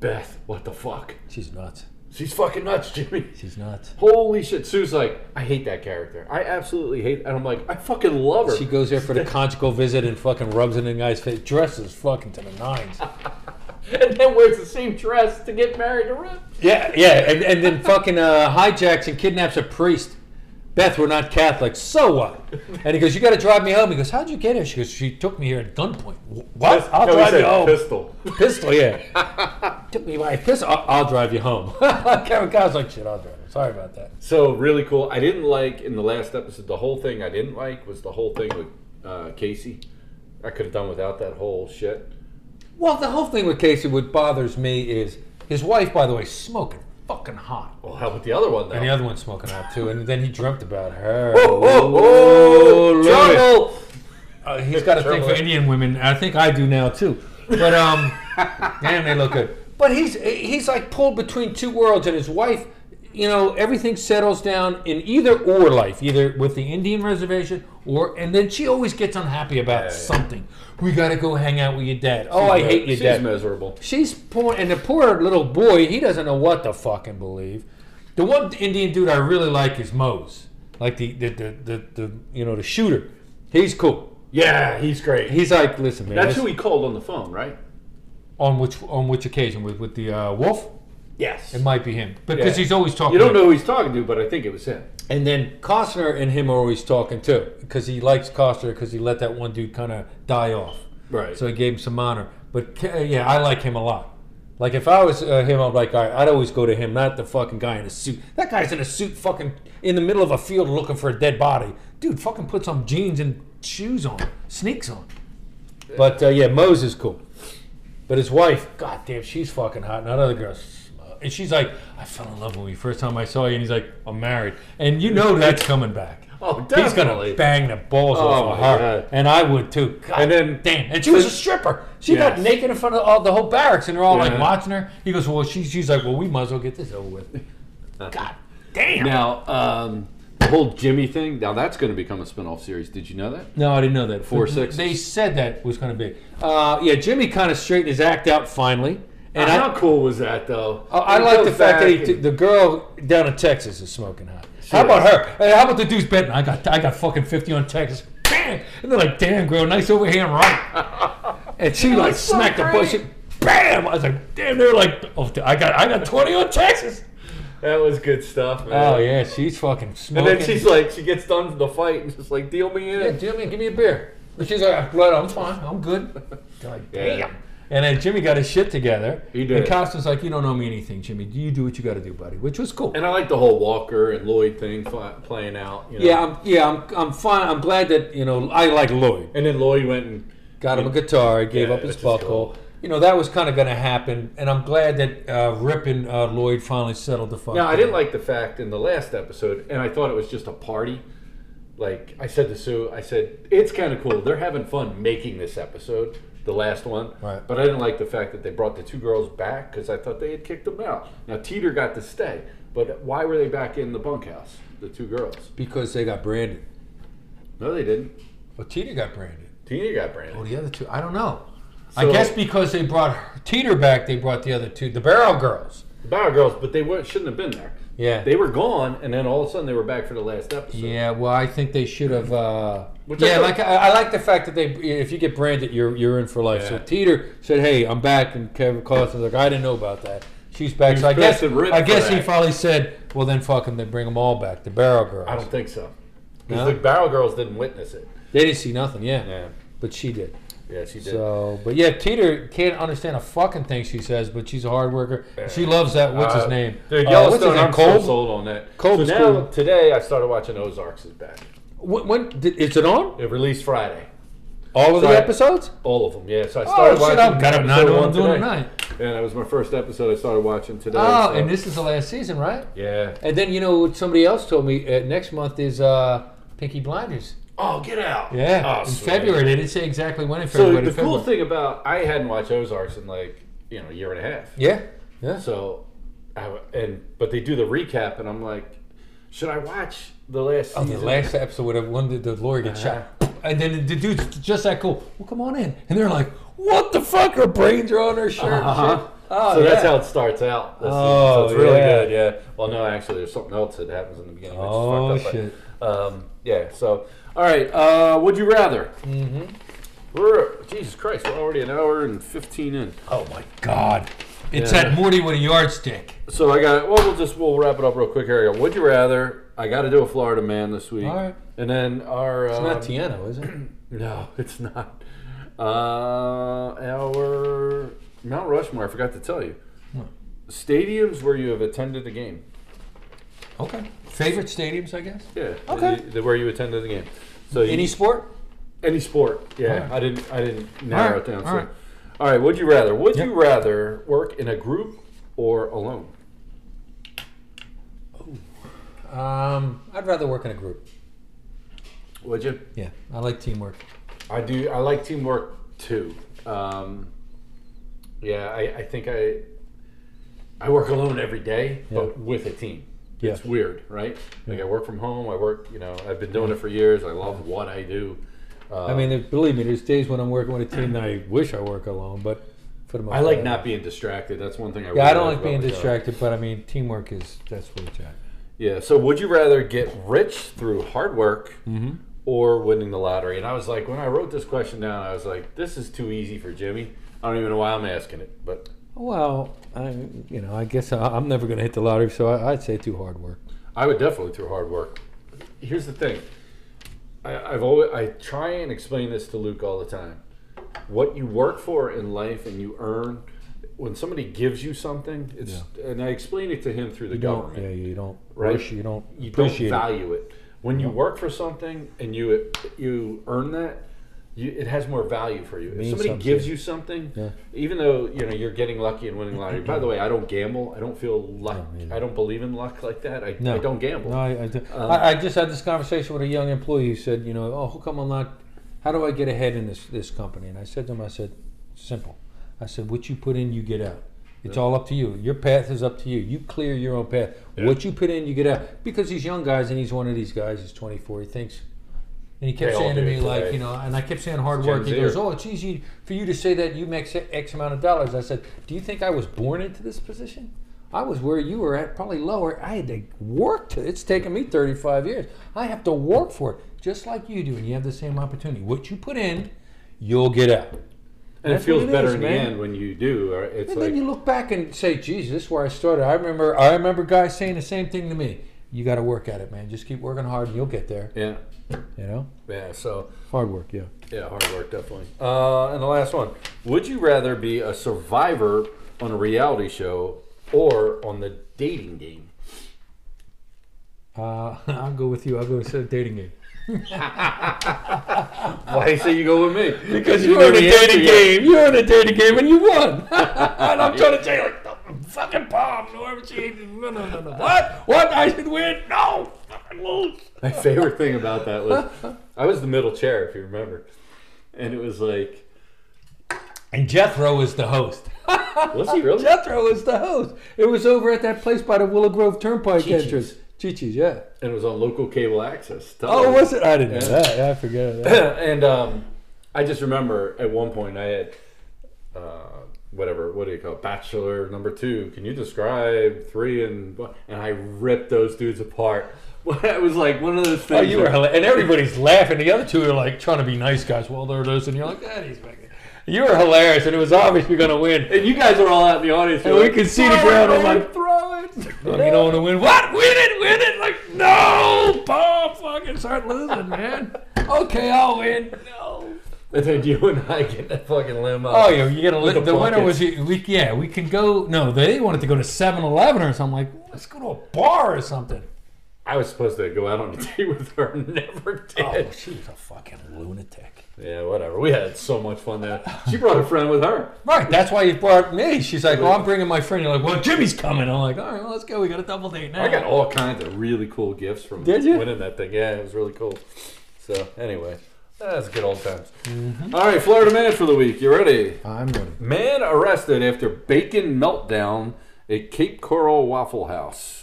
Speaker 1: Beth, what the fuck?
Speaker 2: She's nuts.
Speaker 1: She's fucking nuts, Jimmy.
Speaker 2: She's nuts.
Speaker 1: Holy shit! Sue's like, I hate that character. I absolutely hate. And I'm like, I fucking love her.
Speaker 2: She goes there
Speaker 1: (laughs)
Speaker 2: for the conjugal visit and fucking rubs it in the guy's face. Dresses fucking to the nines.
Speaker 1: and then wears the same dress to get married to Rip.
Speaker 2: Yeah, yeah, and, and then fucking uh, hijacks and kidnaps a priest. Beth, we're not Catholic, so what? And he goes, "You got to drive me home." He goes, "How'd you get here?" She goes, "She took me here at gunpoint." "Wh- What? I'll
Speaker 1: No, he
Speaker 2: drive
Speaker 1: said
Speaker 2: you home.
Speaker 1: Pistol.
Speaker 2: Pistol, yeah. (laughs) took me by pistol. I'll, I'll drive you home. (laughs) Kevin Kyle's like, "Shit, I'll drive." Him. Sorry about that.
Speaker 1: So really cool. I didn't like in the last episode the whole thing. I didn't like was the whole thing with uh, Casey. I could have done without that whole shit.
Speaker 2: Well, the whole thing with Casey, what bothers me is his wife. By the way, smoking fucking hot.
Speaker 1: Well, how about the other one though?
Speaker 2: And the other one's smoking hot too. And then he dreamt about her.
Speaker 1: oh, oh, oh,
Speaker 2: Lord.
Speaker 1: trouble!
Speaker 2: Uh, he's got a thing for
Speaker 1: Trouble.
Speaker 2: Indian women. I think I do now too.
Speaker 1: (laughs)
Speaker 2: But um, damn, they look good. But he's he's like pulled between two worlds, and his wife, you know, everything settles down in either or life, either with the Indian reservation or, and then she always gets unhappy about
Speaker 1: Yeah, yeah.
Speaker 2: something. We gotta go hang out with your dad. oh, I hate your
Speaker 1: She's
Speaker 2: dad.
Speaker 1: miserable.
Speaker 2: She's poor, and the poor little boy, he doesn't know what to fucking believe. The one Indian dude I really like is Mose, like the the the, the, the you know the shooter. He's cool.
Speaker 1: Yeah, he's great.
Speaker 2: He's like, listen, man.
Speaker 1: That's
Speaker 2: this-
Speaker 1: who he called on the phone, right?
Speaker 2: on which on which occasion with with the uh, wolf,
Speaker 1: Yes.
Speaker 2: it might be him because
Speaker 1: Yeah.
Speaker 2: he's always talking.
Speaker 1: You don't
Speaker 2: to-
Speaker 1: know who he's talking to, but I think it was him.
Speaker 2: And then Costner and him are always talking too because he likes Costner because he let that one dude kind of die off.
Speaker 1: Right.
Speaker 2: So he gave him some honor. But K- uh, yeah, I like him a lot. Like if I was uh, him, I'm like, all right, I'd always go to him, not the fucking guy in a suit. That guy's in a suit, fucking in the middle of a field looking for a dead body. Dude, fucking put some jeans and shoes on, sneaks on. But uh, yeah, Mose is cool. But his wife, goddamn, she's fucking hot. And that other girl, and she's like, I fell in love with you first time I saw you. And he's like, I'm married. And you know
Speaker 1: (laughs)
Speaker 2: that's coming back.
Speaker 1: Oh,
Speaker 2: He's
Speaker 1: definitely.
Speaker 2: gonna bang the balls off of
Speaker 1: my
Speaker 2: her,
Speaker 1: God.
Speaker 2: and I would too. God
Speaker 1: And then-
Speaker 2: damn, and she was a stripper. She got
Speaker 1: Yes.
Speaker 2: naked in front of all the whole barracks, and they're all
Speaker 1: Yeah.
Speaker 2: like watching her. He goes, "Well, she's she's like, well, we might as well get this
Speaker 1: (laughs)
Speaker 2: over with." God damn.
Speaker 1: Now, um, the whole Jimmy thing. Now that's going to become a spin-off series. Did you know that?
Speaker 2: No, I didn't know that.
Speaker 1: Four
Speaker 2: But
Speaker 1: sixes.
Speaker 2: They said that was going to be. Uh, yeah, Jimmy kind of straightened his act out finally, and I,
Speaker 1: How cool was that, though?
Speaker 2: I, I
Speaker 1: He
Speaker 2: like the
Speaker 1: goes
Speaker 2: fact that he
Speaker 1: back
Speaker 2: t-
Speaker 1: and-
Speaker 2: the girl down in Texas is smoking hot. how about her? Hey, how about the dude's betting? I got I got fucking fifty on Texas. Bang! And they're like, "Damn, girl, nice overhand right."
Speaker 1: (laughs)
Speaker 2: and she like
Speaker 1: was so
Speaker 2: smacked the bush.
Speaker 1: great.
Speaker 2: Bam! I was like, "Damn!" They're like, oh, "I got I got twenty on Texas."
Speaker 1: That was good stuff. Man.
Speaker 2: Oh yeah, she's fucking
Speaker 1: And
Speaker 2: smoking.
Speaker 1: then she's like, she gets done with the fight and just like, deal me in.
Speaker 2: "Yeah, Jimmy, give me a beer." And she's like, "I'm blood. I'm fine.
Speaker 1: (laughs)
Speaker 2: I'm good." They're like,
Speaker 1: Yeah.
Speaker 2: "Damn." And then Jimmy got his shit together.
Speaker 1: He did.
Speaker 2: And Costa's like, "You don't know me anything, Jimmy. You do what you got to do, buddy," which was cool.
Speaker 1: And I like the whole Walker and Lloyd thing fi- playing out. You know?
Speaker 2: yeah, I'm, yeah, I'm, I'm fine. I'm glad that you know I like Lloyd.
Speaker 1: And then Lloyd went and
Speaker 2: Got him a guitar. He gave
Speaker 1: Yeah,
Speaker 2: up his
Speaker 1: which is cool.
Speaker 2: buckle. You know that was kind of going to happen, and I'm glad that uh, Rip and uh, Lloyd finally settled the fuck.
Speaker 1: Now, I didn't
Speaker 2: down.
Speaker 1: like the fact in the last episode, and I thought it was just a party. Like I said to Sue, I said it's kind of cool. They're having fun making this episode, the last one.
Speaker 2: Right.
Speaker 1: But I didn't like the fact that they brought the two girls back because I thought they had kicked them out. Now Teeter got to stay, but why were they back in the bunkhouse? The two girls?
Speaker 2: because they got branded.
Speaker 1: No, they didn't.
Speaker 2: Well, Teeter got branded.
Speaker 1: Teeter got
Speaker 2: Well,
Speaker 1: branded.
Speaker 2: the other two, I don't know. I
Speaker 1: So-
Speaker 2: guess because they brought her- Teeter back, they brought the other two, the Barrel Girls.
Speaker 1: The Bower girls, but they were, shouldn't have been there.
Speaker 2: Yeah.
Speaker 1: They were gone, and then all of a sudden they were back for the last episode.
Speaker 2: yeah, well, I think they should have. Uh,
Speaker 1: Which I
Speaker 2: yeah,
Speaker 1: thought-
Speaker 2: like I, I like the fact that they, if you get branded, you're you're in for life. So
Speaker 1: Yeah.
Speaker 2: Teeter said, "Hey, I'm back," and Kevin Costner's like, "I didn't know about that." She's back,
Speaker 1: was
Speaker 2: so I guess
Speaker 1: pissed at Rip
Speaker 2: I
Speaker 1: for
Speaker 2: guess he
Speaker 1: that.
Speaker 2: finally said, "Well, then fuck them. They bring them all back, the Barrel Girls."
Speaker 1: I don't think so.
Speaker 2: No?
Speaker 1: Because the Barrel Girls didn't witness it.
Speaker 2: they didn't see nothing, yeah, but she did.
Speaker 1: Yeah, she did. Uh,
Speaker 2: So, but yeah, Teeter can't understand a fucking thing she says, but she's a hard worker. She loves that. What's his
Speaker 1: Uh,
Speaker 2: name?
Speaker 1: Dude,
Speaker 2: Uh, what's his
Speaker 1: Yellowstone,
Speaker 2: name?
Speaker 1: I'm
Speaker 2: Cole?
Speaker 1: so sold on that.
Speaker 2: Cole was
Speaker 1: so now,
Speaker 2: cool.
Speaker 1: today, I started watching Ozarks is back.
Speaker 2: When, when did, is it on?
Speaker 1: It released Friday.
Speaker 2: All of
Speaker 1: So
Speaker 2: the
Speaker 1: I-
Speaker 2: episodes?
Speaker 1: All of them, yeah. So I started watching
Speaker 2: Oh, I'm
Speaker 1: episode
Speaker 2: doing
Speaker 1: one today.
Speaker 2: tonight.
Speaker 1: Yeah, that was my first episode I started watching today.
Speaker 2: Oh,
Speaker 1: so-
Speaker 2: and this is the last season, right?
Speaker 1: Yeah.
Speaker 2: And then you know what somebody else told me uh, next month is uh, Pinky Blinders.
Speaker 1: Oh, get out.
Speaker 2: Yeah,
Speaker 1: Oh,
Speaker 2: in
Speaker 1: sweet.
Speaker 2: February. They didn't say exactly when in
Speaker 1: So
Speaker 2: February.
Speaker 1: the
Speaker 2: but in
Speaker 1: cool
Speaker 2: February.
Speaker 1: thing about I hadn't watched Ozarks in like you know a year and a half.
Speaker 2: Yeah, yeah.
Speaker 1: So, I, w- and but they do the recap, and I'm like, should I watch the last?
Speaker 2: Oh, the
Speaker 1: season?
Speaker 2: last episode of one did the lawyer get shot. Uh-huh. And then the dude's just that cool. Well, come on in. And they're like, what the fuck? Her brains are on her shirt. and
Speaker 1: Uh-huh.
Speaker 2: shit. Oh,
Speaker 1: so that's
Speaker 2: yeah.
Speaker 1: how it starts out. That's
Speaker 2: Oh,
Speaker 1: so it's really
Speaker 2: yeah.
Speaker 1: good. Yeah. Well, no, actually, there's something else that happens in the beginning. that's
Speaker 2: Oh,
Speaker 1: fucked up,
Speaker 2: shit.
Speaker 1: But, um, yeah. So, all right. Uh, would you rather? Mm-hmm. We're Jesus Christ. We're already an hour and fifteen in.
Speaker 2: Oh, my God. It's
Speaker 1: Yeah.
Speaker 2: at Morty with a yardstick.
Speaker 1: So I got. Well, we'll just we'll wrap it up real quick. Here we go. Would you rather? I got to do a Florida man this week.
Speaker 2: All right.
Speaker 1: And then our.
Speaker 2: It's
Speaker 1: um,
Speaker 2: not Tiano, is it?
Speaker 1: No, (laughs) it's not. Uh, our Mount Rushmore. I forgot to tell you. Stadiums where you have attended a game.
Speaker 2: (clears throat) Okay. Favorite stadiums, I guess?
Speaker 1: Yeah.
Speaker 2: Okay.
Speaker 1: The, the- where you attended the game. So you-
Speaker 2: Any sport?
Speaker 1: any sport. Yeah.
Speaker 2: Alright.
Speaker 1: I didn't I didn't narrow
Speaker 2: Alright,
Speaker 1: it down. so.
Speaker 2: alright.
Speaker 1: All right. Would you rather? Would
Speaker 2: Yep.
Speaker 1: you rather work in a group or alone?
Speaker 2: Um, I'd rather work in a group.
Speaker 1: Would you?
Speaker 2: Yeah, I like teamwork.
Speaker 1: I do. I like teamwork too. Um, yeah. I, I think I I work alone every day, but with a team.
Speaker 2: Yeah.
Speaker 1: It's weird, right? Like I work from home. I work. You know, I've been doing it for years. I love what I do. Uh,
Speaker 2: I mean, there- believe me, there's days when I'm working with a team that I wish I work alone, but for the most
Speaker 1: I like
Speaker 2: part,
Speaker 1: not being distracted. That's one thing I.
Speaker 2: Yeah, I
Speaker 1: really
Speaker 2: don't like
Speaker 1: about uh,
Speaker 2: being
Speaker 1: my job.
Speaker 2: distracted, but I mean, teamwork is that's where it's at.
Speaker 1: Yeah. So, would you rather get rich through hard work
Speaker 2: Mm-hmm.
Speaker 1: or winning the lottery? And I was like, when I wrote this question down, I was like, this is too easy for Jimmy. I don't even know why I'm asking it, but
Speaker 2: Well, I, you know, I guess I, I'm never going to hit the lottery, so I, I'd say too hard work.
Speaker 1: I would definitely through hard work. Here's the thing. I, I've always I try and explain this to Luke all the time. What you work for in life and you earn. When somebody gives you something, it's and I explain it to him through the
Speaker 2: You don't,
Speaker 1: government.
Speaker 2: yeah, you don't,
Speaker 1: Right.
Speaker 2: rush, you don't
Speaker 1: you
Speaker 2: appreciate
Speaker 1: don't
Speaker 2: it.
Speaker 1: value it. When you work for something and you you earn that, you, it has more value for you. If
Speaker 2: means
Speaker 1: somebody
Speaker 2: something.
Speaker 1: gives you something, even though you know you're getting lucky and winning lottery. By the way, I don't gamble. I don't feel luck. I don't believe in luck like that. I,
Speaker 2: No.
Speaker 1: I don't gamble.
Speaker 2: No, I, I, do.
Speaker 1: Uh,
Speaker 2: I, I just had this conversation with a young employee who said, you know, oh, how come I'm not, how do I get ahead in this, this company? And I said to him, I said, simple. I said, what you put in, you get out. It's all up to you. Your path is up to you. You clear your own path. What you put in, you get out. Because these young guys, and he's one of these guys, he's 24, he thinks, and he kept
Speaker 1: They all
Speaker 2: saying to
Speaker 1: do
Speaker 2: me, like,
Speaker 1: today.
Speaker 2: you know, uh, and I kept saying hard
Speaker 1: Gen
Speaker 2: work. He
Speaker 1: Zer.
Speaker 2: goes, oh, it's easy for you to say that you make X amount of dollars. I said, do you think I was born into this position? I was where you were at, probably lower. I had to work to It's taken me 35 years. I have to work for it, just like you do, and you have the same opportunity. What you put in, you'll get out.
Speaker 1: And it
Speaker 2: That's
Speaker 1: feels
Speaker 2: what it
Speaker 1: better
Speaker 2: is,
Speaker 1: in
Speaker 2: man.
Speaker 1: the end when you do. or It's
Speaker 2: And
Speaker 1: like
Speaker 2: then you look back and say, "Geez, this is where I started." I remember, I remember guys saying the same thing to me. You got to work at it, man. Just keep working hard, and you'll get there.
Speaker 1: yeah,
Speaker 2: You know,
Speaker 1: yeah. So
Speaker 2: hard work. Yeah.
Speaker 1: yeah, hard work definitely. Uh, and the last one: Would you rather be a survivor on a reality show or on the dating game?
Speaker 2: Uh, (laughs) I'll go with you. I'll go to dating game.
Speaker 1: Why do you say you go (laughs) with me?
Speaker 2: Because
Speaker 1: You
Speaker 2: you were in
Speaker 1: know
Speaker 2: a
Speaker 1: the answer
Speaker 2: dating
Speaker 1: yet.
Speaker 2: game. You were in a dating game and you (laughs) won. and I'm trying to tell you, like, the fucking palm. Whoever she no, no, no, no. What? What? I should win? No. Fucking lose.
Speaker 1: My favorite thing about that was
Speaker 2: (laughs)
Speaker 1: I was the middle chair, if you remember, and it was like,
Speaker 2: And Jethro is the host.
Speaker 1: was he
Speaker 2: (laughs)
Speaker 1: really?
Speaker 2: Jethro is the host. It was over at that place by the Willow Grove Turnpike
Speaker 1: Chi-Chi's.
Speaker 2: entrance. Chi-Chi's, yeah.
Speaker 1: And it was on local cable access.
Speaker 2: Oh, was it? I didn't
Speaker 1: Yeah.
Speaker 2: know that. Yeah, I forget
Speaker 1: (laughs)
Speaker 2: that.
Speaker 1: and um, I just remember at one point I had uh, whatever, what do you call it? Bachelor number two. Can you describe three and one? and I ripped those dudes apart. (laughs) it was like one of those things.
Speaker 2: (laughs) Oh, you were
Speaker 1: that-
Speaker 2: hilarious. And everybody's laughing. The other two are like trying to be nice guys. Well, there it is. And you're like, that is fucking. You were hilarious, and it was obvious you're going to win.
Speaker 1: and you guys were all out in the audience.
Speaker 2: And
Speaker 1: You're
Speaker 2: we
Speaker 1: like,
Speaker 2: could see the
Speaker 1: "Throw
Speaker 2: crowd.
Speaker 1: it,
Speaker 2: I'm
Speaker 1: man,
Speaker 2: like,
Speaker 1: throw it. (laughs)
Speaker 2: Well, You don't want to win. What? Win it, win it. Like, no, Paul, fucking start losing, man. Okay, I'll win. No.
Speaker 1: And then you and I get that fucking limo.
Speaker 2: Oh, you, you gotta
Speaker 1: With
Speaker 2: li-
Speaker 1: the
Speaker 2: the, winner
Speaker 1: buckets.
Speaker 2: was uh, we, yeah, we can go. No, they wanted to go to 7-Eleven or something. Like, let's go to a bar or something.
Speaker 1: I was supposed to go out on a date with her, (laughs) and never did.
Speaker 2: Oh, she was a fucking lunatic.
Speaker 1: Yeah, whatever. We had so much fun there. She brought
Speaker 2: (laughs)
Speaker 1: a friend with her.
Speaker 2: Right, that's why you brought me. She's like, "Oh, I'm bringing my friend." You're like, "Well, Jimmy's coming." I'm like, "All right, well, let's go. We got a double date now."
Speaker 1: I got all kinds of really cool gifts from
Speaker 2: Did you?
Speaker 1: winning that thing. Yeah, it was really cool. So anyway, that's good old times. All right, Florida minute for the week. You ready?
Speaker 2: I'm winning.
Speaker 1: Man arrested after bacon meltdown at Cape Coral Waffle House.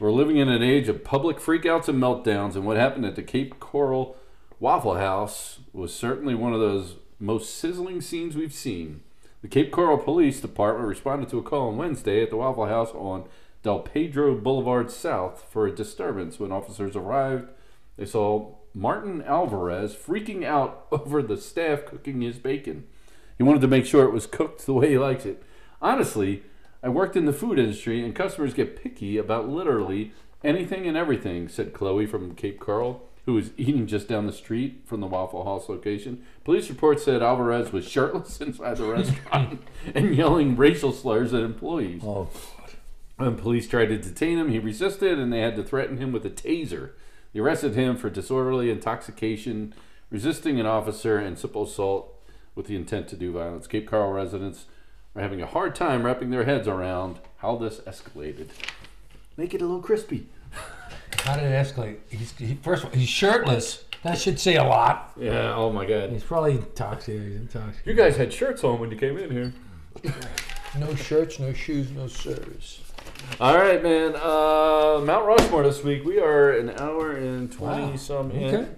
Speaker 1: We're living in an age of public freakouts and meltdowns, and what happened at the Cape Coral Waffle House was certainly one of those most sizzling scenes we've seen. The Cape Coral Police Department responded to a call on Wednesday at the Waffle House on Del Pedro Boulevard South for a disturbance. When officers arrived, they saw Martin Alvarez freaking out (laughs) over the staff cooking his bacon. He wanted to make sure it was cooked the way he likes it. Honestly, I worked in the food industry and customers get picky about literally anything and everything, said Chloe from Cape Coral, who was eating just down the street from the Waffle House location. Police reports said Alvarez was shirtless (laughs) inside the restaurant (laughs) and yelling racial slurs at employees.
Speaker 2: Oh,
Speaker 1: When police tried to detain him, he resisted and they had to threaten him with a taser. They arrested him for disorderly intoxication, resisting an officer, and simple assault with the intent to do violence. Cape Coral residents are having a hard time wrapping their heads around how this escalated. Make it a little crispy.
Speaker 2: how did it escalate? He's, he, first of all, he's shirtless. That should say a lot.
Speaker 1: Yeah, oh my god.
Speaker 2: He's probably intoxicated. He's intoxicated.
Speaker 1: You guys had shirts on when you came in here.
Speaker 2: No shirts, no shoes, no service.
Speaker 1: All right, man. Uh, Mount Rushmore this week. We are an hour and 20
Speaker 2: Wow.
Speaker 1: some in.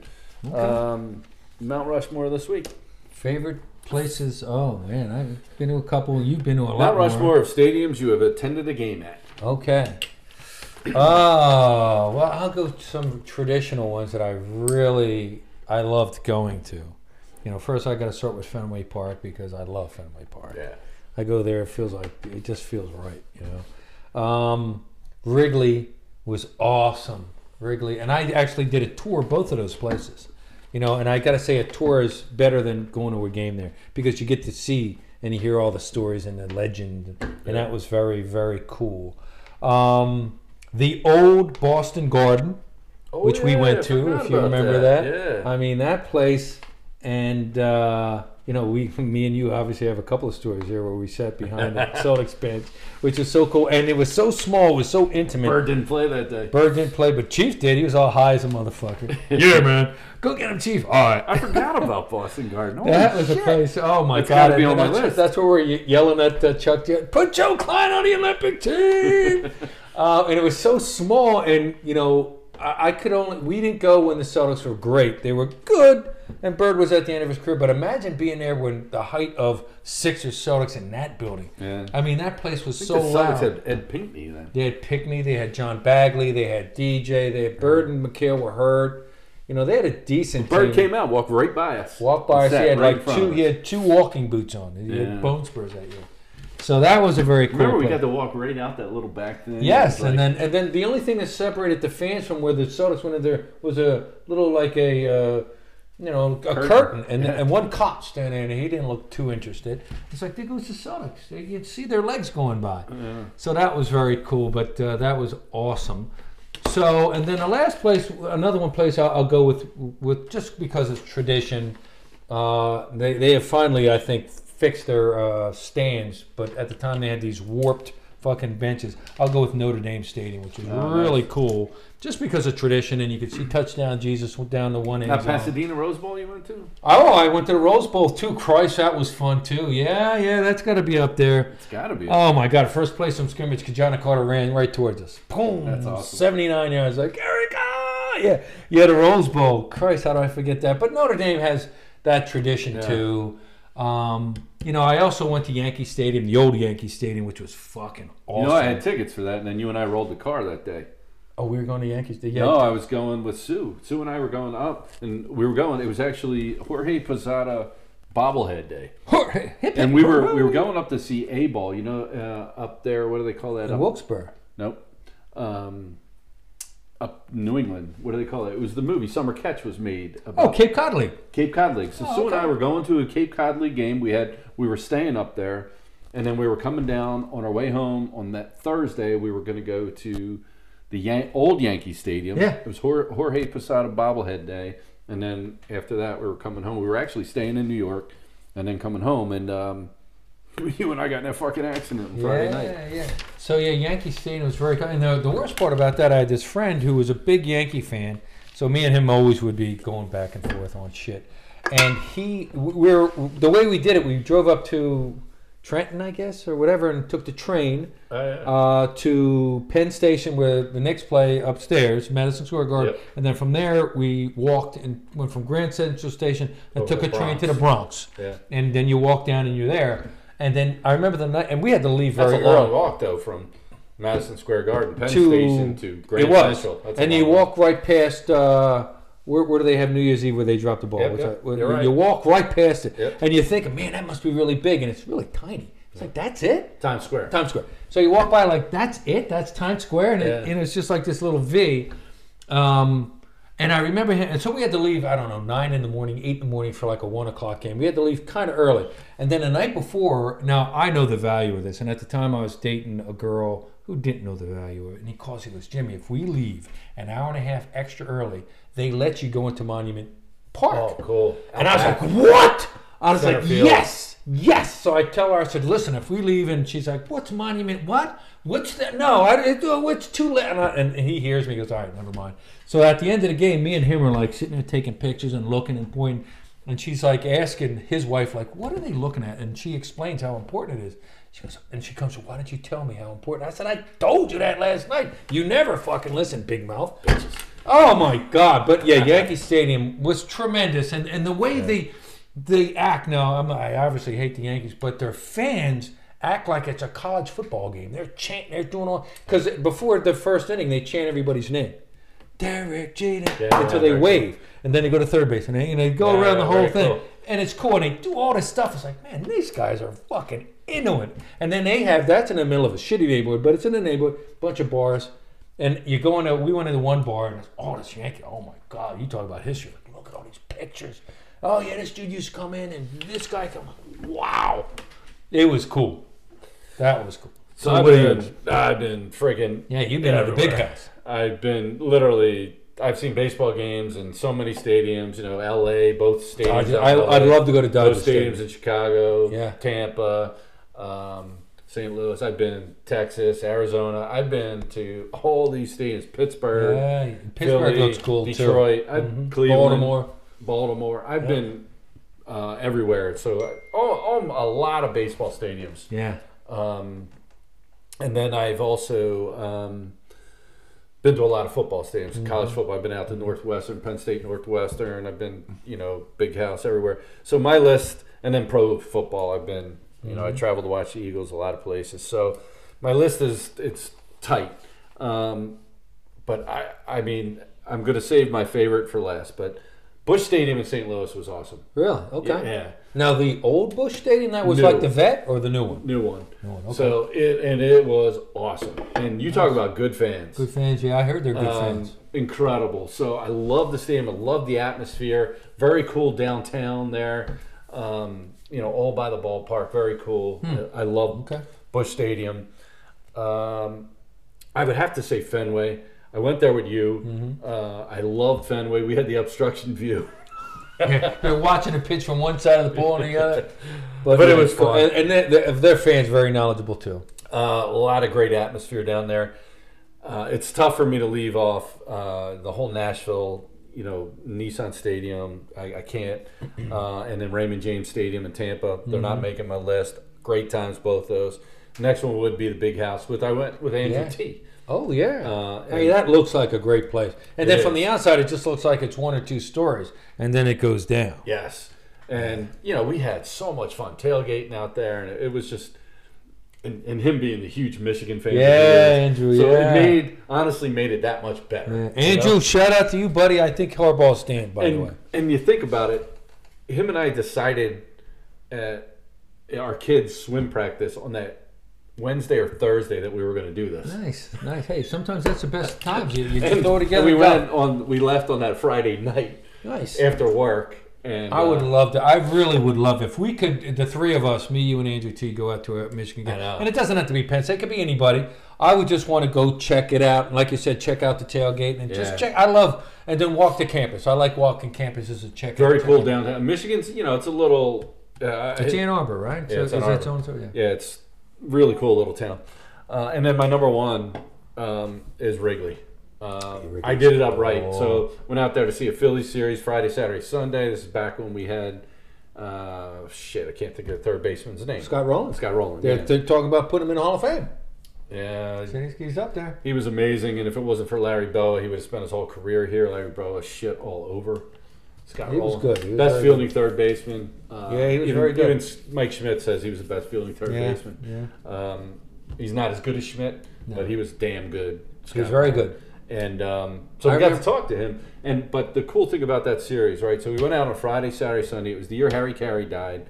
Speaker 2: Okay.
Speaker 1: Um, Mount Rushmore this week.
Speaker 2: Uh, Favorite places? Oh man, I've been to a couple. You've been to a lot.
Speaker 1: Mount
Speaker 2: more.
Speaker 1: Rushmore of stadiums you have attended a game at.
Speaker 2: Okay. Oh well, I'll go with some traditional ones that I really I loved going to. You know, first I got to start with Fenway Park because I love Fenway Park.
Speaker 1: Yeah.
Speaker 2: I go there. It feels like it just feels right. You know, um, Wrigley was awesome. Wrigley, and I actually did a tour of both of those places. You know, and I got to say, a tour is better than going to a game there because you get to see and you hear all the stories and the legend, and that was very very cool. Um, the old Boston Garden
Speaker 1: Oh,
Speaker 2: which we went to, if you remember that. I mean, that place, and uh, you know, we, (laughs) me and you, obviously have a couple of stories here where we sat behind the Celtics bench, which was so cool, and it was so small, it was so intimate.
Speaker 1: Bird didn't play that day.
Speaker 2: Bird didn't play, but Chief did. He was all high as a motherfucker. yeah, man, go get him, Chief. All right.
Speaker 1: I forgot about Boston Garden. Holy
Speaker 2: That was a
Speaker 1: shit.
Speaker 2: place. Oh my
Speaker 1: It's
Speaker 2: god!
Speaker 1: gotta be
Speaker 2: and
Speaker 1: on
Speaker 2: then
Speaker 1: my
Speaker 2: that's-
Speaker 1: list.
Speaker 2: That's where we're ye- yelling at uh, Chuck. Di- Put Joe Klein on the
Speaker 1: (laughs)
Speaker 2: Olympic team. uh, and it was so small, and you know, I, I could only. We didn't go when the Celtics were great. They were good, and Bird was at the end of his career. But imagine being there when the height of Sixers Celtics in that building.
Speaker 1: Yeah.
Speaker 2: I mean, that place was
Speaker 1: I think
Speaker 2: so
Speaker 1: the Celtics
Speaker 2: loud.
Speaker 1: had Ed Pinkney then.
Speaker 2: They had Pickney, they had John Bagley, they had DJ, they had Bird and McHale were hurt. You know, they had a decent
Speaker 1: Bird
Speaker 2: team.
Speaker 1: came out, walked right by us.
Speaker 2: Walked by us.
Speaker 1: Sat
Speaker 2: He had
Speaker 1: right in
Speaker 2: like
Speaker 1: front
Speaker 2: two.
Speaker 1: of
Speaker 2: He
Speaker 1: us.
Speaker 2: had two walking boots on. He
Speaker 1: Yeah.
Speaker 2: had bone spurs that year. So that was a very cool.
Speaker 1: Remember, we
Speaker 2: play.
Speaker 1: got to walk right out that little back thing.
Speaker 2: Yes,
Speaker 1: It was
Speaker 2: and
Speaker 1: like-
Speaker 2: then and then the only thing that separated the fans from where the Celtics went in there was a little like a uh, you know a curtain, and
Speaker 1: Yeah.
Speaker 2: and one cop standing there, and he didn't look too interested. It's like there goes the Celtics. They- You'd see their legs going by. So that was very cool, but uh, that was awesome. So and then the last place, another one place I'll, I'll go with with just because it's tradition. Uh, they, they have finally, I think, fixed their uh, stands, but at the time they had these warped fucking benches. I'll go with Notre Dame Stadium, which is really cool, just because of tradition, and you could see touchdown Jesus went down to one end
Speaker 1: Now,
Speaker 2: zone.
Speaker 1: Pasadena Rose Bowl you went to?
Speaker 2: Oh, I went to the Rose Bowl too. Christ, that was fun too. Yeah, yeah, that's got to be up there.
Speaker 1: It's got to be.
Speaker 2: Oh my God! First place from scrimmage, Kajana Carter ran right towards us. Boom!
Speaker 1: That's awesome.
Speaker 2: Seventy-nine yards. Like Erica, yeah, yeah. The Rose Bowl. Christ, how do I forget that? But Notre Dame has that tradition too. Um, you know, I also went to Yankee Stadium, the old Yankee Stadium, which was fucking
Speaker 1: you
Speaker 2: awesome.
Speaker 1: know, I had tickets for that, and then you and I rolled the car that day.
Speaker 2: oh, we were going to Yankees. Yeah.
Speaker 1: No, I was going with Sue. Sue and I were going up, and we were going. It was actually Jorge Posada bobblehead day,
Speaker 2: Hooray, hip,
Speaker 1: and
Speaker 2: hip,
Speaker 1: we were we were
Speaker 2: hooray.
Speaker 1: going up to see A ball. You know, uh, up there. What do they call that?
Speaker 2: in
Speaker 1: Up,
Speaker 2: Wilkesboro.
Speaker 1: Nope. Um, up New England. What do they call it? It was the movie Summer Catch was made about
Speaker 2: Oh, Cape Cod League.
Speaker 1: Cape Cod League. So Sue and I were going to a Cape Cod League game. We had we were staying up there, and then we were coming down on our way home on that Thursday. We were going to go to the Yan- old Yankee Stadium.
Speaker 2: Yeah.
Speaker 1: it was Jor- Jorge Posada bobblehead day, and then after that we were coming home. We were actually staying in New York, and then coming home, and um, (laughs) you and I got in that fucking accident on Friday night.
Speaker 2: Yeah, yeah. So yeah, Yankee Stadium was very. And the, the worst part about that, I had this friend who was a big Yankee fan. So me and him always would be going back and forth on shit. And he, we we're the way we did it. We drove up to Trenton, I guess, or whatever, and took the train uh, to Penn Station where the next play upstairs, Madison Square Garden,
Speaker 6: Yep.
Speaker 2: and then from there we walked and went from Grand Central Station and
Speaker 6: Over
Speaker 2: took
Speaker 6: the
Speaker 2: a train to
Speaker 6: Bronx.
Speaker 2: the Bronx.
Speaker 6: Yeah.
Speaker 2: And then you walk down and you're there. And then I remember the night, and we had to leave
Speaker 1: That's
Speaker 2: very
Speaker 1: a long
Speaker 2: early.
Speaker 1: walk though from Madison Square Garden, Penn
Speaker 2: To-
Speaker 1: Station to Grand
Speaker 2: it was,
Speaker 1: Central. That's a
Speaker 2: and you
Speaker 1: long walk.
Speaker 2: walk right past. Uh, where, where do they have New Year's Eve where they drop the ball?
Speaker 6: Yep,
Speaker 2: What's
Speaker 6: yep,
Speaker 2: that? Where-
Speaker 6: you're right.
Speaker 2: You walk right past it,
Speaker 6: Yep.
Speaker 2: and you're thinking, man, that must be really big, and it's really tiny. It's like that's it.
Speaker 6: Times Square.
Speaker 2: Times Square. So you walk by like that's it. That's Times Square, and, it,
Speaker 6: Yeah.
Speaker 2: and it's just like this little V. Um, and I remember him. And so we had to leave. I don't know, nine in the morning, eight in the morning for like a one o'clock game. We had to leave kind of early. And then the night before, now I know the value of this. And at the time, I was dating a girl who didn't know the value of it. And he calls. He goes, Jimmy, if we leave an hour and a half extra early, they let you go into Monument Park.
Speaker 6: Oh, cool.
Speaker 2: And I was like, what? I was like,
Speaker 6: Center field.
Speaker 2: yes, yes. So I tell her, I said, listen, if we leave, and she's like, what's monument? What? What's that? No, I, it, oh, it's too late. And, I, and he hears me, he goes, all right, never mind. So at the end of the game, me and him are like sitting there taking pictures and looking and pointing. And she's like asking his wife, like, what are they looking at? And she explains how important it is. She goes, and she comes, why didn't you tell me how important? I said, I told you that last night. You never fucking listen, big mouth. Oh my God! But yeah, Yankee Stadium was tremendous, and and the way they they act now. I'm, I obviously hate the Yankees, but their fans act like it's a college football game. They're chanting, they're doing all because before the first inning they chant everybody's name, Derek Jeter, until they wave, and then they go to third base, and they, and they go
Speaker 6: Yeah,
Speaker 2: around the whole
Speaker 6: very
Speaker 2: thing.
Speaker 6: cool.
Speaker 2: And it's cool, and they do all this stuff. It's like, man, these guys are fucking into it. And then they have that's in the middle of a shitty neighborhood, but it's in a neighborhood, bunch of bars. And you go into we went into one bar and it's all this Yankee. Oh my god, you talk about history. Like, look at all these pictures. Oh yeah, this dude used to come in and this guy come. Wow, it was cool. That was cool.
Speaker 1: So
Speaker 6: I've
Speaker 1: what do you-
Speaker 6: been, I've been friggin'
Speaker 2: Yeah, you've been to the big
Speaker 6: Everywhere.
Speaker 2: house.
Speaker 6: I've been literally. I've seen baseball games in so many stadiums. You know, L.A. Both
Speaker 2: I,
Speaker 6: stadiums.
Speaker 2: I,
Speaker 6: out in
Speaker 2: I'd
Speaker 6: LA,
Speaker 2: love to go to Dodger
Speaker 6: Both
Speaker 2: Stadium.
Speaker 6: stadiums in Chicago,
Speaker 2: Yeah.
Speaker 6: Tampa, um, St. Louis. I've been Texas, Arizona. I've been to all these stadiums. Pittsburgh,
Speaker 2: Yeah, Pittsburgh
Speaker 6: Philly,
Speaker 2: looks cool
Speaker 6: Detroit,
Speaker 2: too.
Speaker 6: I've-
Speaker 2: Mhm.
Speaker 6: Cleveland,
Speaker 2: Baltimore.
Speaker 6: Baltimore. I've been uh, everywhere. So I, oh, oh, a lot of baseball stadiums.
Speaker 2: Yeah.
Speaker 6: Um, and then I've also um, been to a lot of football stadiums,
Speaker 2: Mm-hmm.
Speaker 6: college football. I've been out to Northwestern, Penn State, Northwestern. I've been, you know, big house everywhere. So my list, and then pro football. I've been, you
Speaker 2: Mm-hmm.
Speaker 6: know, I traveled to watch the Eagles a lot of places. So my list is it's tight, um, but I, I mean,
Speaker 1: I'm going to save my favorite for last, but Bush Stadium in St. Louis was awesome.
Speaker 2: Really? Okay.
Speaker 1: Yeah.
Speaker 2: Now the old Bush Stadium that was
Speaker 1: No.
Speaker 2: like the vet or the new one?
Speaker 1: New one.
Speaker 2: New one, okay.
Speaker 1: So it and it was awesome. And you talk about good fans.
Speaker 2: Good fans, yeah, I heard they're good
Speaker 1: Um,
Speaker 2: fans.
Speaker 1: incredible. So I love the stadium. I love the atmosphere. Very cool downtown there. Um, you know, all by the ballpark. Very cool. I love
Speaker 2: Okay.
Speaker 1: Bush Stadium. Um, I would have to say Fenway. I went there with you. Uh, I love Fenway. We had the obstruction view,
Speaker 2: they're watching a pitch from one side of the ball (laughs) and the other.
Speaker 1: (laughs) but it
Speaker 2: yeah,
Speaker 1: was fun.
Speaker 2: And, and their, their fans very knowledgeable too.
Speaker 1: Uh, a lot of great atmosphere down there. Uh, it's tough for me to leave off uh, the whole Nashville, you know, Nissan Stadium. I, I
Speaker 2: (clears throat)
Speaker 1: can't. Uh, and then Raymond James Stadium in Tampa. They're
Speaker 2: Mm-hmm.
Speaker 1: not making my list. Great times, both those. Next one would be the Big House with I went with Andrew
Speaker 2: Yeah.
Speaker 1: T.
Speaker 2: Oh yeah,
Speaker 1: Uh,
Speaker 2: I mean that looks like a great place. And
Speaker 1: It
Speaker 2: then from
Speaker 1: is.
Speaker 2: the outside, it just looks like it's one or two stories, and then it goes down.
Speaker 1: Yes. And, you know, we had so much fun tailgating out there, and it, it was just. And, and him being the huge Michigan fan. that he
Speaker 2: Yeah,
Speaker 1: is.
Speaker 2: Andrew,
Speaker 1: So
Speaker 2: yeah.
Speaker 1: it made honestly made it that much better. you know?
Speaker 2: Andrew, shout out to you, buddy. I think Harbaugh's stand by the way.
Speaker 1: and, and you think about it, him and I decided at our kids' swim practice on that Wednesday or Thursday that we were going to do
Speaker 2: (laughs)
Speaker 1: this.
Speaker 2: Nice, nice. Hey, sometimes that's the best times. You, you
Speaker 1: And,
Speaker 2: just throw together.
Speaker 1: and we
Speaker 2: (laughs) and
Speaker 1: went on. We left on that Friday night
Speaker 2: go. Nice.
Speaker 1: after work, and
Speaker 2: I would
Speaker 1: uh,
Speaker 2: love to. I really would love if we could, the three of us, me, you, and Andrew T, go out to a Michigan game.
Speaker 1: I know.
Speaker 2: And it doesn't have to be Penn State; it could be anybody. I would just want to go check it out, and like you said, check out the tailgate and just
Speaker 1: Yeah.
Speaker 2: check. I love and then walk the campus. I like walking campuses and checking.
Speaker 1: very
Speaker 2: checking-
Speaker 1: cool downtown. Michigan's, you know, it's a little. Uh,
Speaker 2: It's Ann Arbor, right?
Speaker 1: Yeah, it's Ann
Speaker 2: is
Speaker 1: Arbor.
Speaker 2: that so and so? Yeah.
Speaker 1: yeah, it's really cool little town. Uh, and then my number one um, is Wrigley. Um, I did it up right. So went out there to see a Phillies series Friday, Saturday, Sunday. This is back when we had uh, shit. I can't think of the third baseman's name.
Speaker 2: Scott Rollins.
Speaker 1: Scott Rowland.
Speaker 2: They're,
Speaker 1: Yeah.
Speaker 2: they're talking about putting him in the Hall of Fame.
Speaker 1: yeah,
Speaker 2: He's up there.
Speaker 1: he was amazing. And if it wasn't for Larry Boa, he would have spent his whole career here. Larry Boa, shit all over. Scott
Speaker 2: He was
Speaker 1: Rowland.
Speaker 2: good. He was
Speaker 1: best
Speaker 2: very
Speaker 1: fielding third baseman. Uh,
Speaker 2: Yeah, he was
Speaker 1: even,
Speaker 2: very good.
Speaker 1: Even Mike Schmidt says he was the best fielding third baseman.
Speaker 2: yeah.
Speaker 1: Um, he's not as good as Schmidt, but he was damn good.
Speaker 2: He was very good.
Speaker 1: And um, so we
Speaker 2: I
Speaker 1: got
Speaker 2: remember-
Speaker 1: to talk to him. And but the cool thing about that series, right? So we went out on Friday, Saturday, Sunday. It was the year Harry Carey died,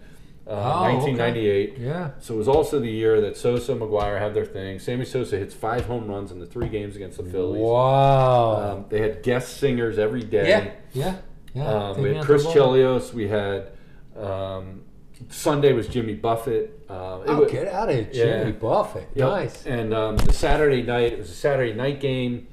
Speaker 1: uh,
Speaker 2: Oh, okay.
Speaker 1: 1998.
Speaker 2: Yeah.
Speaker 1: So it was also the year that Sosa and McGuire have their thing. Sammy Sosa hits five home runs in the three games against the Phillies.
Speaker 2: Wow.
Speaker 1: Um, they had guest singers every day.
Speaker 2: yeah. Yeah. Yeah.
Speaker 1: Um, we
Speaker 2: Take me
Speaker 1: had
Speaker 2: out
Speaker 1: Chris
Speaker 2: the ball.
Speaker 1: Chelios. We had um, Sunday was Jimmy Buffett. Um, it
Speaker 2: Oh,
Speaker 1: wa-
Speaker 2: get out of here, Jimmy
Speaker 1: Yeah.
Speaker 2: Buffett.
Speaker 1: Yep.
Speaker 2: Nice.
Speaker 1: And um, the Saturday night, it was a Saturday night game,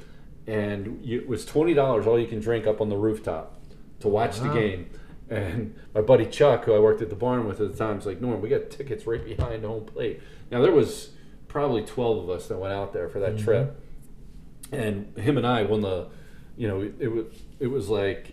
Speaker 1: and you, it was twenty dollars all you can drink up on the rooftop to watch the game. And my buddy Chuck, who I worked at the barn with at the time, was like, "Norm, we got tickets right behind home plate." Now there was probably twelve of us that went out there for that trip, and him and I won the, you know, it, it was it was like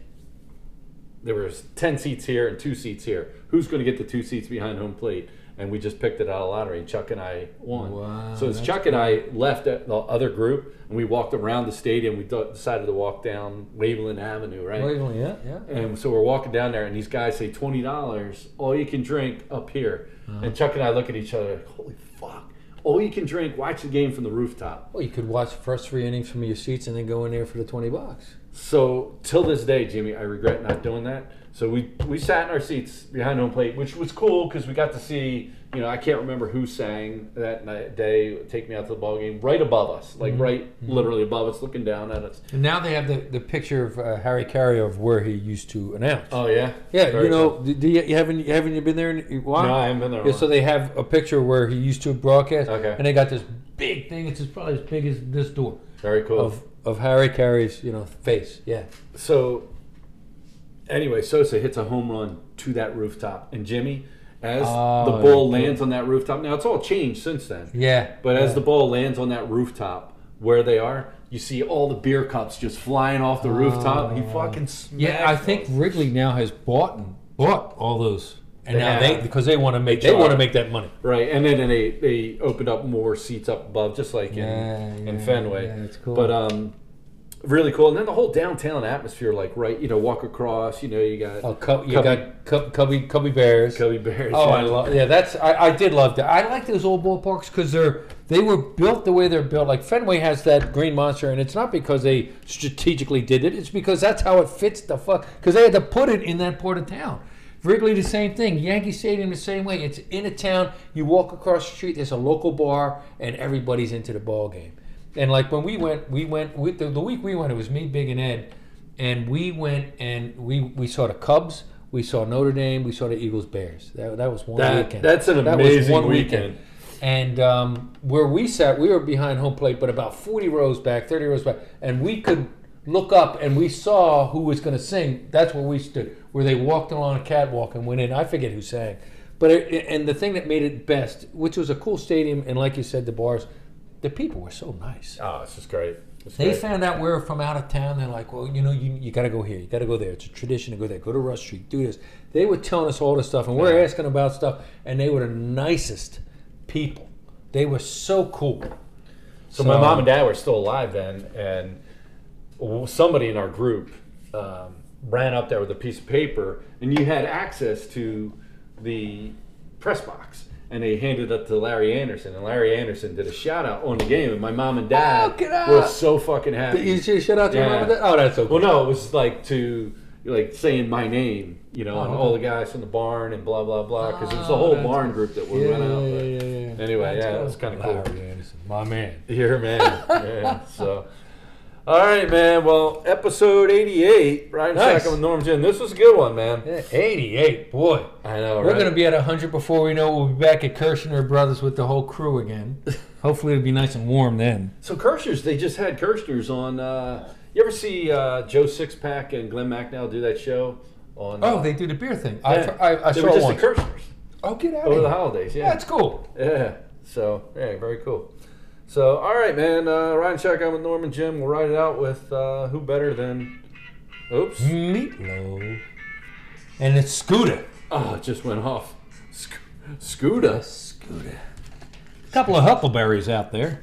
Speaker 1: there was 10 seats here and two seats here. Who's going to get the two seats behind home plate? And we just picked it out of the lottery. and Chuck and I won.
Speaker 2: Wow,
Speaker 1: so as
Speaker 2: that's
Speaker 1: Chuck and I left at the other group and we walked around the stadium, we d- decided to walk down Waveland Avenue, right?
Speaker 2: Cleveland, yeah, yeah.
Speaker 1: And so we're walking down there, and these guys say twenty dollars, all you can drink up here. And Chuck and I look at each other, like, holy fuck! All you can drink. Watch the game from the rooftop.
Speaker 2: Well, you could watch the first three innings from your seats and then go in there for the 20 bucks.
Speaker 1: So till this day, Jimmy, I regret not doing that. So we we sat in our seats behind home plate, which was cool because we got to see. You know, I can't remember who sang that night, day. Take me out to the ball game, right above us, like right, literally above us, looking down at us.
Speaker 2: And now they have the, the picture of uh, Harry Carey of where he used to announce.
Speaker 1: Oh yeah,
Speaker 2: yeah,
Speaker 1: Very
Speaker 2: you know,
Speaker 1: cool.
Speaker 2: do do you, you haven't haven't you been there? In, why?
Speaker 1: No, I haven't been there in a
Speaker 2: Yeah, so
Speaker 1: while.
Speaker 2: they have a picture where he used to broadcast.
Speaker 1: Okay.
Speaker 2: And they got this big thing. It's just probably as big as this door
Speaker 1: very cool.
Speaker 2: of of Harry Carey's you know face. Yeah.
Speaker 1: So anyway, Sosa hits a home run to that rooftop, and Jimmy, as
Speaker 2: Oh,
Speaker 1: the ball lands on that rooftop, now it's all changed since then.
Speaker 2: Yeah.
Speaker 1: But as the ball lands on that rooftop where they are, you see all the beer cups just flying off the rooftop. He fucking smashed
Speaker 2: Yeah, I think
Speaker 1: those.
Speaker 2: Wrigley now has bought and bought all those, and now they
Speaker 1: have.
Speaker 2: because they want to make
Speaker 1: They
Speaker 2: they want to
Speaker 1: tried.
Speaker 2: make that money.
Speaker 1: right, and then they they opened up more seats up above, just like in
Speaker 2: Yeah,
Speaker 1: in
Speaker 2: yeah,
Speaker 1: Fenway.
Speaker 2: yeah, it's cool.
Speaker 1: But um, really cool. And then the whole downtown atmosphere, like right, you know, walk across, you know, you got
Speaker 2: Oh, cub, you got cub, cubby, cubby bears.
Speaker 1: Cubby Bears.
Speaker 2: Oh, I
Speaker 1: yeah.
Speaker 2: love. Yeah, that's. I, I did love that. I like those old ballparks because they're they were built the way they're built. Like Fenway has that green monster, and it's not because they strategically did it. It's because that's how it fits the fuck. Because they had to put it in that part of town. Wrigley, the same thing. Yankee Stadium, the same way. It's in a town. You walk across the street. There's a local bar, and everybody's into the ball game. And like when we went, we went with the, the week we went. It was me, Big, and Ed, and we went and we we saw the Cubs, we saw Notre Dame, we saw the Eagles, Bears. That, that was one
Speaker 1: That-
Speaker 2: weekend.
Speaker 1: that's an
Speaker 2: was
Speaker 1: amazing
Speaker 2: one
Speaker 1: weekend.
Speaker 2: And um, where we sat, we were behind home plate, but about forty rows back, thirty rows back, and we could look up and we saw who was going to sing. That's where we stood, where they walked along a catwalk and went in. I forget who sang, but it, and the thing that made it best, which was a cool stadium, and like you said, the bars. The people were so nice.
Speaker 1: Oh, this is great. It's
Speaker 2: They
Speaker 1: great.
Speaker 2: found out we're from out of town. They're like, well, you know, you, you got to go here. You got to go there. It's a tradition to go there. Go to Rush Street. Do this. They were telling us all this stuff, and we're asking about stuff, and they were the nicest people. They were so cool.
Speaker 1: So, my mom and dad were still alive then, and w- somebody in our group um, ran up there with a piece of paper, and you had access to the press box, and they handed it to Larry Anderson, and Larry Anderson did a shout out on the game, and my mom and dad
Speaker 2: Look it up.
Speaker 1: were so fucking happy.
Speaker 2: You should shout out to your mom and
Speaker 1: Yeah.
Speaker 2: dad? Oh, that's so cool.
Speaker 1: Well, no, it was like to like saying my name, you know, and all the guys from the barn and blah blah blah, because it was the whole barn group that we went out. with. Anyway, yeah, it was kind of cool.
Speaker 2: Larry Anderson, my man.
Speaker 1: Here, man. yeah, so. All right, man. Well, episode 88, Ryan
Speaker 2: Nice.
Speaker 1: Sackham and Norm Jim. This was a good one, man.
Speaker 2: Yeah, 88, boy.
Speaker 1: I know,
Speaker 2: We're
Speaker 1: right?
Speaker 2: going to be at 100 before we know it. We'll be back at Kirshner Brothers with the whole crew again. (laughs) Hopefully, it'll be nice and warm then.
Speaker 1: so Kirschner's, they just had Kirschner's on. Uh, you ever see uh, Joe Sixpack and Glenn McNeil do that show on?
Speaker 2: Oh,
Speaker 1: uh,
Speaker 2: they do the beer thing.
Speaker 1: yeah.
Speaker 2: I, I, I
Speaker 1: they
Speaker 2: saw
Speaker 1: were just
Speaker 2: one.
Speaker 1: at Kirschner's
Speaker 2: oh, get out of
Speaker 1: over the
Speaker 2: here.
Speaker 1: holidays. Yeah,
Speaker 2: That's cool.
Speaker 1: yeah. So yeah, very cool. So all right, man. Uh, Ryan Sackham with Norm and Jim. We'll ride it out with uh, who better than? Oops.
Speaker 2: Meatloaf. And it's Scooter.
Speaker 1: Oh, it just went off. Sc- Scooter.
Speaker 2: Scooter.
Speaker 5: A couple of huckleberries out there.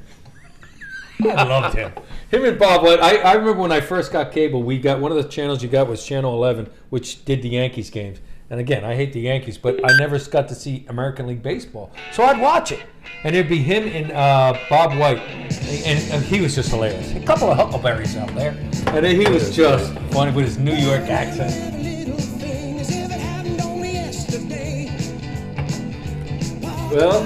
Speaker 5: I loved him.
Speaker 2: Him and Bob Lett. I, I remember when I first got cable, we got one of the channels you got was Channel 11, which did the Yankees games. And again, I hate the Yankees, but I never got to see American League Baseball. So I'd watch it. And it'd be him and uh, Bob White. And, and he was just hilarious. A couple of huckleberries out there. And then he was just funny with his New York accent.
Speaker 1: Well,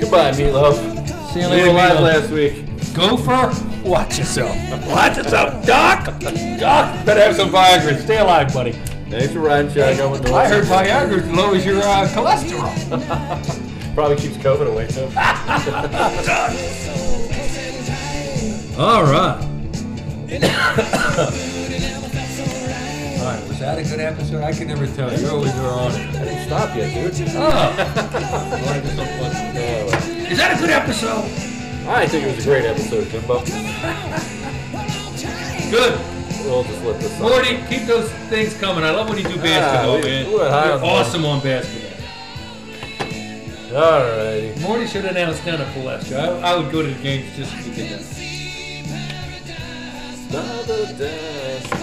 Speaker 1: goodbye, Meatloaf.
Speaker 2: See you
Speaker 1: We
Speaker 2: later,
Speaker 1: were live
Speaker 2: Meatloaf.
Speaker 1: last week.
Speaker 5: Gopher, watch yourself. Watch yourself, Doc. Doc, better have some Viagra. Stay alive, buddy.
Speaker 1: Thanks for riding, Shag. I went
Speaker 5: I heard Viagra lowers your uh, cholesterol.
Speaker 1: probably keeps COVID away too.
Speaker 5: All right. (coughs) All right, was that a good episode? I can never tell. You always are on it.
Speaker 1: I didn't stop yet, dude.
Speaker 5: Oh.
Speaker 1: Uh,
Speaker 5: Is that a good episode?
Speaker 1: I think it was a great episode, Jimbo.
Speaker 5: Good.
Speaker 1: We'll just let this. Up.
Speaker 5: Morty, keep those things coming. I love when you do basketball,
Speaker 1: Ah, we-
Speaker 5: man.
Speaker 1: we're high on
Speaker 5: You're
Speaker 1: that.
Speaker 5: awesome on basketball.
Speaker 1: All righty.
Speaker 5: Morty should announce down at Palestra. I, I would go to the games just to get that.
Speaker 1: Another dance.